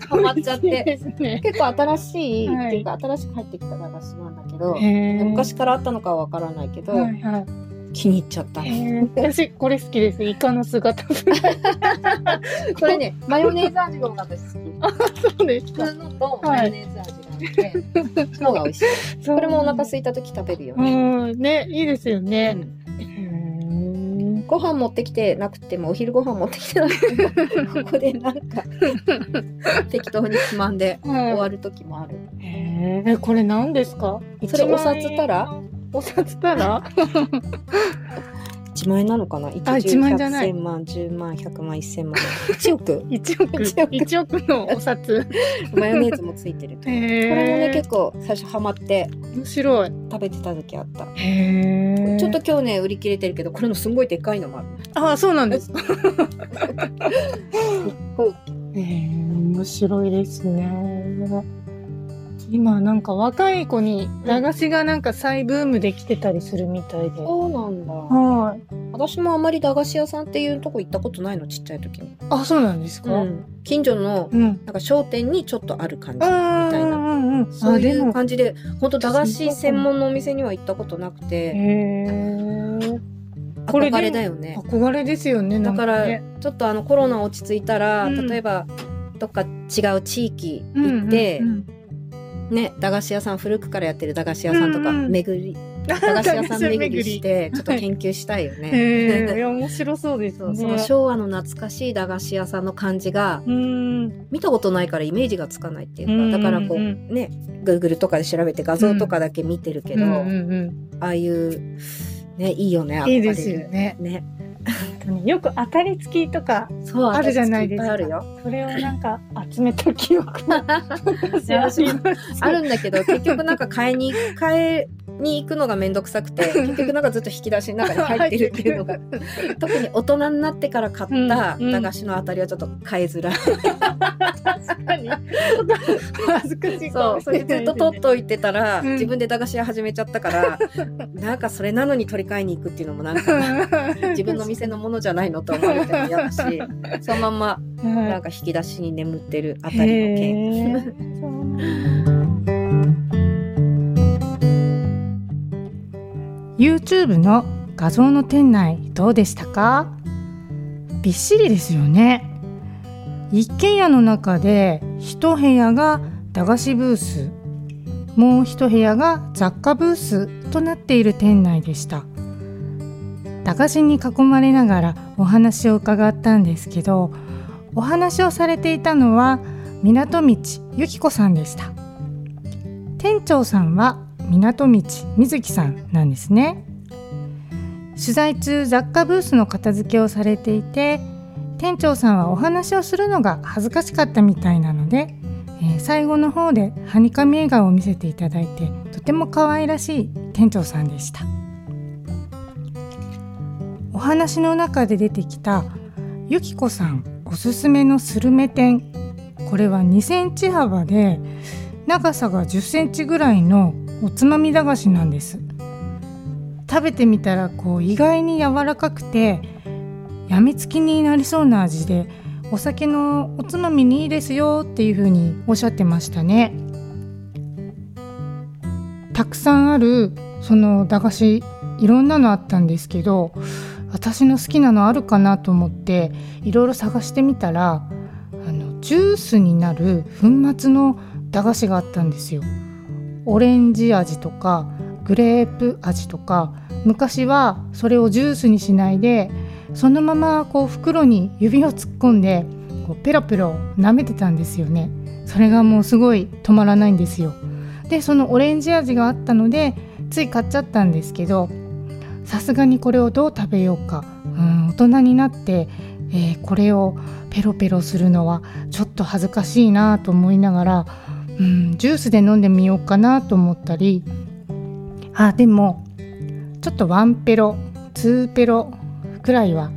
Speaker 4: ハマっちゃ って
Speaker 6: ですね
Speaker 4: 結構新しい、
Speaker 6: はい
Speaker 4: っていうか新しく入ってきた駄菓子なんだけど
Speaker 6: へえ
Speaker 4: 昔からあったのかはわからないけど、
Speaker 6: はいはい
Speaker 4: 気に入っちゃった
Speaker 6: へえ私これ好きですイカの姿
Speaker 4: これねマヨネーズ味が私 好き
Speaker 6: そうです
Speaker 4: 普通のとマヨネーズ味があって、 のが美味しいこれもお腹空いた時食べるよ
Speaker 6: う
Speaker 4: ね、
Speaker 6: んねいいですよね、
Speaker 4: うん
Speaker 6: へー
Speaker 4: ご飯持ってきてなくてもお昼ご飯持ってきてなくてもここでなん か適当につまんで終わる時もある。
Speaker 6: へえ、これ何ですか
Speaker 4: それお札たら
Speaker 6: お札たら
Speaker 4: 1万円なのかな
Speaker 6: あ一万円じゃない
Speaker 4: 1万10万100万1000万1億
Speaker 6: ?1 億、
Speaker 4: 一億
Speaker 6: 1億のお 札。
Speaker 4: マヨネーズもついてる
Speaker 6: へ
Speaker 4: と。こ
Speaker 6: え。
Speaker 4: れもね結構最初ハマって
Speaker 6: 面白い。
Speaker 4: 食べてた時あった。
Speaker 6: へえ。
Speaker 4: ちょっと今日ね売り切れてるけどこれのすんごいでっかいのもある。
Speaker 6: あそうなんですか。え面白いですね。今なんか若い子に駄菓子がなんか再ブームできてたりするみたいで。
Speaker 4: そうなんだ。
Speaker 6: はい。
Speaker 4: 私もあまり駄菓子屋さんっていうとこ行ったことないのちっちゃい時に。
Speaker 6: あそうなんですか。うん。
Speaker 4: ん、近所の
Speaker 6: うん
Speaker 4: なんか商店にちょっとある感じみ
Speaker 6: う
Speaker 4: たい
Speaker 6: ん
Speaker 4: な。
Speaker 6: うんうん。
Speaker 4: そうい
Speaker 6: あで
Speaker 4: う
Speaker 6: も。
Speaker 4: 感じで、本当駄菓子専門のお店には行ったことなく
Speaker 6: へ
Speaker 4: て、
Speaker 6: え。これでも
Speaker 4: 憧れだよね。
Speaker 6: 憧れですよね。な
Speaker 4: だ
Speaker 6: ん
Speaker 4: から、
Speaker 6: ね
Speaker 4: ちょっとあのコロナ落ち着いたら、
Speaker 6: うん
Speaker 4: 例えばどっか違う地域行って、
Speaker 6: うんうん
Speaker 4: ね、駄菓子屋さん古くからやってる駄菓子屋さんとか
Speaker 6: うんうん
Speaker 4: 巡り、
Speaker 6: 駄
Speaker 4: 駄菓子屋さん巡 りしてちょっと研究したいよね。
Speaker 6: へ え、いや面白そうです
Speaker 4: そう
Speaker 6: ね。
Speaker 4: その昭和の懐かしい駄菓子屋さんの感じが
Speaker 6: うん。
Speaker 4: 見たことないからイメージがつかないっていうか、
Speaker 6: うん
Speaker 4: だからこう、
Speaker 6: う
Speaker 4: ね Google とかで調べて画像とかだけ見てるけど、
Speaker 6: うんうんうん
Speaker 4: ああいうねいいよね
Speaker 6: いいですよね。
Speaker 4: ね
Speaker 6: よく当たり付きとか、
Speaker 4: そう
Speaker 6: あるじゃないですか
Speaker 4: 私いっぱいあるよ
Speaker 6: それをなんか集めた記憶が 私あります。
Speaker 4: あるんだけど結局なんか買いに買いに行くのが面倒くさ くて結局なんかずっと引き出しの中に入ってるっていうのが特に大人になってから買った
Speaker 6: うんうん
Speaker 4: 駄菓子のあたりはちょっと買いづらい、
Speaker 6: 確かに。恥ずかしいか
Speaker 4: そ
Speaker 6: も
Speaker 4: う
Speaker 6: し
Speaker 4: そ
Speaker 6: れ
Speaker 4: れ
Speaker 6: ないですね
Speaker 4: ずっと取っといてたら、
Speaker 6: うん
Speaker 4: 自分で駄菓子屋始めちゃったからなんかそれなのに取り替えに行くっていうのもなん
Speaker 6: う
Speaker 4: か
Speaker 6: ん
Speaker 4: 自分の店のものじゃないのと思われても嫌だしそのまんまなんか引き出しに眠ってるあたりの件
Speaker 6: へ ーそうなんだ
Speaker 5: YouTube の画像の店内どうでしたかびっしりですよね一軒家の中で一部屋が駄菓子ブースもう一部屋が雑貨ブースとなっている店内でした駄菓子に囲まれながらお話を伺ったんですけどお話をされていたのは港道由紀子さんでした店長さんは港道瑞希さんなんですね取材中雑貨ブースの片付けをされていて店長さんはお話をするのが恥ずかしかったみたいなので、えー最後の方ではにかみ笑顔を見せていただいてとても可愛らしい店長さんでしたお話の中で出てきたゆきこさんおすすめのスルメ店これは2センチ幅で長さが10センチぐらいのおつまみ駄菓子なんです食べてみたらこう意外に柔らかくてやみつきになりそうな味でお酒のおつまみにいいですよっていう風におっしゃってましたねたくさんあるその駄菓子いろんなのあったんですけど私の好きなのあるかなと思っていろいろ探してみたらあのジュースになる粉末の駄菓子があったんですよオレンジ味とかグレープ味とか昔はそれをジュースにしないでそのままこう袋に指を突っ込んでこうペロペロ舐めてたんですよねそれがもうすごい止まらないんですよでそのオレンジ味があったのでつい買っちゃったんですけどさすがにこれをどう食べようか、うん、大人になって、えーこれをペロペロするのはちょっと恥ずかしいなと思いながらうん、ジュースで飲んでみようかなと思ったりあでもちょっとワンペロツーペロくらいは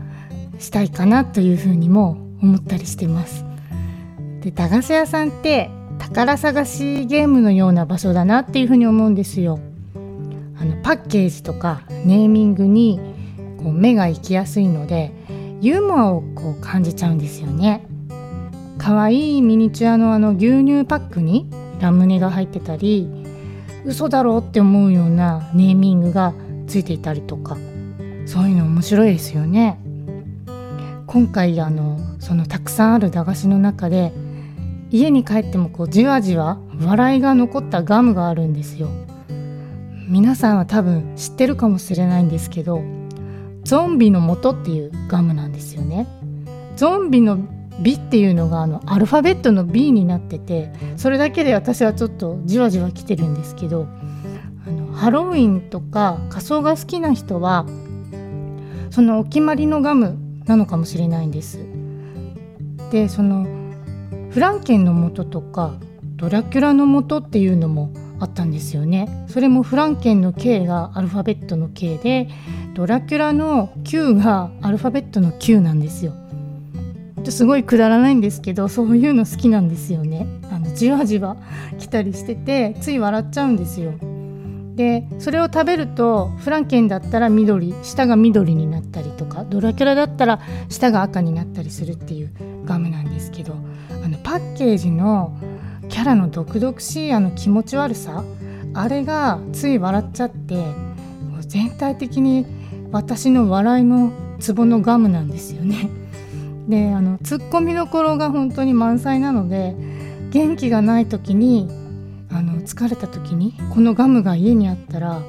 Speaker 5: したいかなというふうにも思ったりしてます。で駄菓子屋さんって宝探しゲームのような場所だなっていうふうに思うんですよ。あのパッケージとかネーミングにこう目が行きやすいのでユーモアをこう感じちゃうんですよね。可愛いミニチュアのあの牛乳パックにラムネが入ってたり嘘だろうって思うようなネーミングがついていたりとかそういうの面白いですよね今回あのそのたくさんある駄菓子の中で家に帰ってもこうじわじわ笑いが残ったガムがあるんですよ皆さんは多分知ってるかもしれないんですけどゾンビの元っていうガムなんですよねゾンビの美っていうのがあのアルファベットの B になっててそれだけで私はちょっとじわじわ来てるんですけどあのハロウィンとか仮装が好きな人はそのお決まりのガムなのかもしれないんです。でそのフランケンの元とかドラキュラの元っていうのもあったんですよね。それもフランケンの K がアルファベットの K でドラキュラの Q がアルファベットの Q なんですよ。すごいくだらないんですけどそういうの好きなんですよね。あのじわじわ来たりしててつい笑っちゃうんですよ。でそれを食べるとフランケンだったら緑舌が緑になったりとかドラキュラだったら舌が赤になったりするっていうガムなんですけどあのパッケージのキャラの毒々しいあの気持ち悪さあれがつい笑っちゃってもう全体的に私の笑いのツボのガムなんですよね。であのツッコミどころが本当に満載なので元気がない時にあの疲れた時にこのガムが家にあったら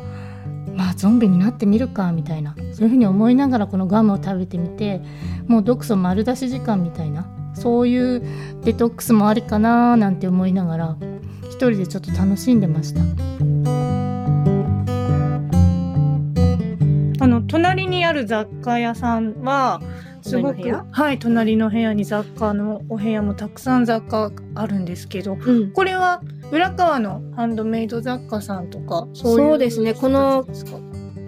Speaker 5: まあゾンビになってみるかみたいなそういうふうに思いながらこのガムを食べてみてもう毒素丸出し時間みたいなそういうデトックスもありかななんて思いながら一人でちょっと楽しんでました。
Speaker 6: あの隣にある雑貨屋さんはすご
Speaker 4: 隣の部
Speaker 6: く
Speaker 4: 屋
Speaker 6: はい隣の部屋に雑貨のお部屋もたくさん雑貨あるんですけど
Speaker 4: うん
Speaker 6: これは浦河のハンドメイド雑貨さんとかそういう
Speaker 4: そうですねこの
Speaker 6: 人たちですか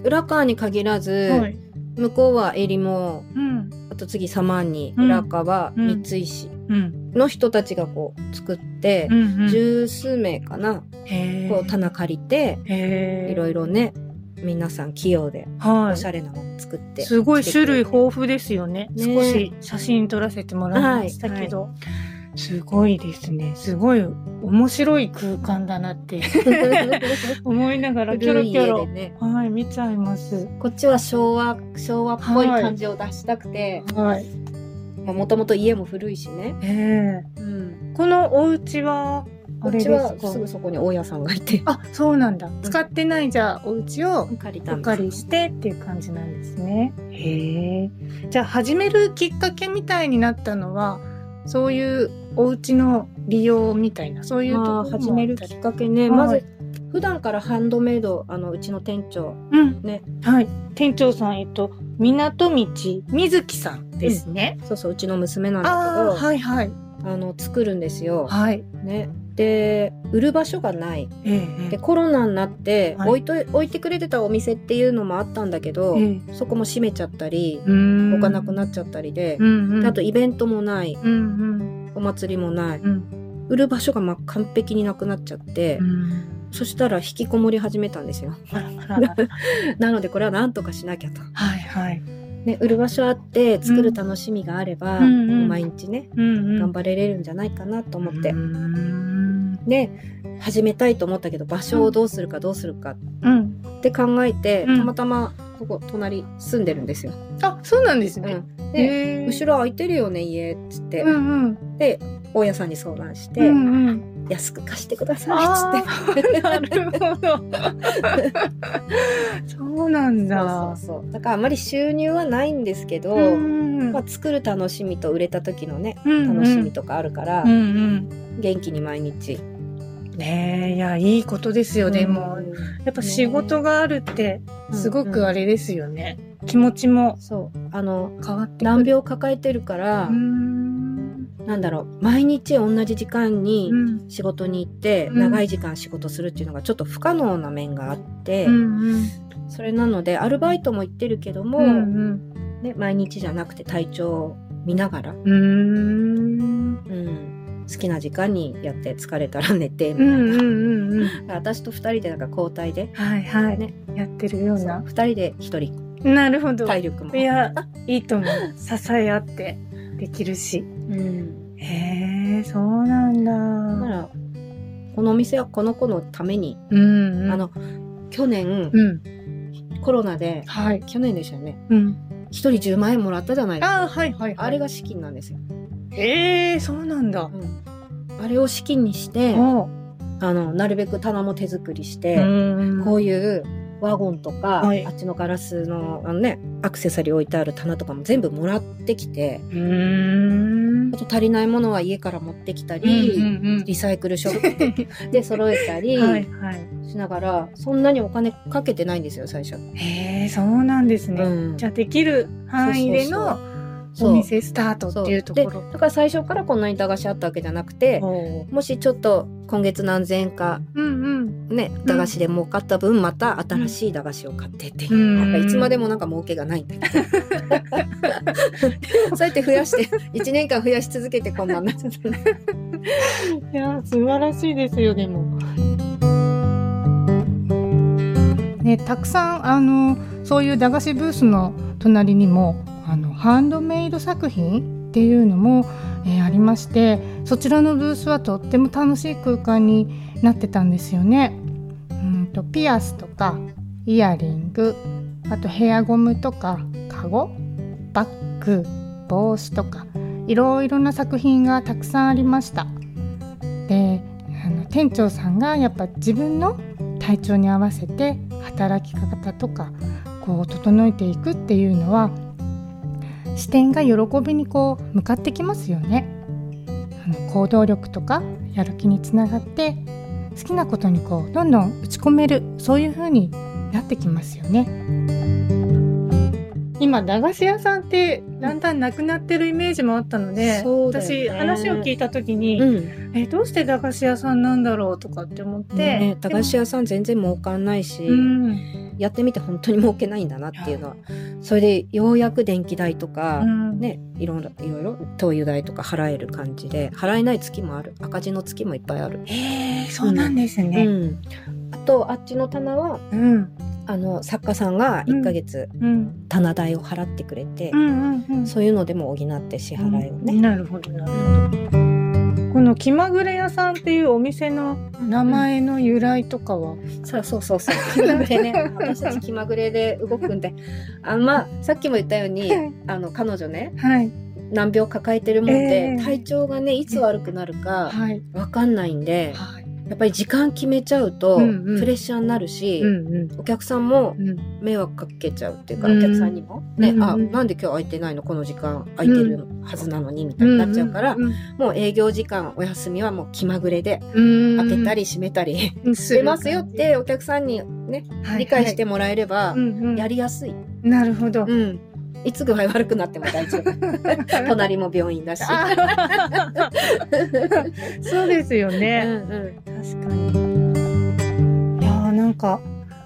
Speaker 4: 裏側に限らず、
Speaker 6: はい、
Speaker 4: 向こうはえりも
Speaker 6: うん
Speaker 4: あと次サマンニ
Speaker 6: うん
Speaker 4: 浦川、
Speaker 6: うん
Speaker 4: 三井市
Speaker 6: うん
Speaker 4: の人たちがこう作って
Speaker 6: う、んうん、
Speaker 4: 十数名かな、
Speaker 6: へ
Speaker 4: こう棚借りて、
Speaker 6: え
Speaker 4: いろいろね皆さん器用で
Speaker 6: は
Speaker 4: おしゃ
Speaker 6: い
Speaker 4: れなの作って、
Speaker 6: すごい種類
Speaker 4: 作って
Speaker 6: 豊富ですよね
Speaker 4: ね
Speaker 6: 少し写真撮らせてもらいましたけど、すごいですねすごい面白い空間だなって思いなが らキョロ
Speaker 4: 古い
Speaker 6: キョ
Speaker 4: 家
Speaker 6: ロ
Speaker 4: でね
Speaker 6: はい、見ちゃいます。
Speaker 4: こっちは昭和昭和っぽい感じを出したくて
Speaker 6: はい。
Speaker 4: もともと家も古いしね、
Speaker 6: ええこのお家は、
Speaker 4: こ
Speaker 6: あ
Speaker 4: っ
Speaker 6: れ
Speaker 4: ち
Speaker 6: で
Speaker 4: は
Speaker 6: すか
Speaker 4: すぐそこに大家さんがいて
Speaker 6: あ、そうなんだ。使ってないじゃあ、お家を
Speaker 4: 借りた
Speaker 6: お
Speaker 4: んです
Speaker 6: 借りしてっていう感じなんですね。へえ。じゃあ、始めるきっかけみたいになったのは、そういうお家の利用みたいな、そういうとこ
Speaker 4: まあ
Speaker 6: ろも
Speaker 4: 始めるきっかけ
Speaker 6: は
Speaker 4: ね、
Speaker 6: い
Speaker 4: まず普段からハンドメイドあのうちの店長
Speaker 6: うん。
Speaker 4: ね
Speaker 6: はい。店長さん、えっと、港道水木さんですね。
Speaker 4: そうそううちの娘なん
Speaker 6: ああ、
Speaker 4: だ
Speaker 6: はいはい。
Speaker 4: けどあの作るんですよ、
Speaker 6: はい。
Speaker 4: ね、で売る場所がない
Speaker 6: ええ
Speaker 4: でコロナになって
Speaker 6: はい
Speaker 4: 置いと、置いてくれてたお店っていうのもあったんだけど、
Speaker 6: え
Speaker 4: そこも閉めちゃったり
Speaker 6: うーん
Speaker 4: 置かなくなっちゃったりで
Speaker 6: う、んうん、
Speaker 4: であとイベントもない
Speaker 6: うんうん
Speaker 4: お祭りもない
Speaker 6: うん
Speaker 4: 売る場所がまあ完璧になくなっちゃって、
Speaker 6: うん
Speaker 4: そしたら引きこもり始めたんですよ
Speaker 6: あらあらあら
Speaker 4: なのでこれはなんとかしなきゃと、
Speaker 6: はいはい
Speaker 4: ね、売る場所あって作る楽しみがあれば、
Speaker 6: うんうん
Speaker 4: 毎日ね
Speaker 6: うん
Speaker 4: 頑張れれるんじゃないかなと思って、
Speaker 6: うん
Speaker 4: で始めたいと思ったけど場所をどうするかどうするか
Speaker 6: うん
Speaker 4: って考えて、
Speaker 6: うん
Speaker 4: たまたまここ隣住んでるんですよ。
Speaker 6: あそうなんですね、
Speaker 4: うん、
Speaker 6: へ
Speaker 4: で
Speaker 6: え
Speaker 4: 後ろ空いてるよね家っつって、
Speaker 6: うんうん
Speaker 4: で大家さんに相談して、
Speaker 6: うんうん、
Speaker 4: 安く貸してくださいっ
Speaker 6: あ
Speaker 4: つっ
Speaker 6: ー
Speaker 4: て
Speaker 6: なるほど そうなん
Speaker 4: そう
Speaker 6: だ
Speaker 4: そうそうだからあまり収入はないんですけど、
Speaker 6: うんうん
Speaker 4: まあ、作る楽しみと売れた時のね
Speaker 6: うんうん
Speaker 4: 楽しみとかあるから、
Speaker 6: うんうん
Speaker 4: 元気に毎日
Speaker 6: ねえいやいいことですよ、でも
Speaker 4: うん
Speaker 6: やっぱ仕事があるってすご
Speaker 4: うんうん
Speaker 6: くあれですよね、気持ちも
Speaker 4: そうあの
Speaker 6: 変わってくる
Speaker 4: 難病抱えてるから、
Speaker 6: うん
Speaker 4: なんだろう毎日同じ時間に
Speaker 6: うん
Speaker 4: 仕事に行って、
Speaker 6: うん
Speaker 4: 長い時間仕事するっていうのがちょっと不可能な面があって、
Speaker 6: うん
Speaker 4: それなのでアルバイトも行ってるけども、
Speaker 6: うん
Speaker 4: ね、毎日じゃなくて体調を見ながら、
Speaker 6: うんうん
Speaker 4: うん、好きな時間にやって疲れたら寝て、
Speaker 6: うんうんうんうん
Speaker 4: 私と2人でなんか交代で、
Speaker 6: はいはい、
Speaker 4: ね
Speaker 6: やってるような
Speaker 4: 2人で1人
Speaker 6: なるほど
Speaker 4: 体力も、
Speaker 6: いやいいと思う支え合ってできるし
Speaker 4: うん、
Speaker 6: へえそうなんだ
Speaker 4: だからこのお店はこの子のために、
Speaker 6: うんうん
Speaker 4: あの去年、
Speaker 6: うん
Speaker 4: コロナで
Speaker 6: はい
Speaker 4: 去年でしたよね
Speaker 6: うん
Speaker 4: 1人10万円もらったじゃないですか
Speaker 6: あーはいはい
Speaker 4: あ
Speaker 6: はい
Speaker 4: れが資金なんですよ、
Speaker 6: えー、そうなんだ
Speaker 4: うんあれを資金にして、
Speaker 6: お
Speaker 4: あのなるべく棚も手作りして、
Speaker 6: うん
Speaker 4: こういうワゴンとか、
Speaker 6: はい
Speaker 4: あっちのガラスのあの、ね、アクセサリー置いてある棚とかも全部もらってきて
Speaker 6: うーん
Speaker 4: あと足りないものは家から持ってきたり、リサイクルショッ プで揃えたり
Speaker 6: はいはい。
Speaker 4: しながら、そんなにお金かけてないんですよ最初。
Speaker 6: へえ、そうなんですね。
Speaker 4: うん
Speaker 6: じゃあできる範囲で
Speaker 4: そう
Speaker 6: の
Speaker 4: そう
Speaker 6: お店スタートっていうところ。
Speaker 4: だから最初からこんなに駄菓子あったわけじゃなくて、
Speaker 6: おー
Speaker 4: もしちょっと今月何千円か
Speaker 6: うんうん。
Speaker 4: ね駄菓子で儲かった分また新しい駄菓子を買ってっていう、
Speaker 6: うん
Speaker 4: なんかいつまでもなんか儲けがないんだ けどそうやって増やして1年間増やし続けてこんなんなっちゃった
Speaker 6: いやー、素晴らしいですよ、でも。
Speaker 5: ね、たくさんあのそういう駄菓子ブースの隣にもあのハンドメイド作品っていうのも、えーありましてそちらのブースはとっても楽しい空間になってたんですよね。うんとピアスとかイヤリングあとヘアゴムとかカゴバッグ帽子とかいろいろな作品がたくさんありました。であの店長さんがやっぱ自分の体調に合わせて働き方とかこう整えていくっていうのは視点が喜びにこう向かってきますよねあの行動力とかやる気につながって好きなことにこうどんどん打ち込めるそういう風になってきますよね
Speaker 6: 今駄菓子屋さんってだんだんなくなってるイメージもあったので、
Speaker 4: そうだよ
Speaker 6: 私
Speaker 4: ね
Speaker 6: 話を聞いた時に、
Speaker 4: うん
Speaker 6: えどうして駄菓子屋さんなんだろうとかって思って、
Speaker 4: ね、駄菓子屋さん全然儲かんないし、
Speaker 6: でもうん
Speaker 4: やってみて本当に儲けないんだなっていうのはそれでようやく電気代とか、
Speaker 6: うん
Speaker 4: ね、いろんないろいろ灯油代とか払える感じで払えない月もある赤字の月もいっぱいある、
Speaker 6: へえそうなんです
Speaker 4: う
Speaker 6: ね。
Speaker 4: ん、あとあっちの棚は
Speaker 6: うん
Speaker 4: あの作家さんが1ヶ月
Speaker 6: うん
Speaker 4: 棚代を払ってくれて、
Speaker 6: うんうん
Speaker 4: そういうのでも補って支払いをね、
Speaker 6: なるほどなるほど。この気まぐれ屋さんっていうお店の名前の由来とかは、
Speaker 4: そうそうそうそう 気まぐれね私たち気まぐれで動くんであまあさっきも言ったようにあの彼女ね
Speaker 6: はい
Speaker 4: 難病抱えてるもんで、
Speaker 6: ええ
Speaker 4: 体調がねいつ悪くなるか
Speaker 6: はい
Speaker 4: わかんないんで
Speaker 6: はい
Speaker 4: やっぱり時間決めちゃうと
Speaker 6: うんうん
Speaker 4: プレッシャーになるし、
Speaker 6: うんうん
Speaker 4: お客さんも
Speaker 6: うん
Speaker 4: 迷惑かけちゃうっていうか、
Speaker 6: うん
Speaker 4: お客さんにも、ね
Speaker 6: うんうん
Speaker 4: あなんで今日空いてないのこの時間空いてるはずなのにみたいになっちゃうから、
Speaker 6: うん
Speaker 4: もう営業時間お休みはもう気まぐれで
Speaker 6: うん
Speaker 4: 開けたり閉めたり
Speaker 6: す
Speaker 4: 出
Speaker 6: る
Speaker 4: ますよってお客さんにね理解してもらえれば
Speaker 6: うんうん
Speaker 4: やりやすい、
Speaker 6: なるほど。
Speaker 4: うん、いつ具合悪くなっても大 丈夫隣も病院だし。
Speaker 6: あそうですよ
Speaker 4: うん
Speaker 6: ね。
Speaker 4: う
Speaker 6: 確かに。いやーなんか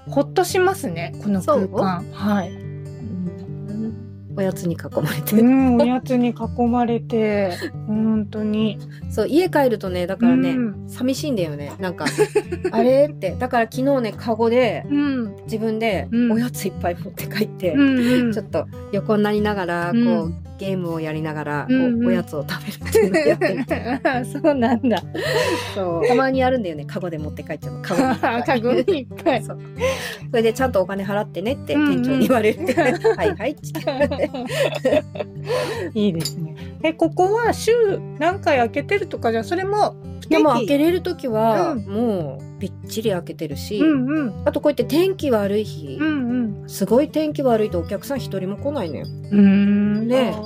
Speaker 6: ほっとしますねこの空間。はい。
Speaker 4: ん、おやつに囲まれて、
Speaker 6: うんおやつに囲まれて本当に。
Speaker 4: そう家帰るとねだからね、
Speaker 6: うん
Speaker 4: 寂しいんだよねなんかあれってだから昨日ねカゴで
Speaker 6: うん
Speaker 4: 自分で
Speaker 6: うん
Speaker 4: おやついっぱい持って帰って、
Speaker 6: うんうん
Speaker 4: ちょっと横になりながら、
Speaker 6: うん
Speaker 4: こうゲームをやりながら、こう
Speaker 6: うんうん
Speaker 4: おやつを食べるっていうのをや ってみた
Speaker 6: そうなんだ。
Speaker 4: そうたまにやるんだよねカゴで持って帰っちゃうのカゴにいっぱい
Speaker 6: カゴにいっぱい。
Speaker 4: そうそれでちゃんとお金払ってねって店長に言われる、 はいはいっつって
Speaker 6: いいですね。えここは週何回開けてるとかじゃそれも不
Speaker 4: でも
Speaker 6: 定
Speaker 4: 開
Speaker 6: 期。
Speaker 4: けれる時は、
Speaker 6: うん
Speaker 4: もうびっちり開けてるし、
Speaker 6: うんうん
Speaker 4: あとこうやって天気悪い日、
Speaker 6: うんうん。
Speaker 4: すごい天気悪いとお客さん一人も来ないのよ
Speaker 6: うーん
Speaker 4: ね
Speaker 6: あ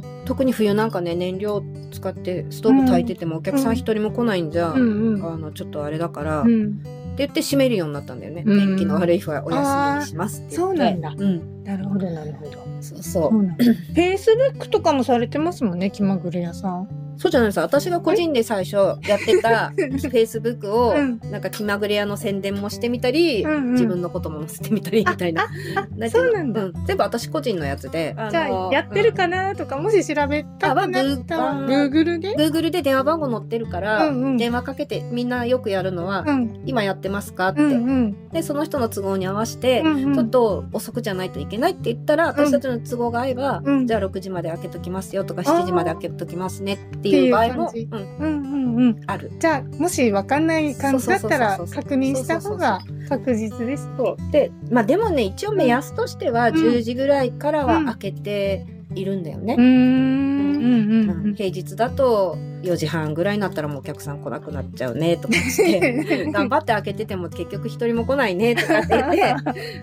Speaker 6: ー
Speaker 4: 特に冬なんかね燃料使ってストーブ炊いててもお客さん一人も来ないんじゃ、
Speaker 6: うんうん
Speaker 4: あのちょっとあれだから、
Speaker 6: う
Speaker 4: って
Speaker 6: ん。
Speaker 4: 言って閉めるようになったんだよね、
Speaker 6: うん
Speaker 4: 天気の悪い日はお休みにしますって言って
Speaker 6: あーそうなんだ
Speaker 4: うん、
Speaker 6: なるほどなるほど。
Speaker 4: そうそう、
Speaker 6: そうなんだ。フェイスブックとかもされてますもんね気まぐれ屋さん。
Speaker 4: そうじゃないです私が個人で最初やってたフ ェイスブックを
Speaker 6: うん
Speaker 4: なんか気まぐれ屋の宣伝もしてみたり、
Speaker 6: うんうん
Speaker 4: 自分のことも載せてみたりみたいな
Speaker 6: あそうなんだ。
Speaker 4: 全部私個人のやつで
Speaker 6: じゃあやってる
Speaker 4: ら、
Speaker 6: かなとかもし調べたくなったら
Speaker 4: あまあ
Speaker 6: Google で。
Speaker 4: うん、Google で電話番号載ってるから、
Speaker 6: うんうん
Speaker 4: 電話かけてみんなよくやるのは、
Speaker 6: うん
Speaker 4: 今やってますかって、
Speaker 6: うんうん
Speaker 4: でその人の都合に合わせて、
Speaker 6: うんうん。
Speaker 4: ちょっと遅くじゃないといけないって言ったら、私たちの都合が合えば、
Speaker 6: うん
Speaker 4: じゃあ6時まで開けときますよとか7時まで開けときますねっていう場合も
Speaker 6: っていう
Speaker 4: うん
Speaker 6: うんうんうん。
Speaker 4: ある。
Speaker 6: じゃあもしわかんない感じだったら
Speaker 4: そうそうそうそう
Speaker 6: 確認した方が確実です。
Speaker 4: そうでまあでもね一応目安としては
Speaker 6: ん
Speaker 4: 10時ぐらいから
Speaker 6: う
Speaker 4: は
Speaker 6: ん
Speaker 4: 開けているんだよね。
Speaker 6: うーんうんうんう
Speaker 4: うん
Speaker 6: ん。
Speaker 4: 平日だと1 4時半ぐらいになったらもうお客さん来なくなっちゃうねとか して、 頑張って開けてても結局一人も来ないねとかって言 って、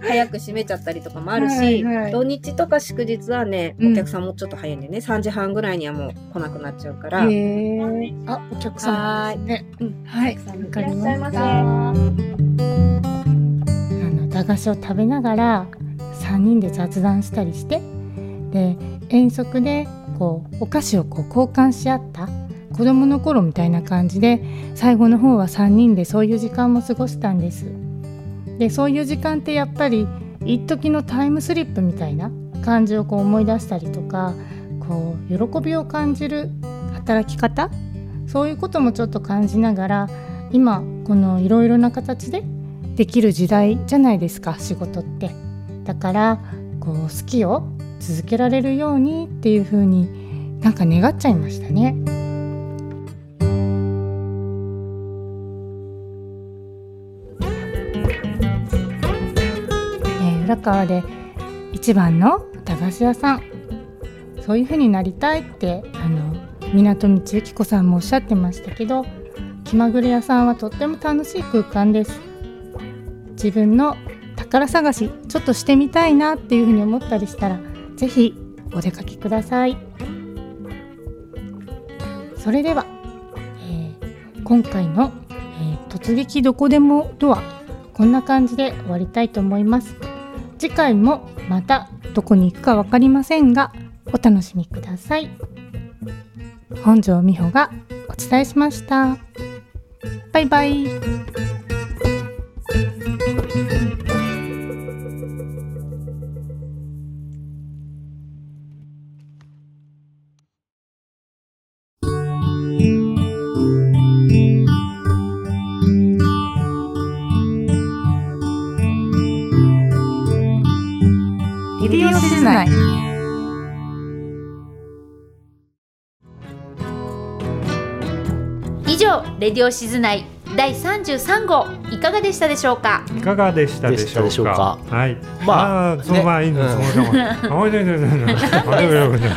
Speaker 4: 早く閉めちゃったりとかもあるし、
Speaker 6: はいはい
Speaker 4: 土日とか祝日はね、
Speaker 6: うん
Speaker 4: お客さんもちょっと早いんでね、3時半ぐらいにはもう来なくなっちゃうから、
Speaker 6: へえ。あ、お客さんですね。うんはい。わかりました。
Speaker 5: あの駄菓子を食べながら3人で雑談したりしてで遠足でこうお菓子をこう交換し合った子供の頃みたいな感じで最後の方は3人でそういう時間も過ごしたんです。でそういう時間ってやっぱり一時のタイムスリップみたいな感じをこう思い出したりとかこう喜びを感じる働き方そういうこともちょっと感じながら今このいろいろな形でできる時代じゃないですか仕事ってだからこう好きを続けられるようにっていう風になんか願っちゃいましたねえー浦川で一番の駄菓子屋さんそういう風になりたいってあの港道由紀子さんもおっしゃってましたけど気まぐれ屋さんはとっても楽しい空間です自分の宝探しちょっとしてみたいなっていうふうに思ったりしたらぜひお出かけくださいそれでは、えー今回の、えー突撃どこでもドア」こんな感じで終わりたいと思います次回もまたどこに行くかわかりませんがお楽しみください本庄美穂がお伝えしましたバイバイレディオシズナイ
Speaker 2: 以上「レディオシズナイ」第33号いかがでしたでしょうか
Speaker 1: いかがでしたでしょうか
Speaker 3: でしたでしょうか
Speaker 1: はい
Speaker 3: まあ
Speaker 1: ああそのまあいいの、
Speaker 3: ね
Speaker 1: そのそのあおいでいでいでいでい であでもよく ない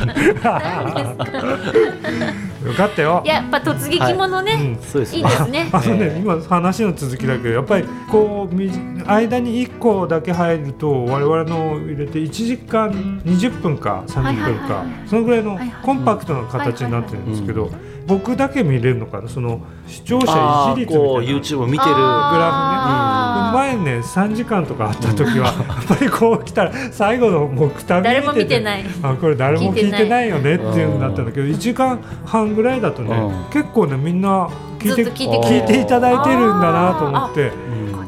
Speaker 1: よかったよ
Speaker 2: やっぱ突撃ものね、
Speaker 1: う
Speaker 2: い
Speaker 1: ん
Speaker 3: そうです
Speaker 2: い
Speaker 3: ね
Speaker 2: ですね
Speaker 1: あのね、
Speaker 3: ええ
Speaker 1: 今話の続きだけどやっぱりこうみ間に1個だけ入ると我々の入れて1時間20分か30分か
Speaker 2: はいはいはいはい
Speaker 1: そのぐらいの
Speaker 2: はいはい
Speaker 1: コンパクトな形になってるんですけど僕だけ見れるのかなその視聴者
Speaker 3: あ
Speaker 1: 維持
Speaker 3: ー
Speaker 1: 率みた
Speaker 3: こう
Speaker 1: いな。
Speaker 3: YouTube を見てる
Speaker 2: あー
Speaker 1: 前ね3時間とかあった時は、やっぱりこう来たら最後のもうくたびれ
Speaker 2: 誰も見てない
Speaker 1: あこれ誰も聞いてないよねって
Speaker 3: ない
Speaker 1: いうのだったんだけど1時間半ぐらいだとね、
Speaker 3: う
Speaker 1: 結構ねみんな聞いて
Speaker 2: ずっと聞い
Speaker 3: てく
Speaker 1: 聞いていただいてるんだなと思って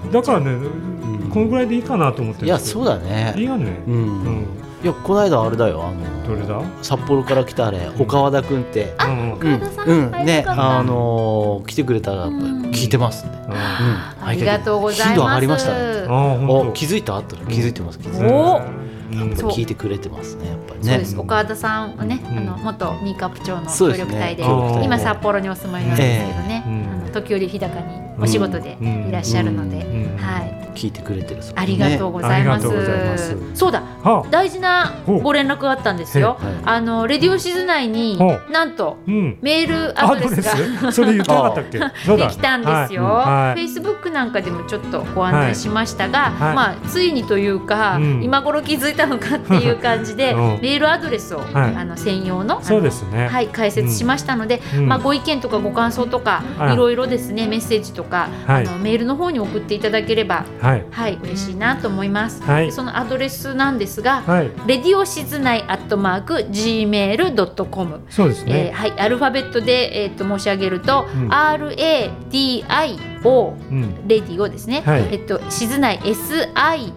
Speaker 3: うん
Speaker 1: だからね、
Speaker 3: ん
Speaker 1: このぐらいでいいかなと思って
Speaker 3: いやそう
Speaker 1: だ
Speaker 3: だ
Speaker 1: いい
Speaker 3: ね
Speaker 1: よね
Speaker 3: う、
Speaker 1: うん
Speaker 3: んいやこの間あれだよあの
Speaker 1: どれだ
Speaker 3: 札幌から来たあれ岡和田君って
Speaker 1: うんうん
Speaker 3: うん
Speaker 2: 岡田さん
Speaker 3: うん
Speaker 2: はい
Speaker 3: ね
Speaker 2: よかった
Speaker 3: あのー来てくれたら
Speaker 2: うん
Speaker 3: 聞いてますね
Speaker 1: あ
Speaker 3: うん
Speaker 2: ありがとうござい
Speaker 3: 頻度上
Speaker 2: ます
Speaker 3: がりましたね
Speaker 1: あ本
Speaker 3: お
Speaker 1: 当
Speaker 3: 気づいたあったら気づいてます気づいてます
Speaker 2: お
Speaker 1: うん
Speaker 2: そう
Speaker 3: 聞いてくれてますねやっぱり
Speaker 2: そうで
Speaker 3: ね
Speaker 2: す岡田さんはね、
Speaker 1: うん
Speaker 2: あの元ニーカップ長の
Speaker 3: そう
Speaker 2: 協
Speaker 3: です
Speaker 2: 力
Speaker 3: ね
Speaker 2: 隊で、
Speaker 1: 協力隊
Speaker 2: 今札幌にお住まいなんですけどね、
Speaker 1: ええうん
Speaker 2: あの時折日高にお仕事でいらっしゃるので、
Speaker 1: うん
Speaker 2: はい、
Speaker 3: 聞いてくれてるそうですね
Speaker 2: ありがとうございます,、
Speaker 1: ねありがとうございます
Speaker 2: そうだ
Speaker 1: は
Speaker 2: 大事なご連絡があったんですよ
Speaker 3: ほうはい
Speaker 2: あのレディオシズ内に
Speaker 1: ほう
Speaker 2: なんと
Speaker 1: うん
Speaker 2: メール
Speaker 1: アド
Speaker 2: アド
Speaker 1: レ
Speaker 2: レス
Speaker 1: ス
Speaker 2: が
Speaker 1: それ言ってなかったっ けそう
Speaker 2: で
Speaker 1: だ
Speaker 2: きたんですよ、
Speaker 1: はい
Speaker 2: Facebook なんかでもちょっとご案内しましたが、
Speaker 1: はい
Speaker 2: まあ、ついにというか、
Speaker 1: うん
Speaker 2: 今頃気づいたのかっていう感じで、
Speaker 1: うん
Speaker 2: メールアドレスを、
Speaker 1: はい
Speaker 2: あの専用の
Speaker 1: そうですね、
Speaker 2: はい、解説しましたので、
Speaker 1: うん
Speaker 2: まあ、ご意見とかご感想とか、
Speaker 1: はい
Speaker 2: いろいろですねメッセージとか、
Speaker 1: はい
Speaker 2: あのメールの方に送っていただければ、
Speaker 1: はい
Speaker 2: はい、嬉しいなと思います。
Speaker 1: はい
Speaker 2: そのアドレスなんですが、
Speaker 1: はい
Speaker 2: レディオシズナイアットマーク gmail.com
Speaker 1: そうです
Speaker 2: えー
Speaker 1: ね、
Speaker 2: はい、アルファベットで、えー、と申し上げると、
Speaker 1: うん
Speaker 2: RADIO
Speaker 1: うん
Speaker 2: レディオですね、
Speaker 1: はい
Speaker 2: えっと静内 SIZUNAI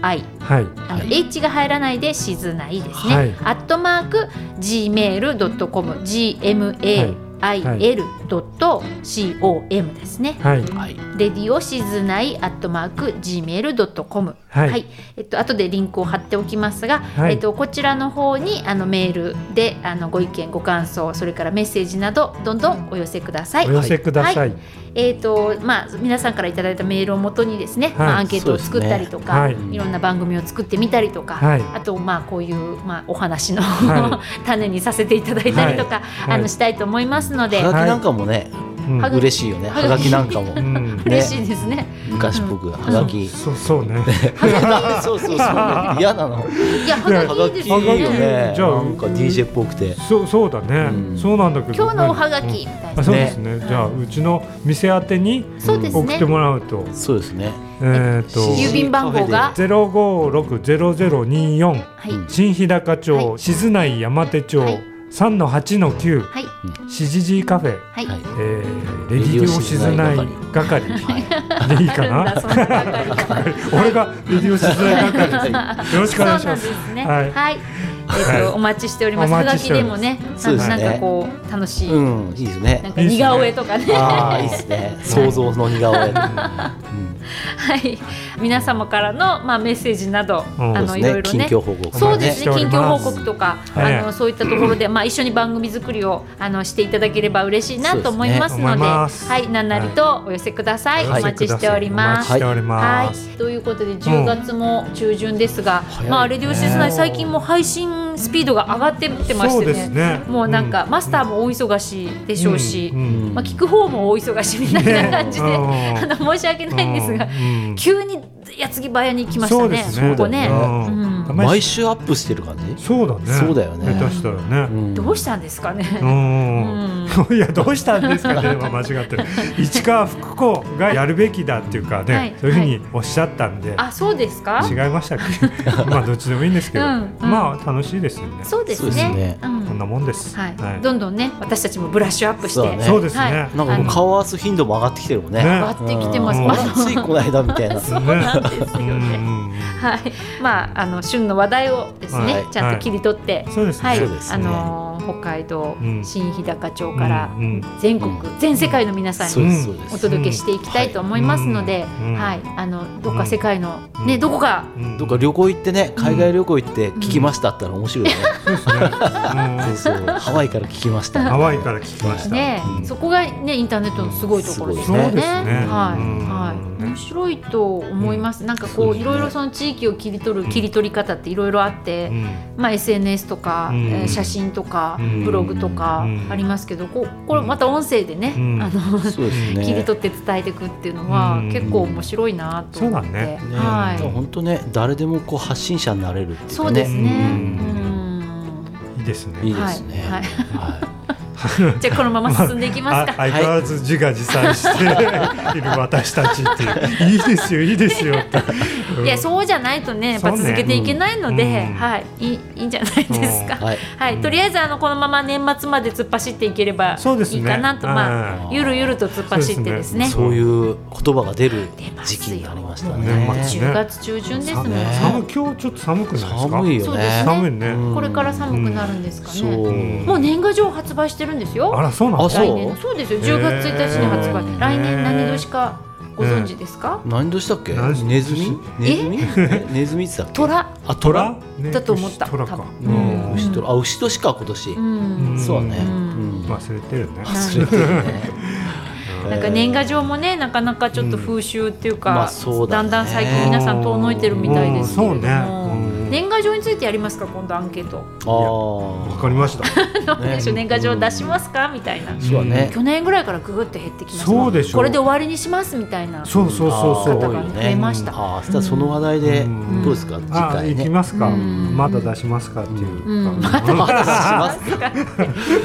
Speaker 1: はい
Speaker 2: あの H が入らないで静内ですね、
Speaker 1: はい
Speaker 2: アットマーク gmail.com gmail、 radioshizunai.com ですね。
Speaker 1: はい
Speaker 3: はい
Speaker 2: レディオシズナイアットマーク gmail.com
Speaker 1: はい
Speaker 2: えっと後でリンクを貼っておきますが、
Speaker 1: はい
Speaker 2: えっとこちらの方にあのメールであのご意見ご感想それからメッセージなどどんどんお寄せください
Speaker 1: お。寄せください
Speaker 2: えっとまあ皆さんからいただいたメールをもとにですね、まあアンケートを作ったりとか、
Speaker 1: はい
Speaker 2: いろんな番組を作ってみたりとか、
Speaker 1: はい
Speaker 2: あとまあこういう、まあ、お話の、
Speaker 1: は
Speaker 2: 種にさせていただいたりと
Speaker 1: は
Speaker 2: か、
Speaker 1: い
Speaker 2: あのしたいと思いますので、
Speaker 3: はがきなんかもね、
Speaker 1: うん
Speaker 2: はが
Speaker 3: 嬉しいよね
Speaker 2: は
Speaker 3: は
Speaker 2: が
Speaker 3: が
Speaker 2: き
Speaker 3: きなんかも
Speaker 1: うん
Speaker 2: 嬉しいですね。
Speaker 3: 昔僕はがき
Speaker 1: そうそうね
Speaker 3: そうそうそう嫌なの
Speaker 2: いや、
Speaker 1: ね
Speaker 2: はがきいいですよ
Speaker 3: はがきよ
Speaker 2: ね。
Speaker 3: ね
Speaker 1: じゃあ
Speaker 3: なんか DJ っぽくて
Speaker 1: そうそうだね、
Speaker 3: うん
Speaker 1: そうなんだけど
Speaker 2: 今日のおはがきみ
Speaker 1: うん
Speaker 2: たいな
Speaker 1: あ。そうですねじゃあうちの店宛てに
Speaker 2: そうです
Speaker 1: 送っ
Speaker 2: ね
Speaker 1: て。もらうと、
Speaker 3: そうですね
Speaker 1: えっ、
Speaker 2: 郵
Speaker 1: と
Speaker 2: 便番号が
Speaker 1: ゼロ五六ゼロゼロ二四
Speaker 2: はい。
Speaker 3: うん
Speaker 1: 新日高町、
Speaker 2: はい
Speaker 1: 静内山手町
Speaker 2: はい
Speaker 1: 三の八の九
Speaker 2: はい。
Speaker 1: しじじカフェ、
Speaker 2: はい。
Speaker 3: はい
Speaker 1: えー、レディオ静内 係でいいか
Speaker 2: あるんだそ
Speaker 1: な
Speaker 2: の係が
Speaker 1: 俺がレディオ静内係ですよろしく
Speaker 2: そ
Speaker 1: お
Speaker 2: う
Speaker 1: 願
Speaker 2: ないん
Speaker 1: し
Speaker 2: で
Speaker 1: ます
Speaker 2: すね。
Speaker 1: は
Speaker 2: はいい。
Speaker 1: は
Speaker 2: え
Speaker 1: い
Speaker 2: っとお待ちしております。
Speaker 1: お
Speaker 2: はが
Speaker 1: 待ち
Speaker 2: き
Speaker 1: してお
Speaker 2: で
Speaker 1: りま
Speaker 2: も
Speaker 1: す
Speaker 2: ね、
Speaker 3: そ
Speaker 2: な
Speaker 3: うんです
Speaker 2: か
Speaker 3: ね
Speaker 2: なんかこう楽しい、
Speaker 3: うんいいです
Speaker 2: なん
Speaker 3: ね
Speaker 2: か似顔絵とかね。
Speaker 3: ああいいですね想像の似顔絵
Speaker 2: はい。皆様からのまあメッセージなど、
Speaker 1: うん
Speaker 2: あ
Speaker 3: そ
Speaker 2: の
Speaker 3: う
Speaker 2: いろ
Speaker 3: です
Speaker 2: い
Speaker 3: ね
Speaker 2: ろ
Speaker 3: 近
Speaker 2: ね。
Speaker 3: 況報告
Speaker 2: そうです
Speaker 1: お待ちして
Speaker 2: ね近
Speaker 1: おり
Speaker 2: 況
Speaker 1: ま
Speaker 2: 報
Speaker 1: す
Speaker 2: 告とか、
Speaker 1: はい
Speaker 2: あのそういったところで、まあ、一緒に番組作りをあのしていただければ嬉しいなと思いま
Speaker 1: そうです
Speaker 2: すの
Speaker 1: ね思い
Speaker 2: で
Speaker 1: ます
Speaker 2: はい、なんなりとお寄せください、
Speaker 1: はい
Speaker 2: お待ちしており
Speaker 1: お
Speaker 2: ま
Speaker 1: 待ち。
Speaker 2: す
Speaker 1: しておりま
Speaker 2: は
Speaker 1: す、
Speaker 2: い、ということで10月も中旬ですが、
Speaker 3: うん
Speaker 2: まあ、
Speaker 3: 早い
Speaker 2: レ
Speaker 3: ね
Speaker 2: ディオシズナイ最近も配信スピードが上がってってまし
Speaker 1: そう
Speaker 2: て
Speaker 1: です
Speaker 2: ね
Speaker 1: ね
Speaker 2: もうなんか、マスター
Speaker 1: も
Speaker 2: も大忙しいで
Speaker 1: で
Speaker 2: しょうし、
Speaker 3: うん
Speaker 2: まあ、聞く方も大忙しみたいな感じで、 あ
Speaker 1: ね
Speaker 2: の申し訳ないんですが、
Speaker 1: うん
Speaker 2: 急に矢継ぎ早に来ました
Speaker 1: そう
Speaker 2: ね
Speaker 1: で、すね
Speaker 2: ここね。
Speaker 1: う
Speaker 2: うんん
Speaker 3: 毎週アップしてる感じ
Speaker 1: そうだね。
Speaker 3: そうだよね
Speaker 1: 下手したらね。
Speaker 2: どう
Speaker 3: し
Speaker 2: したんですか
Speaker 1: う
Speaker 2: ね。
Speaker 1: ん。いやどうしたんですかね、まあ間違 ってる。市川福子がやるべきだっていうかね、
Speaker 2: はい
Speaker 1: そういうふうにおっしゃったんで、
Speaker 2: あ、そうですか
Speaker 1: 違。いましたっけ。 まあどっちでもいいんですけど、
Speaker 2: うんうん
Speaker 1: まあ楽しいですよね。
Speaker 2: そうです
Speaker 3: そうです
Speaker 2: ね
Speaker 3: ね。
Speaker 2: う
Speaker 1: こん
Speaker 2: ん
Speaker 1: なもんです。
Speaker 2: はい
Speaker 1: は、い
Speaker 2: どんどんね、私たちもブラッシュアップし
Speaker 3: そうだ
Speaker 2: て
Speaker 3: ね。
Speaker 1: そうですね。
Speaker 2: はい
Speaker 3: なんかもう顔合わす頻度も上がってきてるもんね
Speaker 1: ね
Speaker 2: 上がってきてます。
Speaker 1: うん
Speaker 2: ま
Speaker 3: ま
Speaker 2: だ
Speaker 3: だついこの間みたいな
Speaker 2: そうなんですよ
Speaker 1: うんう
Speaker 2: ね。
Speaker 1: んうん
Speaker 2: はい、まあ、あの旬の話題をですね、
Speaker 3: はい
Speaker 2: ちゃんと切り取って。
Speaker 1: そうですね。
Speaker 2: はい、
Speaker 3: そうですね
Speaker 2: あのー北海道
Speaker 1: うん
Speaker 2: 新日高町から
Speaker 1: うんうん
Speaker 2: 全国、
Speaker 3: う
Speaker 2: 全世界の皆さん
Speaker 3: そ
Speaker 2: に
Speaker 3: うですそうで
Speaker 2: お
Speaker 3: す
Speaker 2: 届けしていきたいと思いますので、
Speaker 1: うんうん
Speaker 2: はい、あのどっか世界の、
Speaker 1: うん
Speaker 2: ねどこか
Speaker 1: うん
Speaker 3: どっか旅行行ってね海外旅行行って聞きましたったら面白いよね
Speaker 1: そうですね。う
Speaker 3: そ
Speaker 1: ん
Speaker 3: うそうハワイから聞き ました
Speaker 1: ハワイから聞きました。
Speaker 2: ね、
Speaker 3: うん
Speaker 2: そこがねインターネットのすごいところです
Speaker 1: そう
Speaker 2: よ
Speaker 1: で
Speaker 2: ね。
Speaker 1: すね。
Speaker 2: はい、
Speaker 1: うん
Speaker 2: はい、面白いと思います。なんかこ
Speaker 3: そう
Speaker 2: う
Speaker 3: です
Speaker 2: い
Speaker 3: ね
Speaker 2: ろいろその地域を切り取る切り取り方っていろいろあって、
Speaker 1: うん
Speaker 2: まあ SNS とか、
Speaker 1: うん
Speaker 2: えー写真とか、
Speaker 1: うん
Speaker 2: ブログとか
Speaker 1: うん
Speaker 2: ありますけど、こうこれまた音声でね、
Speaker 1: うん
Speaker 2: あの。
Speaker 3: そうですね
Speaker 2: 切り取って伝えていくっていうのは
Speaker 1: うん
Speaker 2: 結構面白いなと思って、
Speaker 1: そうだね
Speaker 3: ね、
Speaker 2: は
Speaker 3: 本当ね誰でもこう発信者になれるっていうか
Speaker 2: い、
Speaker 3: ね
Speaker 2: そうですね。
Speaker 1: う
Speaker 2: うん
Speaker 1: いいですね。
Speaker 3: いいですね
Speaker 2: はい
Speaker 3: は
Speaker 2: じゃあこのまま進んでいきます
Speaker 1: あ
Speaker 2: か。
Speaker 1: 相変わらず自画自賛している私たちっていういいですよいいですよって、
Speaker 2: いや
Speaker 1: う
Speaker 2: そうじゃないとねやっぱ
Speaker 1: そうね
Speaker 2: 続けていけないので、
Speaker 1: うん
Speaker 2: はいいいいいんじゃないですか。
Speaker 3: い、はい、
Speaker 2: はい、とりあえずあのこのまま年末まで突っ走っていければいい
Speaker 1: そうですね
Speaker 2: かなと、まあ
Speaker 1: うん
Speaker 2: ゆるゆると突っ走ってですね。
Speaker 1: そ
Speaker 3: そういう言葉が出る
Speaker 2: 出ます
Speaker 3: 時
Speaker 2: よ
Speaker 3: 期になりました
Speaker 1: 年
Speaker 3: ね
Speaker 1: 末ね
Speaker 2: 10月中旬ですもんね。
Speaker 1: 寒い今日ちょっと寒くないですか
Speaker 3: 寒い
Speaker 2: そう
Speaker 3: よ
Speaker 2: です
Speaker 3: ね
Speaker 1: 寒いね、
Speaker 3: うん
Speaker 2: これから寒くなるんですかね。
Speaker 3: そう、
Speaker 1: うん
Speaker 2: もう年賀状発売してるんですよ
Speaker 1: あ。らそうなん
Speaker 3: あ
Speaker 1: だ
Speaker 3: そう
Speaker 2: 来年そうですよ。
Speaker 1: へー
Speaker 2: 10月1日に発売。来年何年かご存知ですか？
Speaker 3: 何でしたっけ
Speaker 1: 何
Speaker 3: ネズミネズミえネズミって言ったっ
Speaker 2: 虎。
Speaker 3: けあ
Speaker 1: 虎
Speaker 3: 虎、
Speaker 1: ね
Speaker 2: だと思った
Speaker 1: 牛虎
Speaker 2: 多
Speaker 1: かう
Speaker 2: 分
Speaker 3: うん、
Speaker 1: ん
Speaker 3: 牛虎あ牛年か今年、
Speaker 2: うん。
Speaker 3: そうね、
Speaker 2: う
Speaker 3: うんん
Speaker 1: 忘れてるね
Speaker 3: 忘れてるね
Speaker 2: なんか年賀状もねなかなかちょっと風習っていうか、
Speaker 3: うんまあそうだ
Speaker 2: だ
Speaker 3: ね
Speaker 2: んだん最近皆さん遠のいてるみたいですけれど
Speaker 1: う
Speaker 2: も、
Speaker 1: んそうねうん
Speaker 2: 年賀状についてやりますか今度アンケート
Speaker 3: あ
Speaker 1: わ
Speaker 3: ー
Speaker 1: かりました
Speaker 2: どうでしょう
Speaker 3: ね
Speaker 2: 年賀状出しますかみたいな
Speaker 3: そうだね
Speaker 2: 去年ぐらいからググって減ってきました
Speaker 1: そうでしょう
Speaker 2: これで終わりにしますみたい な
Speaker 1: そうそうそうそう
Speaker 2: 方が
Speaker 3: あー
Speaker 2: 増えました、
Speaker 3: ああそしたらその話題で
Speaker 1: うん
Speaker 3: どうですか、次
Speaker 1: あ
Speaker 3: 回
Speaker 1: 行き
Speaker 3: ね
Speaker 1: ますか、
Speaker 2: うん
Speaker 1: まだ出しますかっていうか、
Speaker 2: うんま
Speaker 1: だ
Speaker 3: まだします
Speaker 2: それは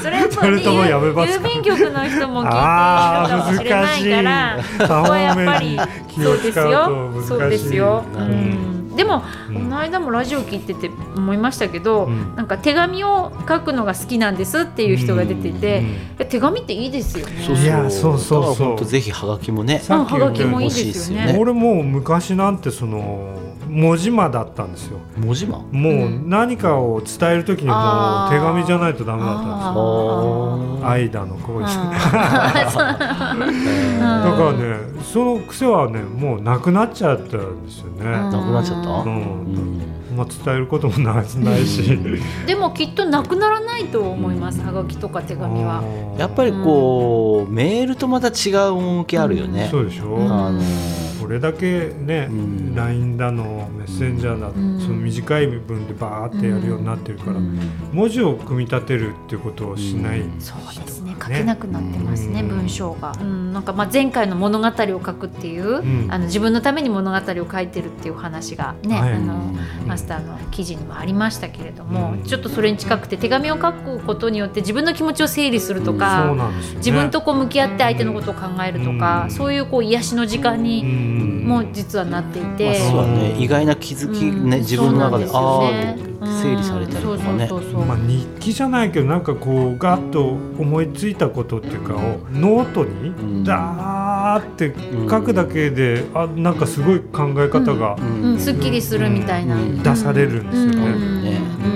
Speaker 1: それともやめ
Speaker 2: もう
Speaker 1: ます
Speaker 2: 郵
Speaker 1: か
Speaker 2: 便局の人も聞いているか
Speaker 1: あ
Speaker 2: も
Speaker 1: ー
Speaker 2: しれな
Speaker 1: 難
Speaker 2: いから
Speaker 1: しい
Speaker 2: ここはやっぱ
Speaker 1: 3
Speaker 2: り
Speaker 1: 本目に気
Speaker 2: そ
Speaker 1: を
Speaker 2: うです
Speaker 1: 使うと難しい
Speaker 2: よそうですよ、う
Speaker 3: なるほど
Speaker 2: ん、でも、
Speaker 1: う
Speaker 2: こ
Speaker 1: ん
Speaker 2: の間もラジオ聞いてて思いましたけど、
Speaker 1: うん
Speaker 2: なんか手紙を書くのが好きなんですっていう人が出てて、いや手紙っていいですよね。
Speaker 3: そうそう
Speaker 1: いやそうそうそう
Speaker 3: だから本当ぜひハガキもね
Speaker 1: さっき
Speaker 2: あはがきもいいですよ
Speaker 1: うん
Speaker 2: ね。
Speaker 1: 俺もう昔なんてその文字間だったんですよ
Speaker 3: 文字マン
Speaker 1: もううん何かを伝える時にも
Speaker 2: あ
Speaker 1: う
Speaker 2: ー
Speaker 1: 手紙じゃないとダメだったんですよ
Speaker 2: あ
Speaker 3: あー
Speaker 1: 愛だの恋だの
Speaker 3: え
Speaker 2: あ
Speaker 3: ー
Speaker 2: ー
Speaker 1: だからねその癖はねもうなくなっちゃったんですよね、
Speaker 3: なくなっちゃった
Speaker 1: う
Speaker 3: うんん
Speaker 1: まあ、伝えることもないないし
Speaker 2: でもきっとなくならないと思います。はがきとか手紙は。
Speaker 3: やっぱりこうメールとまた違う趣あるよね
Speaker 1: そうでしょ、
Speaker 2: うん
Speaker 3: あの
Speaker 1: これだけね、
Speaker 3: うん
Speaker 1: LINE だのメッセンジャーだの、
Speaker 2: うん
Speaker 1: その短い部分でバーってやるようになってるから、
Speaker 3: うん
Speaker 1: 文字を組み立てるっていうことをしない、
Speaker 3: うん
Speaker 2: そうですね。書けなくなってますね、
Speaker 1: うん
Speaker 2: 文章が。うん、なんかまあ前回の物語を書くっていう、
Speaker 1: ん
Speaker 2: あの自分のために物語を書いてるっていう話がね、
Speaker 1: はい
Speaker 2: あ
Speaker 1: う
Speaker 2: のマスターの記事にもありましたけれども、
Speaker 1: うん
Speaker 2: ちょっとそれに近くて手紙を書くことによって自分の気持ちを整理するとか、
Speaker 1: そうなんですよね
Speaker 2: 自分とこう向き合って相手のことを考えるとか、
Speaker 1: うん
Speaker 2: そういうこう癒しの時間
Speaker 1: う
Speaker 2: に
Speaker 1: ん
Speaker 2: も実はなってい
Speaker 3: まあ
Speaker 2: て。
Speaker 3: そうだね意外な気づき
Speaker 2: うん
Speaker 3: ね自分の中で
Speaker 2: そう
Speaker 3: ああ
Speaker 2: な
Speaker 3: ー
Speaker 2: ん
Speaker 3: っ
Speaker 2: す
Speaker 3: て
Speaker 2: よね
Speaker 3: 整理されたりとかね
Speaker 2: うんそうそうそうそう
Speaker 1: まあ、日記じゃないけどなんかこうガッと思いついたことっていうかをノート
Speaker 3: うん
Speaker 1: にダーって書くだけであなんかすごい考え方が
Speaker 2: う、
Speaker 3: うん
Speaker 2: すっきりするみたいな、
Speaker 3: うん
Speaker 1: 出されるんですよね
Speaker 2: うん
Speaker 3: ね
Speaker 2: う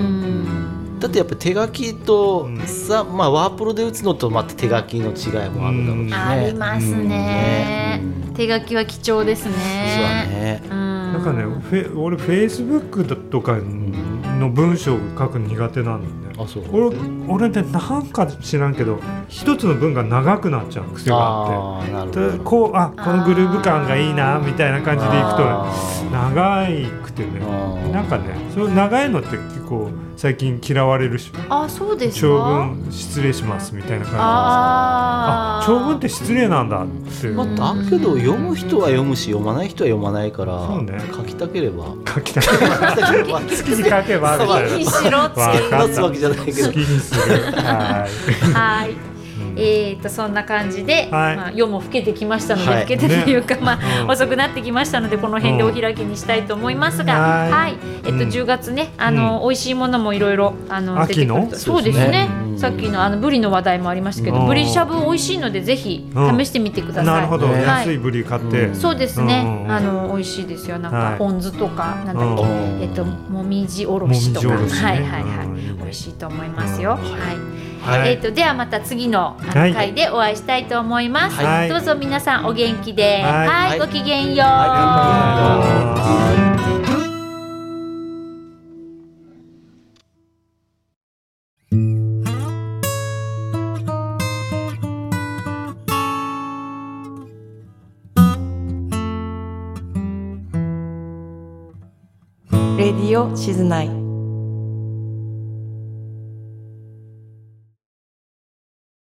Speaker 2: ん
Speaker 3: だってやっぱ手書きと
Speaker 1: うん
Speaker 3: さ、まあ、ワープロで打つのとまた手書きの違いもあるだろうしね。
Speaker 2: ありますね、
Speaker 3: うんねうん
Speaker 2: 手書きは貴重です
Speaker 3: そうだ
Speaker 2: ね
Speaker 3: ね。
Speaker 2: うん
Speaker 1: なんかねフェ俺フェイスブックとかの文章を書くの苦手なんだよね
Speaker 3: あそう。
Speaker 1: 俺俺ねなんか知らんけど一つの文が長くなっちゃう癖があ
Speaker 3: あーな
Speaker 1: っ
Speaker 3: るほ
Speaker 1: て
Speaker 3: ど
Speaker 1: でこうあこのグルーヴ感がいいなみたいな感じでいくと長いくてねなんかねその長いのって結構最近嫌われるし
Speaker 2: あそうですか
Speaker 1: 長文失礼しますみたいな感じあ
Speaker 2: あー
Speaker 1: 長文って失礼なんだって
Speaker 3: まあ、だけど読む人は読むし読まない人は読まないか
Speaker 1: そう
Speaker 3: ら、
Speaker 1: ね
Speaker 3: 書きたけれ ば
Speaker 1: 書きたい
Speaker 3: 書きたければ
Speaker 1: 好きに書けばみたい
Speaker 2: 好きに
Speaker 1: な
Speaker 2: しろって
Speaker 1: わか
Speaker 3: 出
Speaker 1: っ
Speaker 3: す
Speaker 1: た
Speaker 3: わけじゃないけど
Speaker 1: 好きにするは
Speaker 2: はい
Speaker 1: い
Speaker 2: えー、とそんな感じで、
Speaker 1: はい
Speaker 2: まあ、夜も更けてきましたので、
Speaker 3: はい
Speaker 2: 更けてというか、まあ、
Speaker 1: うん
Speaker 2: 遅くなってきましたのでこの辺でお開きにしたいと思いますが、
Speaker 1: うん
Speaker 2: は
Speaker 1: はいい
Speaker 2: えっと
Speaker 1: うん
Speaker 2: 10月ねあの、美味しいものもいろいろあの出て
Speaker 1: 秋
Speaker 2: く
Speaker 1: の
Speaker 2: るとそうですね
Speaker 3: そうですねうん
Speaker 2: さっきのあのブリの話題もありましたけど、
Speaker 1: うん
Speaker 2: ブリしゃぶ美味しいのでぜひ
Speaker 1: うん
Speaker 2: 試してみてください。
Speaker 1: なるほど
Speaker 3: ね
Speaker 1: 安いブリ買って
Speaker 3: うん
Speaker 2: そうですね、
Speaker 1: うん
Speaker 2: あの美味しいですよなん
Speaker 1: は
Speaker 2: か
Speaker 1: い
Speaker 2: ポン酢とか、なんだっけ、
Speaker 1: うん
Speaker 2: えっともみじお
Speaker 1: も
Speaker 2: ろ
Speaker 1: みじ
Speaker 2: しと
Speaker 1: お
Speaker 2: か、
Speaker 1: ろしね
Speaker 2: はいはいはい、
Speaker 1: うん
Speaker 2: 美味しいと思いますよ。
Speaker 1: うん
Speaker 2: はい
Speaker 1: は
Speaker 2: え
Speaker 1: い
Speaker 2: ー、とではまた次のあの
Speaker 1: はい
Speaker 2: 回でお会いしたいと思います、
Speaker 1: はい
Speaker 2: どうぞ皆さんお元気では
Speaker 1: はいい、
Speaker 3: はい
Speaker 2: ごきげんよう、
Speaker 3: はい
Speaker 7: レディオシズナイ。